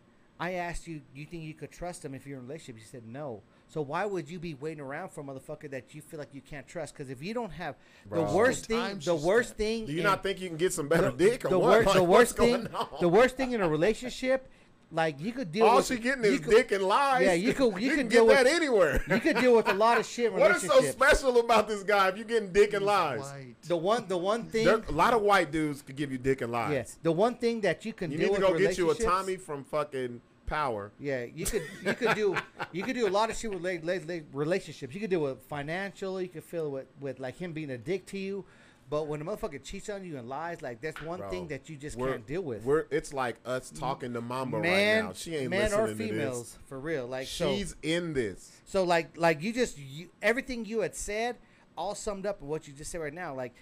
I asked you, you think you could trust him if you're in a relationship? You said no. So why would you be waiting around for a motherfucker that you feel like you can't trust? Because if you don't have Bro. the worst The thing, time the she worst spent. thing, Do you in- not think you can get some better dick or the, what? wor- the Like, worst what's thing, going on? the worst thing in a relationship, like you could deal. All with, she getting you is could- dick and lies. Yeah, you could- you can can get deal with- that anywhere. You could deal with a lot of shit. in what is so relationships. special about this guy if you're getting dick and He's lies? white. The one, the one thing, There, a lot of white dudes could give you dick and lies. yeah, the one thing that you can You deal need to with go get you a relationships- Tommy from fucking Power. Yeah, you could you could do you could do a lot of shit with la- la- la- relationships. You could do it financially. You could feel with with like him being a dick to you. But when a motherfucker cheats on you and lies, like that's one Bro, thing that you just We're- can't deal with. We're it's like us talking to Mamba man, right now. She ain't man listening or to this. females for real. Like so, She's in this. so like like you just you, everything you had said all summed up in what you just said right now. Like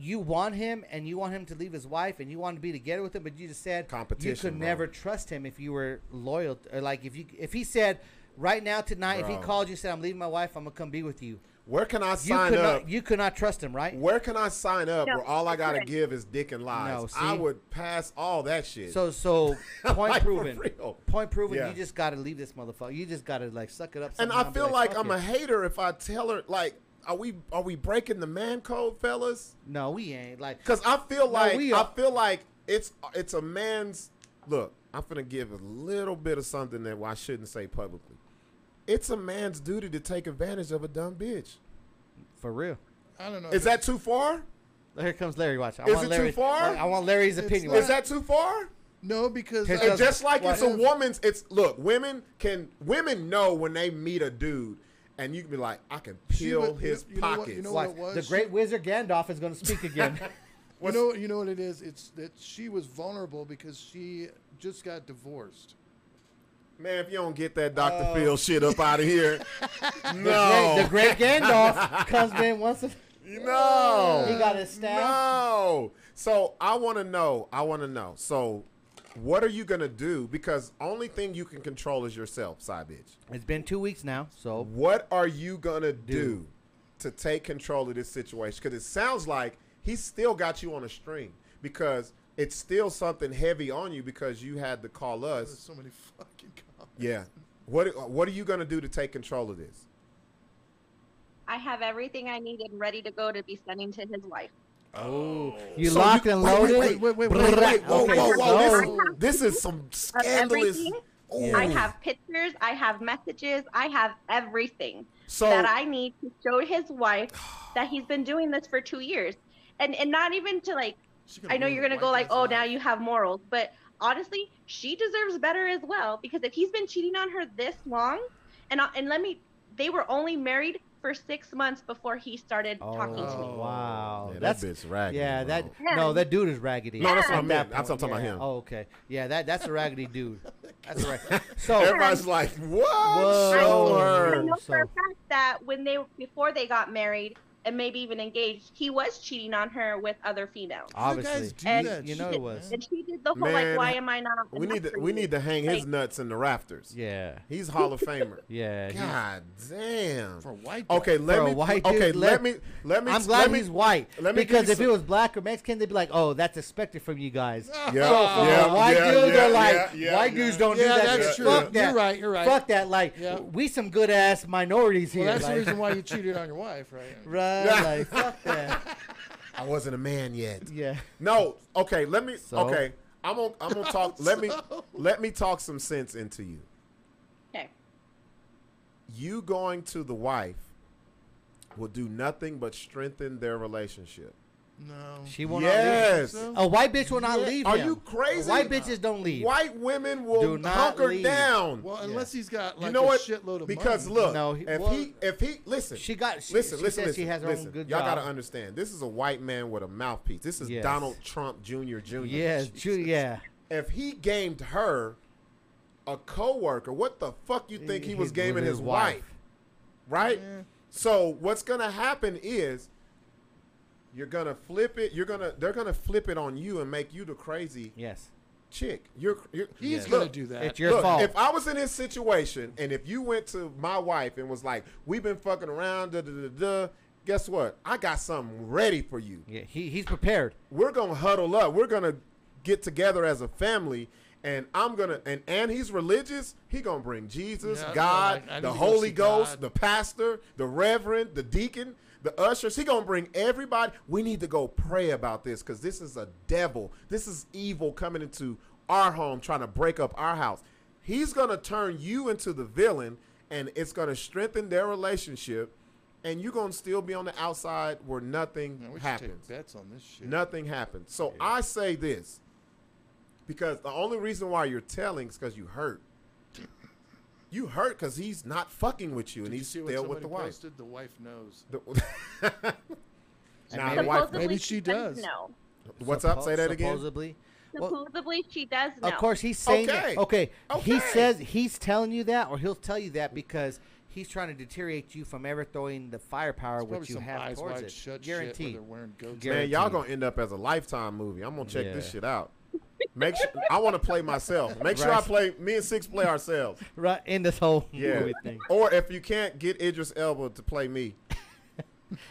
you want him and you want him to leave his wife and you want to be together with him, but you just said you Competition, could bro. never trust him if you were loyal. t- Or like if you if he said right now tonight if he Bro. called you and said I'm leaving my wife I'm gonna come be with you. Where can I You sign could up? not you could not trust him, right? Where can I sign up No, where all I that's gotta right. give is dick and lies? No, I see? would pass all that shit. So so point Like, for proven. real. Point proven. Yeah. You just gotta leave this motherfucker. You just gotta like suck it up. and somehow I be feel like, "Fuck I'm a it." hater if I tell her like, are we are we breaking the man code, fellas? no, we ain't like Because I feel like we I are- feel like it's it's a man's look. I'm gonna give a little bit of something that I shouldn't say publicly. It's a man's duty to take advantage of a dumb bitch. for real. I don't know. Is if that too far? Here comes Larry. Watch. I Is want it too Larry's, far? I want Larry's It's opinion. not- Is that too far? no? Because It I- And just like Why it's a if- woman's, it's look. Women can women know when they meet a dude, and you can be like, I can She peel would- you his know- you know what- pockets. you know Watch. what it was? The great wizard Gandalf is going to speak again. You know, you know what it is. It's that she was vulnerable because she just got divorced. Man, if you don't get that Dr. Uh. Phil shit up out of here, The no, great- the great Gandalf comes in once. A, no, He got his staff. No, so I want to know. I want to know. So, what are you gonna do? Because only thing you can control is yourself, side bitch. it's been two weeks now, so What are you gonna do to take control of this situation? Because it sounds like he's still got you on a string because it's still something heavy on you because you had to call There's us. so many fucking comments. Yeah. What What are you gonna do to take control of this? I have everything I needed ready to go to be sending to his wife. you So locked you- and wait, wait, loaded. Wait, wait, wait, wait, Brrrr. wait, whoa, Okay, whoa, so- whoa! This, this is some Of scandalous. everything. Ooh. I have pictures, I have messages, I have everything So- that I need to show his wife that he's been doing this for two years. And and not even to like She could I know ruin you're the gonna go white like, guy's oh life. now you have morals, but honestly, she deserves better as well because if he's been cheating on her this long and and let me they were only married for six months before he started talking to me. Oh wow, Yeah, that that's bitch raggedy, Yeah, bro. that no, that dude is raggedy. No, that's what I At that meant. That's what I'm point, talking about yeah. him. Oh, okay. Yeah, that that's a raggedy dude. That's right. So Oh. Everybody's like, what? Oh. Whoa. Show I her. know for a So- fact that when they before they got married and maybe even engaged, he was cheating on her with other females. obviously, do you, that you shit, know it was. And she did the whole Man, like, why am I not? We need enough to for we you?" need to hang his Like, nuts in the rafters. Yeah, He's Hall of Famer. yeah. he- God damn. for white. Okay, let For a me. white dude, okay, let let- me. Let me. I'm glad let me, he's white. let me give because you if he some- was black or Mexican, they'd be like, "Oh, that's expected from you guys." Yeah, So yeah, for a white yeah, dudes yeah, are like, yeah, yeah, white yeah. dudes don't Yeah, do that. that's shit. true. Fuck You're that. right, you're right. Fuck that. Like, Yeah. we some good ass minorities Well, here. that's like, the reason why you cheated on your wife, right? Right. Yeah. Like, fuck that. I wasn't a man yet. Yeah. No. Okay. Let me. So? Okay. I'm gonna. I'm gonna talk. Let me. So? Let me talk some sense into you. okay. You going to the wife will do nothing but strengthen their relationship. No. She will not leave. yes. So? A white bitch will not Yeah. leave. Are him. you crazy? White bitches don't leave. White women will Do not hunker leave. down. Well, unless he's got like you know what? a shitload of because money. look, No, he- if well- he if he listen, She got- she- listen, she listen, says she listen, has her own listen. good Y'all job. gotta understand. This is a white man with a mouthpiece. This is Yes. Donald Trump Jr. Jr. Yes. Ju- yeah. If he gamed her, a coworker, what the fuck you think he, was He's gaming with his, wife, right? So what's gonna happen is. You're gonna flip it. You're gonna. They're gonna flip it on you and make you the crazy Yes. chick. You're. you're he's look, gonna do that. It's your Look, fault. if I was in his situation, and if you went to my wife and was like, "We've been fucking around," da da da da. Guess what? I got something ready for you. yeah. He, he's prepared. We're gonna huddle up. We're gonna get together as a family, and I'm gonna and and he's religious. He gonna bring Jesus, Yeah, I God, know, I- I the need to go Holy see Ghost, God. the pastor, the reverend, the deacon, the ushers. He gonna bring everybody. We need to go pray about this because this is a devil. This is evil coming into our home, trying to break up our house. He's gonna turn you into the villain, and it's gonna strengthen their relationship. And you're gonna still be on the outside where nothing Man, we should happens. take bets on this shit. Nothing happened. So I say this because the only reason why you're telling is because you hurt. You hurt because he's not fucking with you, and Did you he's see what still with somebody the wife. Posted? The wife knows. The- Nah, the maybe- wife. Supposedly Maybe she does. know. What's up? Say that again. Supposedly. Well, Supposedly she does know. Of course, he's saying Okay. that. Okay. Okay. He says he's telling you that, or he'll tell you that because he's trying to deteriorate you from ever throwing the firepower Probably which you some have eyes towards wide it. shut shit where Guaranteed. they're wearing goats. Guaranteed. Man, y'all gonna end up as a lifetime movie. I'm gonna check this Yeah. shit out. Make sure I want to play myself. Make sure I Right. play. Me and Six play ourselves. Right in this whole Yeah. movie thing, Or if you can't get Idris Elba to play me,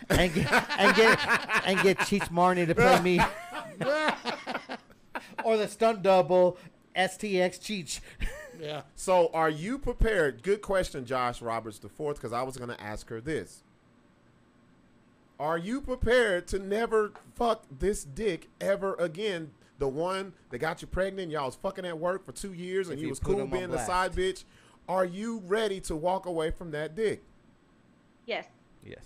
and get and get and get Cheech Marnie to play me, or the stunt double STX Cheech. Yeah. So, are you prepared? Good question, Josh Roberts the fourth, because I was going to ask her this. Are you prepared to never fuck this dick ever again? The one that got you pregnant, y'all was fucking at work for two years, and If you you was put cool him on being the blast. side bitch. Are you ready to walk away from that dick? Yes. Yes.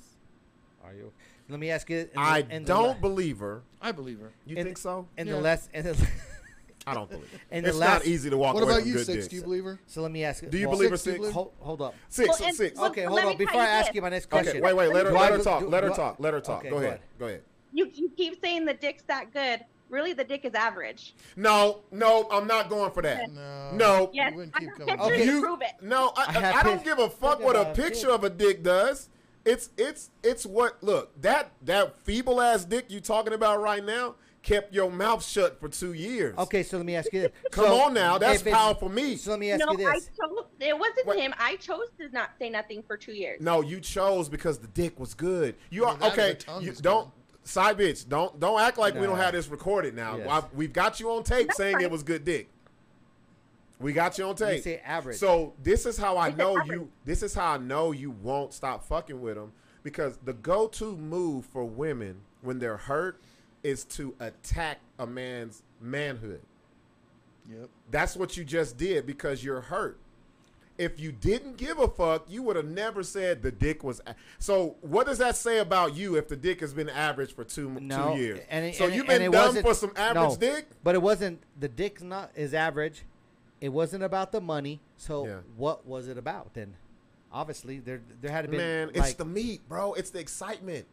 Are you? Let me ask you. in the- I in the don't la- believe her. I believe her. You In- think so? in Yeah. the last. In the, I don't believe. It. in the It's last. not easy to walk What away about from you, good six? dicks. Do you believe her? So let me ask. Do you well, believe her Six, do you six? believe- Hold, hold up. Six, Well, and- six. well, Okay, let hold me on. Before tell I ask this. you my next question, Okay, wait, wait. Let her, Do I let her go- talk. do- Let her do I- talk. Let her talk. Okay, Go go ahead. ahead. Go ahead. You you keep saying the dick's that good. Really, the dick is average. No, no, I'm not going for that. No. No. Yes, You wouldn't I keep have coming pictures back. to You- prove it. No, I, I I, have I don't pic- give a fuck look what at a my picture pic. of a dick does. It's it's it's what look that that feeble ass dick you talking about right now kept your mouth shut for two years. Okay, so let me ask you this. Come So, on now, that's if it's- powerful me. So let me ask no, you I this. chose. It wasn't Wait. him. I chose to not say nothing for two years. No, you chose because the dick was good. You are Either that or okay. the tongue You is don't good. side bitch. Don't don't act like we don't Nah. have this recorded now. Yes. Why- We've got you on tape That's saying fine. it was good dick. We got you on tape. say average. So this is how I said know average. you. This is how I know you won't stop fucking with them because the go-to move for women when they're hurt is to attack a man's manhood. Yep. That's what you just did because you're hurt. If you didn't give a fuck, you would have never said the dick was. A- so what does that say about you if the dick has been average for two No, two years? and it- so and it- you've and been it dumb wasn't- for some average no, dick. But it wasn't the dick's not is average. It wasn't about the money. So Yeah. what was it about then? Obviously, there there had to be Man, like, it's the meat, bro. It's the excitement.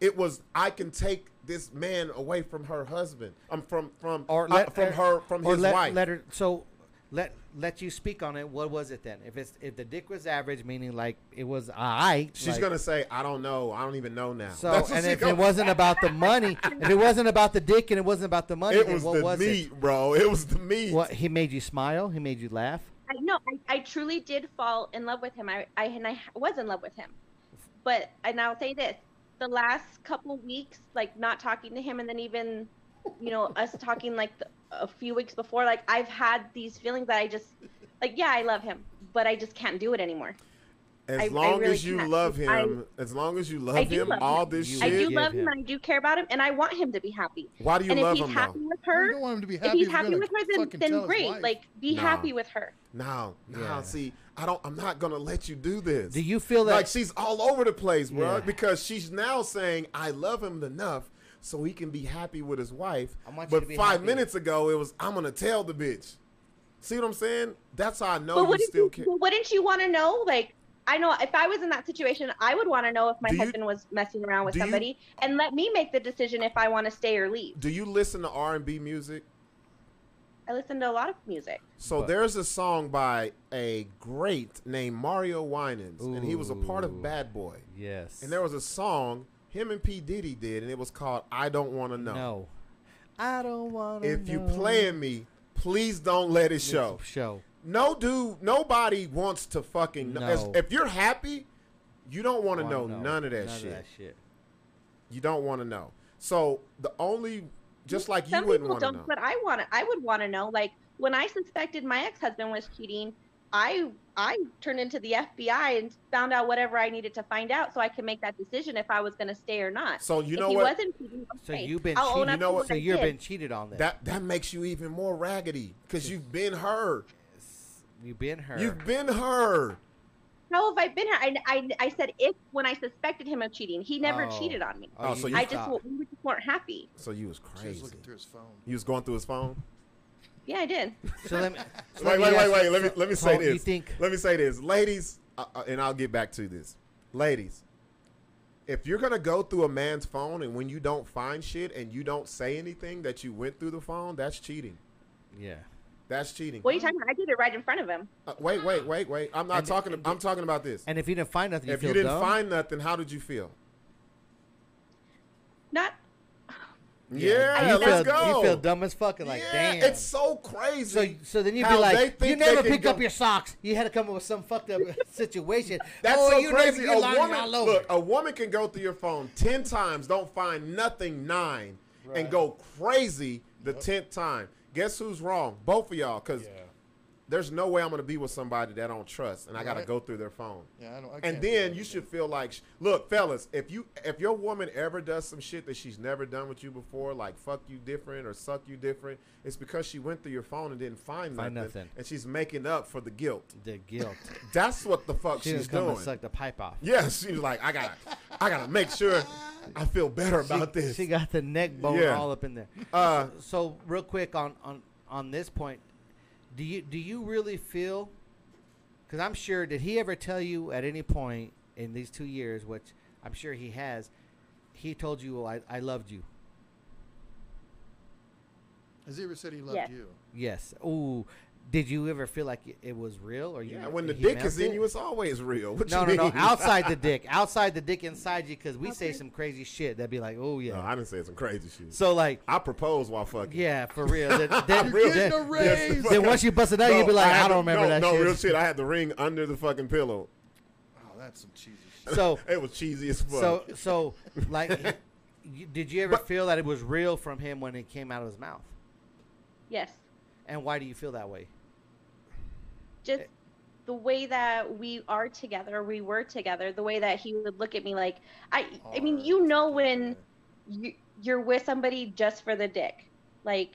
It was I can take this man away from her husband. I'm from from or uh, let, from her from or his let, wife. Let her, so let let you speak on it. What was it then? If it's if the dick was average, meaning like it was I. She's gonna say, "I don't know. I don't even know now." So That's what and she if gonna- it wasn't about the money, if it wasn't about the dick, and it wasn't about the money, it then was what the was meat, bro. It was the meat. it? What he made you smile? He made you laugh? I no, I, I truly did fall in love with him. I, I and I was in love with him, but and I'll say this: the last couple weeks, like not talking to him, and then even, you know, us talking like the, a few weeks before, like I've had these feelings that I just, like, yeah, I love him, but I just can't do it anymore. As I- I long really as you can't. love I- him, as long as you love do him, love all him. this You- shit. I do Give love him. him. and I do care about him, and I want him to be happy. Why do you and love if he's him happy though? with You her, don't want him to be if happy. he's you're happy gonna with fucking her, then, tell then his great. wife. Like, be Nah. happy with her. No, no. Yeah. See, I don't. I'm not gonna let you do this. Do you feel that? like she's all over the place, bro? Yeah. Because she's now saying, "I love him enough." So he can be happy with his wife. I want you But to be five happy. minutes ago, it was I'm gonna tell the bitch. See what I'm saying? That's how I know but you wouldn't still you, care. but wouldn't you want to know? Like, I know if I was in that situation, I would want to know if my Do you- husband was messing around with do you- somebody, and let me make the decision if I want to stay or leave. Do you listen to R&B music? I listen to a lot of music. So But- there's a song by a great named Mario Winans, and he was a part of Ooh. Bad Boy. yes. And there was a song him and P Diddy did, and it was called "I Don't Want to Know." No. I don't want to. If you playing me, please don't let it show. show. No dude, nobody wants to fucking. know. As- No. If you're happy, you don't want to Wanna know, none of that none shit. Of that shit. You don't want to know. So the only, just like you Some wouldn't people want to don't, know. but I want to. I would want to know. Like, when I suspected my ex-husband was cheating, I I turned into the FBI and found out whatever I needed to find out so I could make that decision if I was going to stay or not. So you If know he what? wasn't cheating, So okay, you've been I'll own cheating. up You know to what? So I you've did. been cheated on. Then. That that makes you even more raggedy because you've been her. you've been her. You've been her. How have I been here? I, I, I said if when I suspected him of cheating, he never Oh. cheated on me. Oh, so you I just thought. wa- we just weren't happy. So you was She was crazy. looking through his phone. You was going through his phone. Yeah, I did. So let me. wait, so let me wait, ask wait, you- wait. Let me let me so say You this. think Let me say this, ladies, uh, uh, and I'll get back to this, ladies. If you're gonna go through a man's phone and when you don't find shit and you don't say anything that you went through the phone, that's cheating. Yeah. That's cheating. What are you talking about? I did it right in front of him. Uh, wait, wait, wait, wait. I'm not And- talking. I'm talking about this. And if you didn't find nothing, you if feel you didn't dumb? find nothing, how did you feel? Not Yeah, you let's feel, go. You feel dumb as fucking. Like yeah, damn. it's so so, crazy. so then you'd how be they like, think you they never can pick go- up your socks. You had to come up with some fucked up situation. That's oh, so you crazy. Never, a you lying woman, all over. look, uh, a woman can go through your phone ten times, don't find nothing nine, and Right. go crazy the tenth time. Guess who's wrong? Both of y'all, because Yeah. there's no way I'm gonna be with somebody that I don't trust, and I gotta Right. go through their phone. Yeah, I don't. I can't And do then that you again. should feel like, sh- look, fellas, if you if your woman ever does some shit that she's never done with you before, like fuck you different or suck you different, it's because she went through your phone and didn't find, Find nothing, nothing. and she's making up for the guilt. The guilt. That's what the fuck She she's didn't come doing. and suck the pipe off. Yeah, she was like, I got, I gotta make sure I feel better about she, this. She got the neck bone Yeah. all up in there. Uh, so real quick on on on this point, do you do you really feel? Because I'm sure, did he ever tell you at any point in these two years, which I'm sure he has, he told you "Well, I, I loved you. Has he ever said he loved Yes. you? Yes. Ooh, did you ever feel like it- it was real or you? yeah, when the he dick meant is in it? you, it's always real. What No, you no, no. mean? Outside the dick, outside the dick, inside you, because we say some crazy shit that'd be like, oh No, yeah. I didn't say some crazy shit. So like, I proposed while fucking. yeah, for real. Then, then, You're then- getting a raise. then once you bust it out, you'd be like, had I, the- don't remember no, that no, shit. real shit. I had the ring under the fucking pillow. Oh, that's some cheesy shit. So, It was cheesy as fuck. Oh. so, so, like, you, did you ever But- feel that it was real from him when it came out of his mouth? yes, And why do you feel that way? just the way that we are together, we were together. The way that he would look at me like I. I mean, Hard. you know when you, you're with somebody just for the dick, like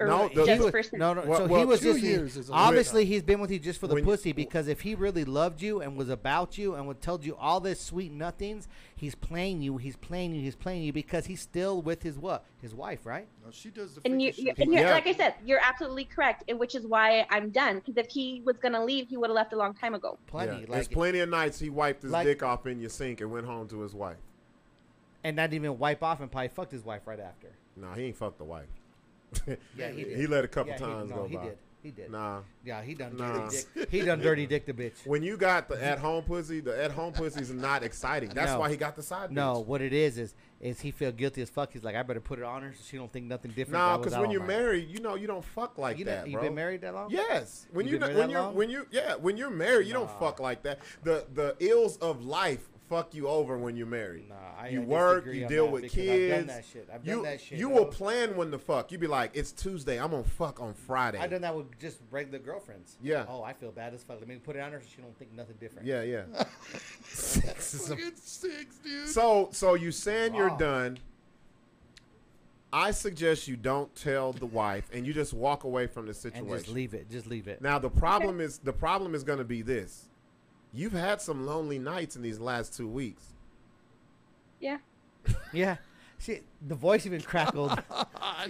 or No, the- just he was, for sex. no, no. Well- so he well, was two just years is a long obviously time. he's been with you just for the When- pussy because if he really loved you and was about you and would told you all this sweet nothings, he's playing you, he's playing you, he's playing you because he's still with his what his wife, right? No, she does the. And you, freaky you shit. and you're, Yeah. like I said, you're absolutely correct, and which is why I'm done. Because if he was gonna leave, he would have left a long time ago. Yeah, Plenty, there's like, plenty of nights he wiped his like- dick off in your sink and went home to his wife. and not even wipe off and probably fucked his wife right after. Nah, he ain't fucked the wife. Yeah, he did. let a couple yeah, times he, no, go he by. did. He did. Nah. Yeah, he done Nah. dirty dick. He done dirty dick the bitch. When you got the at home pussy, the at home pussy's not exciting. That's No. why he got the side. No, bitch. what it is is is he feel guilty as fuck. He's like, I better put it on her so she don't think nothing different. No, that was because out when all you're night. married, you know you don't fuck like you that, know, bro. you been married that long? Yes. When You you been married when that you long? when you yeah when you're married, you don't Nah. fuck like that. The the ills of life fuck you over when you're married. Nah, I- you I work, disagree you on deal that with because I've kids. done that shit. I've done you that shit, you bro. will plan when the fuck. You be like, it's Tuesday. I'm gonna fuck on Friday. I done that with just regular girlfriends. Yeah. Oh, I feel bad as fuck. Let me put it on her so she don't think nothing different. yeah, yeah. Fucking six, dude. So so you saying Wow. you're done. I suggest you don't tell the wife and you just walk away from the situation. And just leave it. Just leave it. Now the problem is the problem is going to be this. You've had some lonely nights in these last 2 weeks. Yeah. Yeah. Shit, the voice even crackled.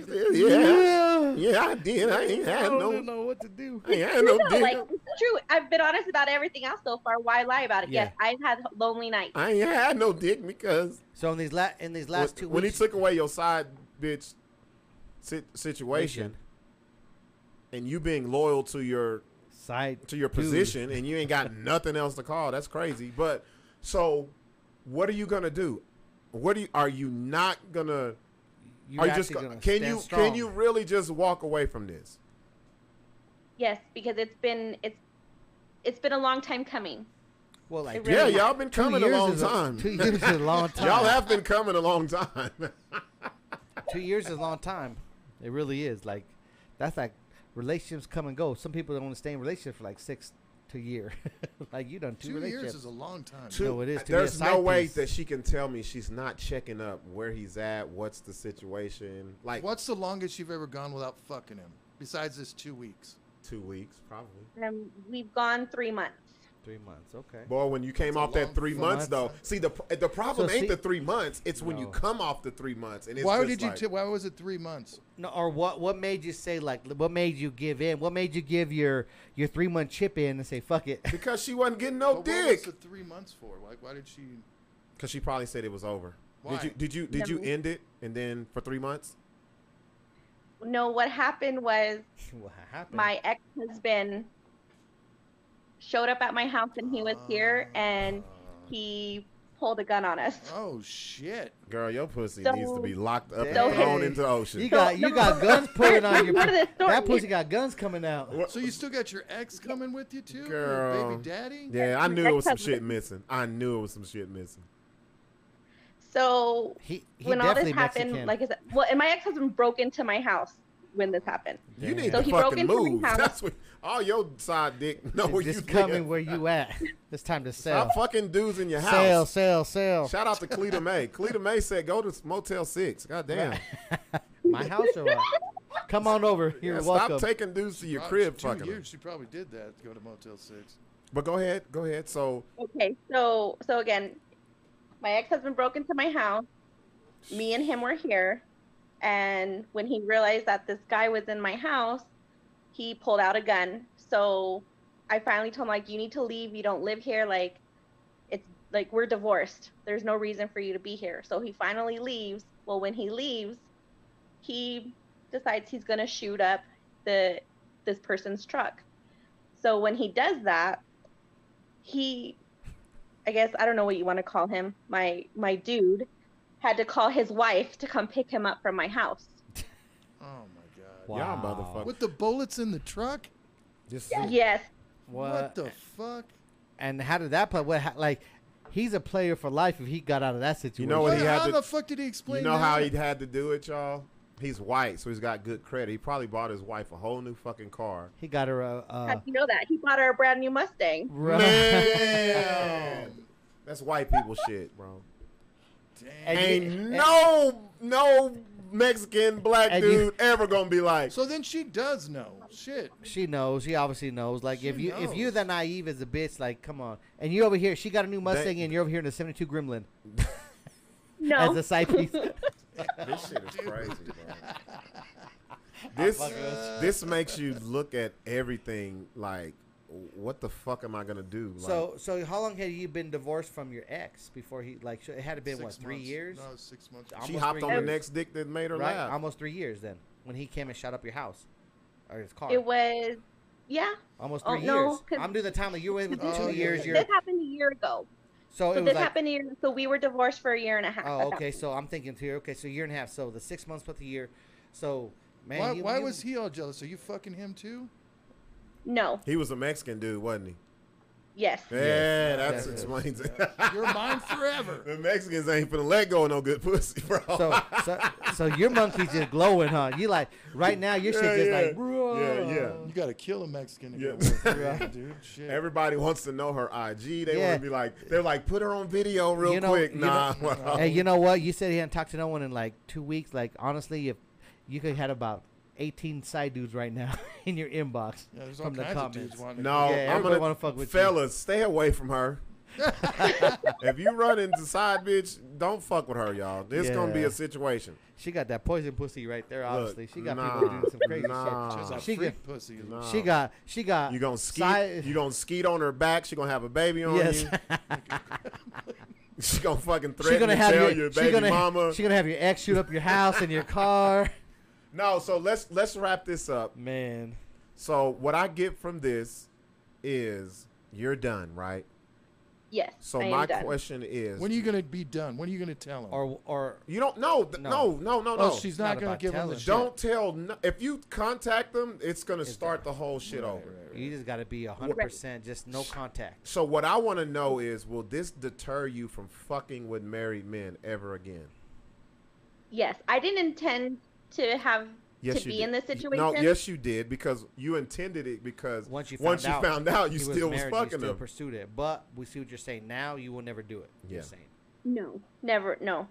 Yeah. Yeah, I did. I ain't had I no don't know what to do. I ain't had no No, like dick. it's true. I've been honest about everything else so far. Why lie about it? Yeah. Yes, I've had lonely nights. I ain't had no dick because So in these la- in these last when, two when he weeks, took away your side bitch sit, situation and you being loyal to your side to your dude, position and you ain't got nothing else to call. That's crazy. But so what are you gonna do? What do you, are you not gonna? you are you actually just gonna, gonna can stand you strong. can you really just walk away from this? Yes, because it's been it's it's been a long time coming. Well, like It really yeah, has. y'all been two coming a years long is time. two years is a long time. y'all have been coming a long time. two years is a long time. It really is. Like that's like relationships come and go. Some people don't want to stay in relationships for like six to a year. like you done two, Two years relationships. is a long time. Two- No, it is. To me, There's a no side way piece. that she can tell me she's not checking up where he's at, what's the situation. Like What's the longest you've ever gone without fucking him? Besides this two weeks. two weeks, probably. Um, we've gone three months. Three months. Okay. Boy, when you came a off long that three fucking months time. though, see the pr- the problem So ain't see- the three months. It's when you No. come off the three months, and it's Why just did you? like, T- why was it three months? No, or what? What made you say like? What made you give in? What made you give your your three month chip in and say fuck it? because she wasn't getting no But What was Oh, dick. the three months for? Like, why did she? Because she probably said it was over. Why? Did you did you did you Never. end it and then for three months? No, what happened was what happened? my ex husband showed up at my house and he was here Uh. and he pulled a gun on us. Oh shit! Girl, your pussy So- needs to be locked up So- and thrown into the ocean. you got you got guns pulling on your. Go to the store. That pussy got guns coming out. What- So you still got your ex coming with you too, Your Girl. baby daddy? yeah, I knew it was some shit Ex-husband. missing. I knew it was some shit missing. So He, he when all definitely this happened, Mexican. like I said, well, and my ex husband broke into my house when this happened. You need So to he broke fucking into my move. house. That's what all your side dick know where It's you just live. coming where Oh, you at. It's time to sell. Stop fucking dudes in your house. Sell, sell, sell. Shout out to Cleta May. Cleta May said, "Go to Motel 6. God damn. My house or what? Come on over. Yeah, You're welcome. stop taking dudes to your Oh, crib, two fucking. them. years. She probably did that. to Go to Motel Six. But go ahead, go ahead. So Okay, so so again, my ex husband broke into my house. Me and him were here, and when he realized that this guy was in my house, he pulled out a gun. So I finally told him like, you need to leave. You don't live here. Like, it's like we're divorced. There's no reason for you to be here. So he finally leaves. Well, when he leaves, he decides he's gonna shoot up the this person's truck. So when he does that, he I guess I don't know what you want to call him. My my dude had to call his wife to come pick him up from my house. Oh my god! Wow. y'all motherfuckers. With the bullets in the truck? Just- Yes. What? What the fuck? and how did that play? What ha- like? He's a player for life if he got out of that situation. know what What- he had how to- the fuck did he explain? You know that? how he had to do it, y'all? He's white, so he's got good credit. He probably bought his wife a whole new fucking car. He got her a. How Uh, do you know that? He bought her a brand new Mustang. run- Man, that's white people shit, bro. Damn. And you- Ain't no no Mexican black And dude you- ever gonna be like. So then she does know. Shit. she knows. She obviously knows. Like if She you if you're knows. that naive as a bitch, like come on. And you over here, she got a new Mustang, and you're over here in a '72 Gremlin No. as a side piece. this shit is crazy, bro. This this makes you look at everything like, what the fuck am I gonna do? Like, so so how long had you been divorced from your ex before he like? so It had to been what Six three months. years? No, six months. I'm- she almost hopped three on the years. next dick that made her right, laugh. almost three years then when he came and shot up your house or his car. it was yeah. almost oh, three no, years. 'cause- I'm doing the time that you were with Oh, two yeah, years. yeah. You're This happened a year ago. so So it was this like happened a year so we were divorced for a year and a half. at oh that okay. point. So I'm thinking here. Okay, so year and a half. So the six months plus the year. So man, why you- why you- was he all jealous? Are you fucking him too? No. He was a Mexican dude, wasn't he? Yes. Yeah, Yes. that explains it. You're mine forever. The Mexicans ain't finna let go of no good pussy, bro. So, so, so your monkey's just glowing, huh? You like right now, your shit Yeah, just yeah. like, bro. yeah, yeah. You gotta kill a Mexican to Yeah. get work for him, dude. Shit. Everybody wants to know her IG. They Yeah. want to be like, they're like, put her on video real You know- quick. you Nah, know- well, Hey, you know what? You said he hadn't talked to no one in like two weeks. Like honestly, if you could have had about eighteen side dudes right now in your inbox yeah, there's all from the kinds of dudes comments. wanting to no. I'm Yeah, everybody gonna wanna fuck with you. fellas. Stay away from her. if you run into side bitch, don't fuck with her, y'all. This gonna be Yeah. a situation. She got that poison pussy right there. Obviously, she got nah, people doing some crazy nah. shit. She's a She freak get- pussy. Nah. She got, she got. You gonna skeet? side- You gonna skeet on her back? She gonna have a baby on yes. you? She gonna fucking she threaten gonna to have tell your, your she baby gonna, mama? she gonna have your ex shoot up your house and your car. No. So let's let's wrap this up. Man, So what I get from this is you're done, right? Yes. So I am my done. question is, When are you gonna be done? When are you gonna tell him? or or you don't know, th- No. no, no, no, no. oh, she's not not, gonna about give him the telling. shit. don't tell. No, if you contact them, it's gonna start the whole shit over. you just gotta be hundred percent, just no contact. So what I want to know is, will this deter you from fucking with married men ever again? Yes. I didn't intend to have Yes, to you be did. in this You- situation. No, yes, you did because you intended it because Once you found once out, you found out, you he still was married, you fucking still them. pursued it, but we see what you're saying now. You will never do it. You're Yeah. saying. no, never, no.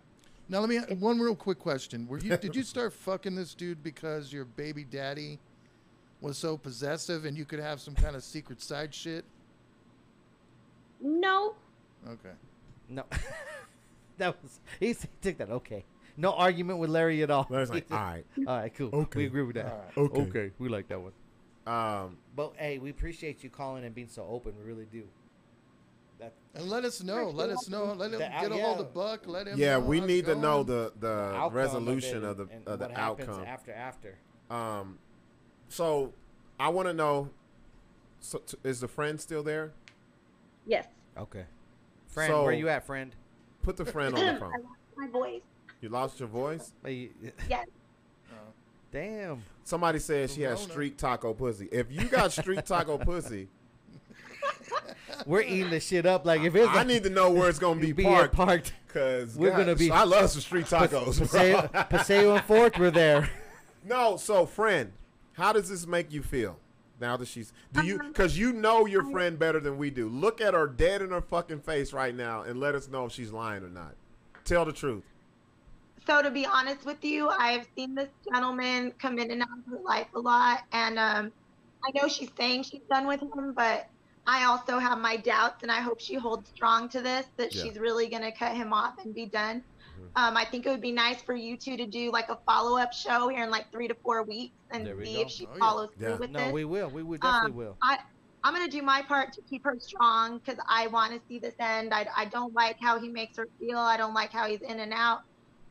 Now let me one real quick question. Were you did you start fucking this dude because your baby daddy was so possessive and you could have some kind of secret side shit? No, Okay. No. that was he s- he took that okay. No argument with Larry at all. Larry's like, all right, all right, cool. Okay. We agree with that. okay. we like that one. Um, But hey, we appreciate you calling and being so open. We really do. That And let us know. Let us know. Let him The out- get a hold yeah. of Buck. Let him. yeah, know we how's need to know going. the the outcome resolution of, it and- the of and what the happens outcome. after after. Um, so I want to know. So t- is the friend still there? yes. Okay. Friend, So- where you at, friend? Put the friend on the I phone. lost my voice. You lost your voice. Hey, you- Yes. Oh. Damn. Somebody said she has Corona. street taco pussy. If you got street taco pussy, We're eating the shit up. Like if it's I need to know where it's gonna be, be parked. parked. Cause We're God, gonna be- I love some street tacos. Paseo, bro. Paseo and Fourth were there. No, so friend, how does this make you feel now that she's do you Uh-huh. because you know your friend better than we do. Look at her dead in her fucking face right now and let us know if she's lying or not. Tell the truth. So to be honest with you, I've seen this gentleman come in and out of her life a lot, and um, I know she's saying she's done with him, but I also have my doubts, and I hope she holds strong to this that Yeah. she's really gonna cut him off and be done. Um, I think it would be nice for you two to do like a follow up show here in like three to four weeks and There we see go. if she Oh, yeah. follows Yeah. through with No, this. we will. We would Um, definitely will. I, I'm gonna do my part to keep her strong because I want to see this end. I, I don't like how he makes her feel. I don't like how he's in and out.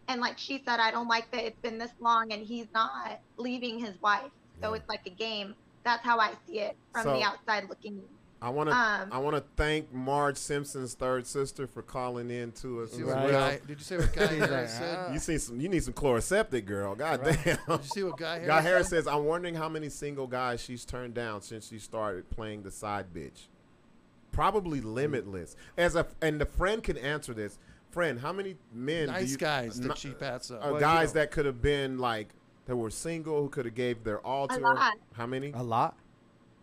And like she said, I don't like that it's been this long and he's not leaving his wife. So Yeah. it's like a game. That's how I see it from So- the outside looking in. I wanna Um, I wanna thank Marge Simpson's third sister for calling in to us. See as what Right. well. guy, did you see what Guy He's like, Harris said? ah. You see some you need some chloroseptic girl. God damn. Did you see what Guy Harris? Guy said? Harris says, I'm wondering how many single guys she's turned down since she started playing the side bitch. Probably limitless. As a and the friend can answer this. Friend, how many men do Nice you- guys n- that she pats up. uh, you guys know. that could have been like that were single who could have gave their all to her. lot. How many? A lot.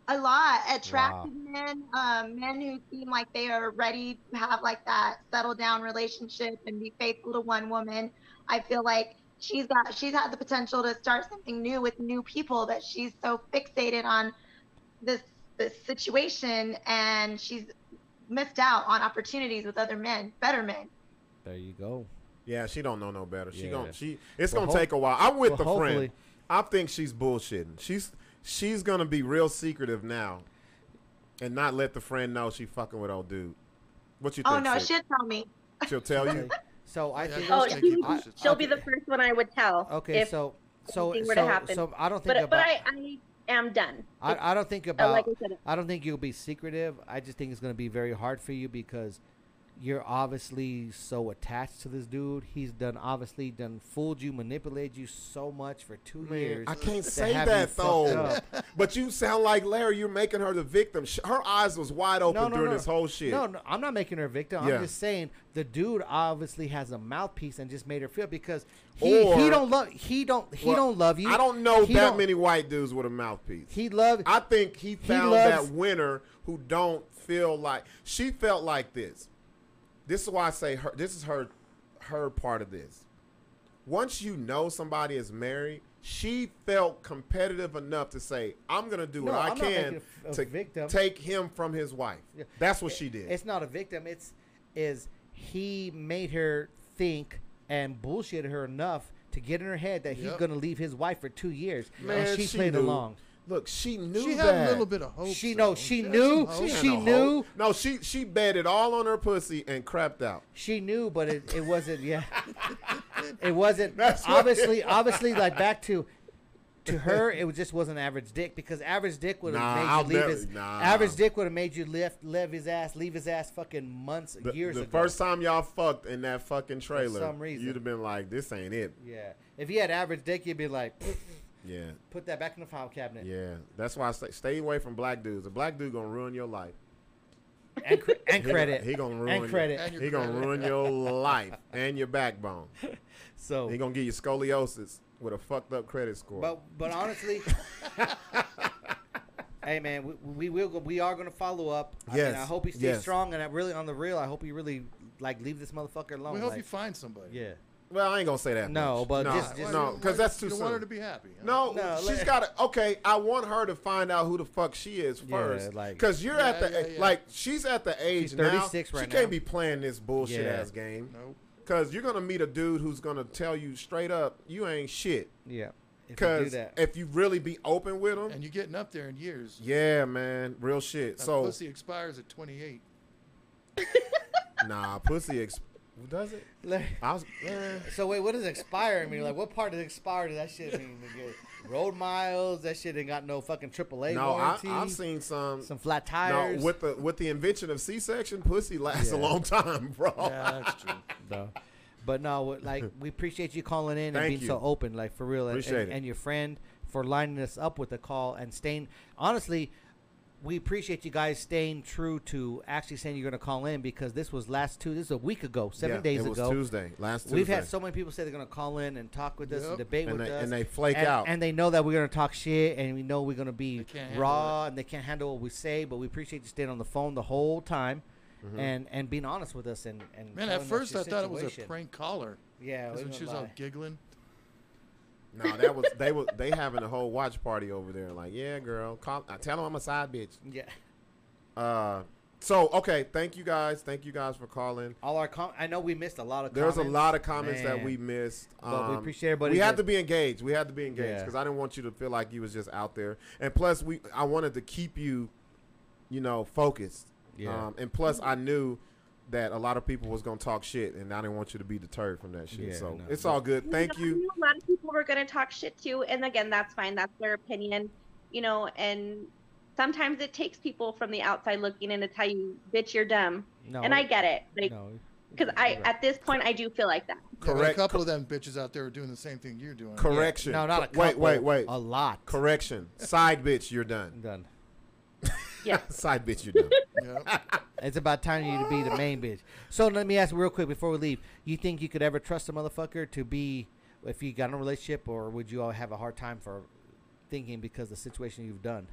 A lot attractive men, um, men who seem like they are ready to have like that settle down relationship and be faithful to one woman. I feel like she's got she's had the potential to start something new with new people that she's so fixated on this this situation and she's missed out on opportunities with other men, better men. There you go. Yeah, she don't know no better. She Yeah. gon' she it's Well, gonna hope- take a while. I'm with well, the hopefully- friend. I think she's bullshitting. She's she's gonna be real secretive now and not let the friend know she fucking with old dude. What you think? Oh no, Sid? she'll tell me. She'll tell you. Okay. So I Yeah, think. I Oh, was she, thinking would- that. she'll be Okay. the first one I would tell. Okay, if- so so anything were to so, happen. so I don't think but about. but I, I am done. I, I don't think Uh, about. like I said, I don't think you'll be secretive. I just think it's going to be very hard for you because you're obviously so attached to this dude. He's done obviously done fooled you, manipulated you so much for two years. I can't to say have you that fucked though. up. but you sound like Larry. You're making her the victim. Sh- Her eyes was wide open No, no, during no. this whole shit. No, no, I'm not making her a victim. Yeah. I'm just saying the dude obviously has a mouthpiece and just made her feel because he, Or- he don't love he don't he Well, don't love you. I don't know He that don't- many white dudes with a mouthpiece. He loved. I think he found loves- that winner who don't feel like she felt like this. This is why I say her. This is her, her part of this. Once you know somebody is married, she felt competitive enough to say, "I'm gonna do what No, I I'm not can making a- a to victim. take him from his wife." Yeah. Eh, That's what she did. It's not a victim. It's is he made her think and bullshitted her enough to get in her head that he's Yep. gonna leave his wife for two years, Man, and Oh, she, played knew. along. Look, she knew She that. had a little bit of hope. She though. know she had knew some she, hope. had no knew hope. No, she she bet it all on her pussy and crapped out. she knew, but it, it wasn't. Yeah, it wasn't. That's what obviously, obviously, like back to. To her, it was- just wasn't average dick because average dick would have Nah, made you I'll leave never- his nah. average dick would have made you left leave his ass leave his ass fucking months The, years the ago. first time y'all fucked in that fucking trailer, some reason. you'd have been like, "This ain't it." yeah, if he had average dick, you'd be like, Yeah, put that back in the file cabinet. yeah. That's why I say stay away from black dudes. A black dude gonna ruin your life. and, cre- and He gonna- credit. He gonna ruin and your- credit. And your He gonna credit. ruin your life and your backbone. so He gonna give you scoliosis. with a fucked up credit score. Oh. But but honestly, hey man, we, we will go, we are gonna follow up. I mean, Yes, I hope he stays yes. strong, and I really on the real, I hope he really like leave this motherfucker alone. we hope like, you find somebody. yeah. well, I ain't gonna say that. No, much. but no, just- just- no, because that's too you don't soon. want her to be happy. huh? No, No, she's let- got to. Okay, I want her to find out who the fuck she is Yeah, first. like- because you're at Yeah, the yeah, yeah. like she's at the age She's now. 36 she right can't now. be playing this bullshit Yeah. ass game. Nope. Because you're gonna meet a dude who's gonna tell you straight up you ain't shit. Yeah. If you do Because that. if you really be open with him, And you're getting up there in years. yeah, man, real shit. That so pussy expires at 28. nah, pussy. Exp- does it? Like- I was. eh. so wait, what does expire mean? Like, what part of expire does that shit mean? Nigga? Road miles? That shit ain't got no fucking AAA no, I, warranty. I've seen some. some flat no, tires. with the with the invention of C-section, pussy lasts a Yeah. long time, bro. Yeah, that's true. though. But no, what- like we appreciate you calling in and Thank being you. so open, like for real, and- Appreciate and, it. and your friend for lining us up with the call and staying. Honestly, we appreciate you guys staying true to actually saying you're going to call in because this was last two. This is a week ago, seven Yeah, days it was ago. Tuesday, last Tuesday. We've had so many people say they're going to call in and talk with us Yep. and debate And with they- us, and they flake and- out. and they know that we're going to talk shit, and we know we're going to be They can't handle raw, and they can't handle what we say. But we appreciate you staying on the phone the whole time. Mm-hmm. And, and being honest with us and, and Man, telling at us first your I thought it was a situation. prank caller. Yeah, we That's when went she was by. all giggling. No, that was they were they having a whole watch party over there. Like, yeah, girl, call, I tell them I'm a side bitch. Yeah. Uh, so okay, thank you guys, thank you guys for calling. All our com- I know we missed a lot of There's a comments. lot of comments that Man. we missed. Um, But we appreciate everybody We had that- to be engaged. We had to be engaged Yeah. because I didn't want you to feel like you was just out there. And plus, we I wanted to keep you, you know, focused. Yeah. Um, and plus, I knew that a lot of people was gonna talk shit, and I didn't want you to be deterred from that shit. Yeah, so no. it's all good. Thank know, I you. knew A lot of people were going to talk shit too, and again, that's fine. That's their opinion, you know. And sometimes it takes people from the outside looking in to tell you, "Bitch, you're dumb," No. and I get it, like, No. because I at this point I do feel like that. Yeah, but Correct- a couple of them bitches out there were doing the same thing you're doing. Correction. No, not a couple. Wait, wait, wait. A lot. Correction. Side bitch, you're done. Done. Yeah. Side bitch, you're done. Yep. It's about time you to be the main bitch. So let me ask real quick before we leave. You think you could ever trust a motherfucker to be if you got in a relationship, or would you all have a hard time for thinking because the situation you've done?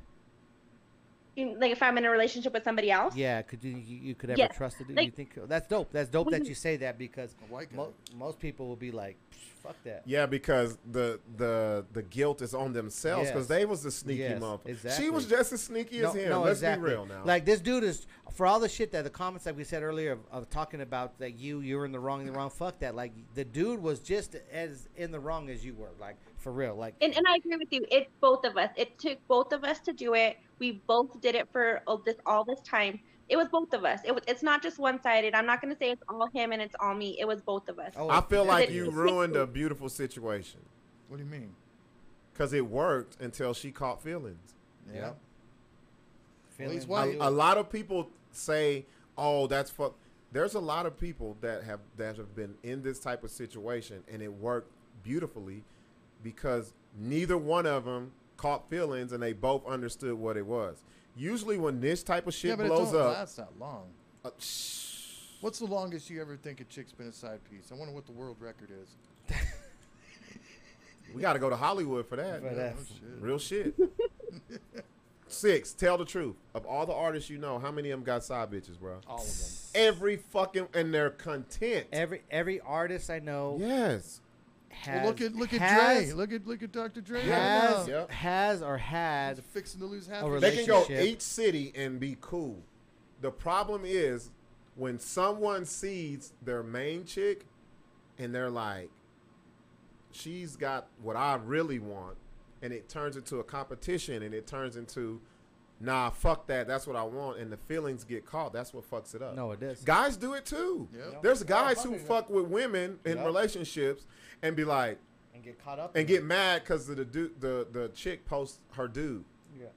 You- like if I'm in a relationship with somebody else, Yeah, could you you, you could ever Yeah, trust it? you like- think that's dope? That's dope that Wouldn't- you say that because A white guy. mo- most people will be like, "Psh, "Fuck that." yeah, because the the the guilt is on themselves because Yes. they was the sneaky Yes, motherfucker. She exactly. was just as sneaky as him. Let's be real now. Like this dude is for all the shit that the comments that we said earlier of, of talking about that you you were in the wrong, the wrong. Fuck that. Like the dude was just as in the wrong as you were. Like for real. Like and, and I agree with you. It's both of us. It took both of us to do it. We both did it for all this all this time. It was both of us. It was. It's not just one sided. I'm not going to say it's all him and it's all me. It was both of us. oh, I feel like But- you ruined a beautiful situation What do you mean? because it worked until she caught feelings. Yeah. feeling he's you. white. A, a lot of people say, "Oh, that's fuck." There's a lot of people that have that have been in this type of situation, and it worked beautifully because neither one of them caught feelings, and they both understood what it was. Usually, when this type of shit yeah, but blows it don't up, last that long. uh, shh, What's the longest you ever think a chick's been a side piece? I wonder what the world record is. we got to go to Hollywood for that. For that. Oh, shit. Real shit. Six. Tell the truth. Of all the artists you know, how many of them got side bitches, bro? All of them. Every fucking and they're content. Every every artist I know yes. has Well, look at look at has, Dre. Look at look at Dr. Dre. Yeah. has, right now. Yep. has or He's had fixing to lose half. A his They can go relationship. each city and be cool. The problem is when someone sees their main chick and they're like, she's got what I really want, and it turns into a competition and it turns into, nah, fuck that. That's what I want. And the feelings get caught. That's what fucks it up. no it does. Guys do it too. Yep. There's guys fucking who yeah. fuck with women in Yep. relationships and be like, and get caught up and in get mad because the dude, the the chick posts her dude. it.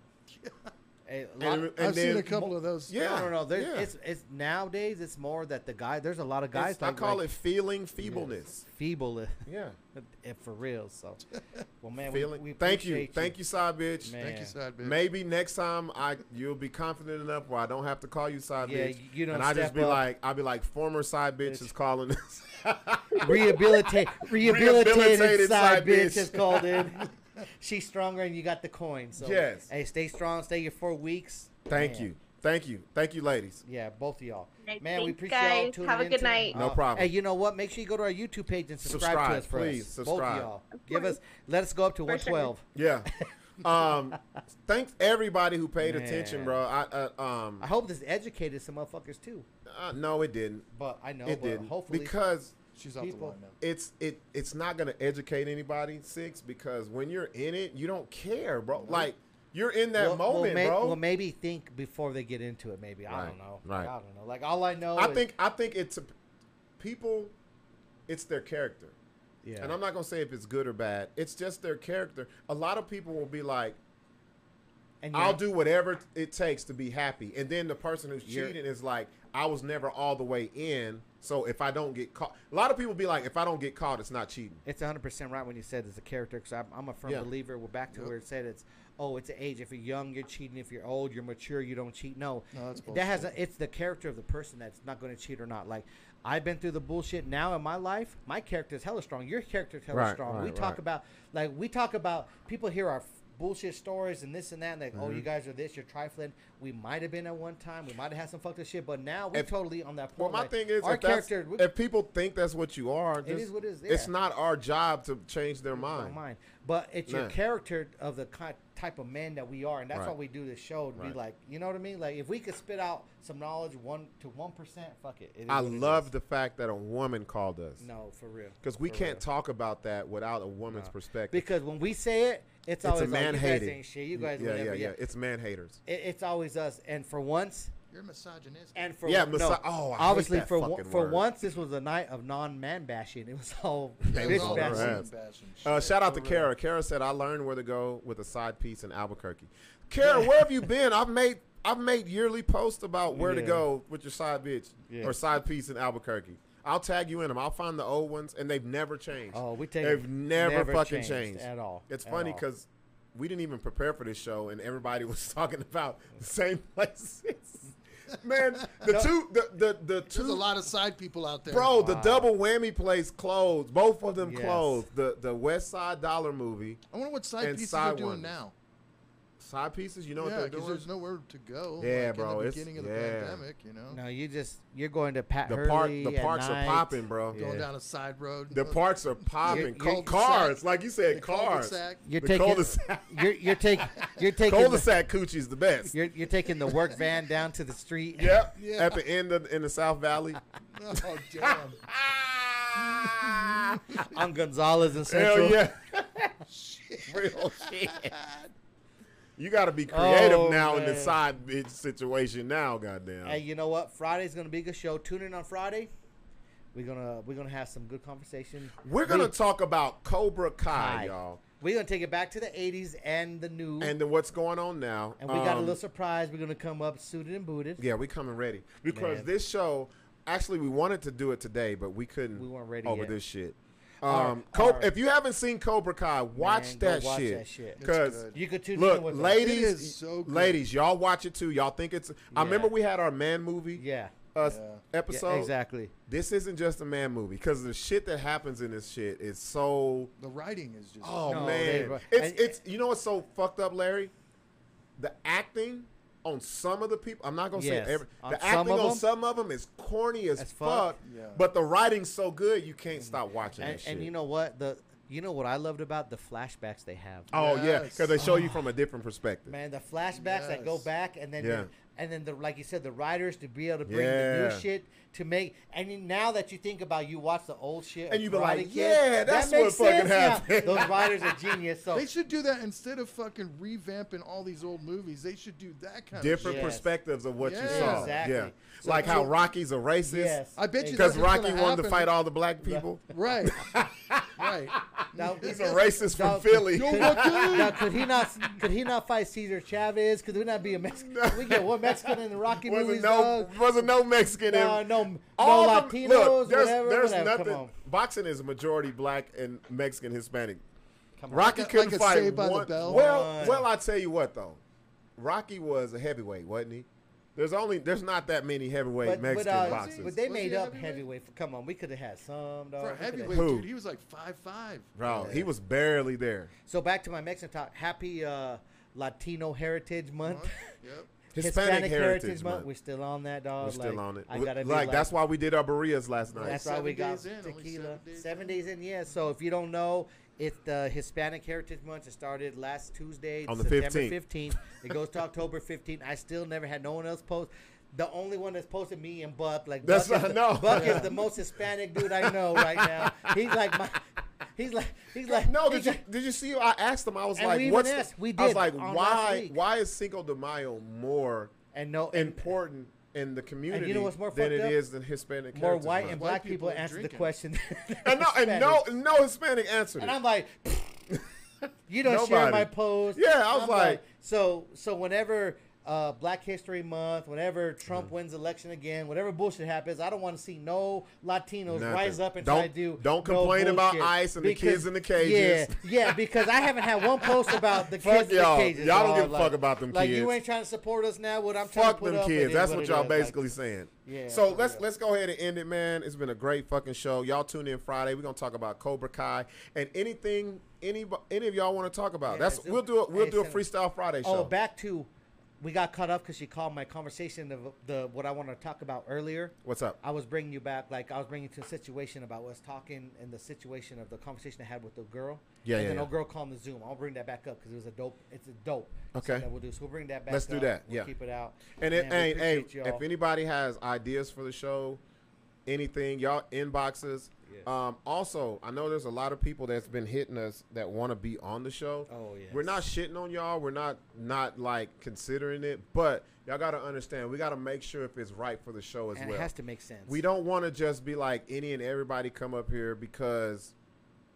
yeah. A lot- And, and I've then seen a couple of those. Yeah, no, no, no. There's, yeah. It's it's nowadays. It's more that the guy. There's a lot of guys. It's- I like- call like it feeling feebleness. feeble, Yeah. if for real. So, well, man, we, Feeling. we thank you. appreciate Thank you, side bitch. Man. Thank you, side bitch. Maybe next time I you'll be confident enough where I don't have to call you side Yeah, bitch. you- you don't and I just step be up. like I'll be like former side bitch is calling us. Rehabilitate, rehabilitated Rehabilitated side side bitch bitch. is called in. She's stronger, and you got the coin. So Yes. hey, stay strong. Stay your four weeks. Thank Man, you. Thank you. Thank you, ladies. Yeah, both of y'all. Right, Man, we thanks, appreciate y'all guys. tuning Have a in good tonight. Uh, night. No problem. Hey, you know what? Make sure you go to our YouTube page and subscribe, to Subscribe, us for please, us. Both subscribe. of y'all. Give us. Let us go up to For sure. 112. Yeah. um thanks everybody who paid attention, Man. bro. I uh, um I hope this educated some motherfuckers too. uh, no it didn't. But I know. it but didn't. Oh, Hopefully, because She's off People- the line now. it's it it's not gonna educate anybody six because when you're in it you don't care bro like you're in that well, well, moment may- bro Well, maybe think before they get into it. Maybe I don't Right, know. right. I don't know. Like all I know. i is- think i think it's a, people it's their character Yeah. and i'm not gonna say if it's good or bad it's just their character a lot of people will be like And i'll you're- do whatever it takes to be happy and then the person who's You're- cheating is like i was never all the way in so if i don't get caught a lot of people be like if i don't get caught it's not cheating It's 100% right when you said it's a character because I'm, I'm a firm Yeah. believer. We're back to where it said it's, oh, it's age. If you're young, you're cheating. If you're old, you're mature, you don't cheat. No, No, that's that has bullshit. a, it's the character of the person that's not going to cheat or not. Like, I've been through the bullshit now in my life. My character is hella strong. Your character is hella Right, strong. right, we talk right. about, like, we talk about people hear our f- bullshit stories and this and that. And like, oh, Mm-hmm. you guys are this, you're trifling. We might have been at one time. We might have had some fucked up shit, but now we're If- totally on that point. Well, my like, thing is, our if, that's- character. we- if people think that's what you are, just, is what it is, It's yeah. not our job to change their Don't mind. mind. But it's your Nah. character of the ki- type of man that we are, and that's Right. why we do this show to Right. be like, you know what I mean? Like, if we could spit out some knowledge one to one percent, fuck it. it is I what it love is. the fact that a woman called us No, for real. because we For can't real. talk about that without a woman's perspective. Because when we say it, it's it's, always a man like, you guys hated. ain't shit. You guys, yeah, whatever. yeah, Yeah, yeah. It's man haters. It, it's always us, and for once, You're misogynistic. and for Yeah, no, misi- oh, I hate obviously that for fucking one- for word. once, this was a night of non-man bashing. It was all It was bitch all right. bashing. women Yes. bashing shit. Uh, shout out For to real. Kara. Kara said, "I learned where to go with a side piece in Albuquerque." Kara, where have you been? I've made I've made yearly posts about where to Yeah. go with your side bitch Yeah. or side piece in Albuquerque. I'll tag you in them. I'll find the old ones, and they've never changed. Oh, we take They've never, fucking changed, at all. It's at funny all. because we didn't even prepare for this show, and everybody was talking about the same places. Man, the two, the the the two, There's a lot of side people out there. bro, the Wow. double whammy place closed. Both of them Yes. closed. The the West Side Dollar movie I wonder what side and pieces side are doing ones. now. side pieces. You know yeah, what they're because doing? there's nowhere to go. Yeah, like, bro, In the it's- beginning of the yeah. pandemic, you know, No, you just you're going to Pat the park, Hurley the at parks are night. popping, bro. going Yeah. down a side road. The parks are popping. You're- you're- cars, like you said, The cars. cul-de-sac. You're The taking cul-de-sac. you're you're taking you're taking the, Cul-de-sac coochie's the best. you're you're taking the work van down to the street. Yep. Yeah. At the end of in the South Valley. Oh damn! on Gonzales and Central. Hell yeah. Shit. Real shit. You got to be creative Oh, now in the man. side bitch situation now, goddamn. Hey, you know what? Friday's gonna be a good show. Tune in on Friday. We're gonna we're gonna have some good conversation. We're going to We- talk about Cobra Kai, Kai. y'all. We're gonna take it back to the '80s and the new. And then what's going on now. and we got Um, a little surprise. We're gonna come up suited and booted. Yeah, we coming ready. Because Man. this show, actually, we wanted to do it today, but we couldn't We weren't ready over yet. this shit. Our- Um, Co- our- if you haven't seen Cobra Kai, watch, Man, go that, watch shit. that shit. It's Because good. You could tune in Look, with us. ladies, It is so good. ladies, y'all watch it too. Y'all think it's. I remember we had our man movie Yeah. uh, Yeah. Yeah, episode. exactly. This isn't just a man movie because the shit that happens in this shit is so. The writing is just. Oh No, man, they- it's and- it's. You know what's so fucked up, Larry? The acting on some of the people. I'm not gonna Yes. say every. On The some acting of on them? some of them is corny as, As fuck. fuck. Yeah. But the writing's so good you can't stop watching And, that shit. and you know what? The you know what I loved about the flashbacks they have. Oh yeah, Yes. because they show you from a different perspective. Man, the flashbacks that go Yes. back and then Yeah. and then the like you said, the writers to be able to bring the Yeah. new shit to make and then now that you think about you watch the old shit And of you be Karate like, Kid, "Yeah, that's what fucking now." happened. Those writers are genius. So They should do that instead of fucking revamping all these old movies. They should do that kind different of Yes. perspectives of what you Yeah. saw. Exactly. Yeah, So like how you- Rocky's a racist Yes. shit. I bet you because that's what's Rocky gonna wanted to happen. fight all the black people. Right. right. Now, He's a racist from Dog, Philly. Could, now, could he not? Could he not fight Cesar Chavez? Could we not be a Mexican? Could we get one Mexican in the Rocky Wasn't movies. no, dog? wasn't no Mexican No, in no, no all the, Latinos. look, there's, whatever, there's whatever. nothing. Come on, Boxing is majority black and Mexican Hispanic. come on. Rocky Like a- couldn't like a fight Saved by the one. Bell? Well, One. well, I tell you what though, Rocky was a heavyweight, wasn't he? There's only there's not that many heavyweight But, but, Mexican uh, boxers. but they Was he made a up heavyweight? heavyweight. Come on, we could have had some dog. We For a coulda had- heavyweight Who? dude, he was like five five. Bro, he was barely there. So back to my Mexican talk. Happy uh, Latino Heritage Month. Yep. Hispanic, Heritage, Month. We're still on that, dog. We're like, still on it. I We- gotta like, be that's why we did our burritos last night. That's Only why we seven got days in, only tequila. seven days Seven in. days in, yeah. So if you don't know, it's the Hispanic Heritage Month. It started last Tuesday, On the September 15th. 15th. It goes to October 15th. I still never had no one else post. The only one that's posted me and Buck, like That's Buck, what is I the, know. Buck Yeah. is the most Hispanic dude I know right now. He's like my, he's like, he's like, no, did he's you like- did you see? I asked him. I was And like, we even "What's?" the- asked. We I was did like, on last "Why? week. Why is Cinco de Mayo more and no, and important in the community what's more than fucked it up? is than Hispanic more Heritage white Month? and White black people people are answered the drinking. question. and no and no Hispanic. no Hispanic answered And it. I'm like, you don't share Nobody. my post. Yeah, I was I'm like- so so whenever uh, Black History Month, whenever Trump Mm-hmm. wins election again, whatever bullshit happens, I don't want to see no Latinos Nothing. rise up and Don't- try to do. don't no complain about bullshit. ICE and the kids in the cages. Yeah, yeah, because I haven't had one post about the Fuck kids in y'all. the cages. Y'all don't dog. give a like, fuck about them like, kids. you ain't trying to support us now. What I'm trying to Fuck put them up, it kids. is That's what, what it y'all is. basically Like, saying. Yeah, So for let's real. let's go ahead and end it, man. It's been a great fucking show. Y'all tune in Friday. We're gonna talk about Cobra Kai and anything any any of y'all want to talk about. Yeah, That's it's- we'll do it. We'll hey, do a send- freestyle Friday show. Oh, back to we got cut off because she called my conversation of the what I want to talk about earlier. What's up? I was bringing you back, like I was bringing you to a situation about us talking and the situation of the conversation I had with the girl. Yeah, and yeah, then yeah. old girl called the Zoom. I'll bring that back up because it was a dope. It's a dope. Okay. So that we'll do. So we'll bring that back. Let's do up. that, We'll yeah. Keep it out. And it, Man, we hey, hey, appreciate y'all. if anybody has ideas for the show, anything, y'all inboxes. Um, also, I know there's a lot of people that's been hitting us that want to be on the show. Oh, yes. We're not shitting on y'all. We're not not like considering it, but y'all got to understand we got to make sure if it's right for the show as and well. it has to make sense. we don't want to just be like any and everybody come up here because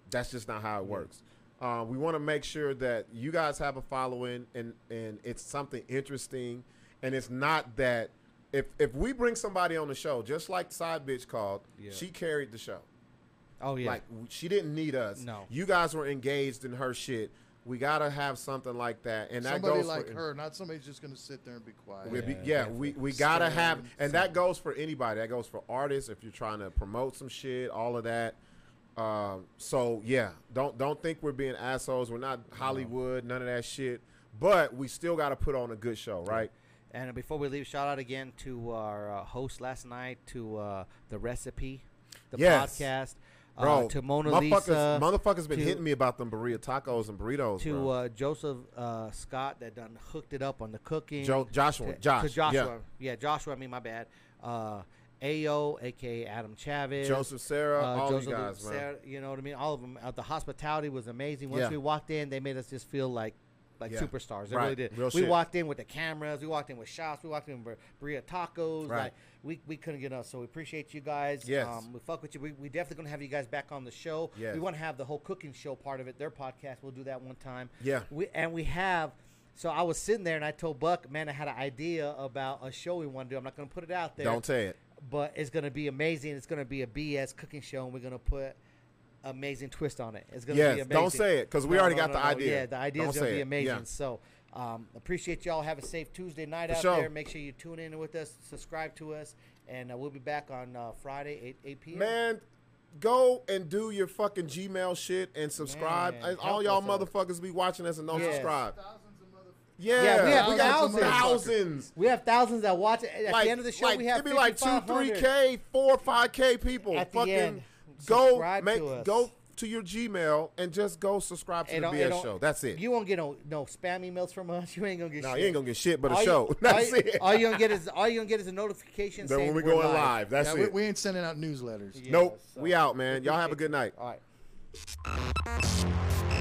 that's just not how it works. Uh, we want to make sure that you guys have a following and and it's something interesting, and it's not that if if we bring somebody on the show, just like side bitch called, she carried the show. Oh yeah. Like w- she didn't need us. No. you guys were engaged in her shit. We gotta have something like that, and that Somebody goes like for, her, not somebody's just gonna sit there and be Oh, quiet. we- be- yeah, we, we Stay gotta in have, and and that goes for anybody. That goes for artists if you're trying to promote some shit, all of that. Um, so yeah, don't don't think we're being assholes. We're not Hollywood, none of that shit. But we still gotta put on a good show, right? and before we leave, shout out again to our uh, host last night, to uh, the recipe, the Yes. podcast, Bro, uh, to Mona motherfuckers, Lisa, motherfuckers been to- hitting me about them burrito tacos and burritos. to bro. uh, Joseph uh, Scott that done hooked it up on the cooking. Jo- Joshua, to, Josh, to yeah. Joshua, yeah. Joshua. I mean, my bad. Uh, Ao, aka Adam Chavez, Joseph Sarah, all you guys, man. Uh, Sarah, you know what I mean. All of them. Uh, the hospitality was amazing. Once Yeah. we walked in, they made us just feel like. Like Yeah. superstars, they Right. really did. Real we shit. walked in with the cameras, we walked in with shots, we walked in with burrito tacos. Right. Like we, we couldn't get enough, so we appreciate you guys. Um, Yes. we fuck with you. We, we definitely gonna have you guys back on the show. Yes. we want to have the whole cooking show part of it. Their podcast, we'll do that one time. Yeah. We and we have. So I was sitting there and I told Buck, man, I had an idea about a show we want to do. I'm not going to put it out there. Don't say it. But it's going to be amazing. It's going to be a BS cooking show, and we're going to put amazing twist on it. It's going to be Yes, amazing. don't say it, 'cause we already got the idea. Yeah, the idea Don't is going say to be it. amazing. Yeah. So um, appreciate y'all. Have a safe Tuesday night For out sure. there. Make sure you tune in with us, subscribe to us, and uh, we'll be back on uh, Friday 8 8 p.m. Man, go and do your fucking Gmail shit and subscribe. Man, And all help y'all us out. motherfuckers be watching us and don't Yes. subscribe. Thousands of motherfuckers. Yeah, Yeah, we have we got thousands. thousands. We have thousands that watch it. At like, the end of the show, like, we have it'd be like two, three 5,500. k, four, five k people. At the fucking end, go subscribe make to us. go to your Gmail and just go subscribe to It the don't- it BS don't- show. That's it. You won't get no, no spam emails from us. You ain't gonna get. no, shit. you ain't gonna get shit but a all show. You, That's all, you- it. all you gonna get is all you gonna get is a notification. then saying when we we're going live, that's Yeah, it. we, we ain't sending out newsletters. Yeah, nope, so- we out, man. Y'all have a good night. All right.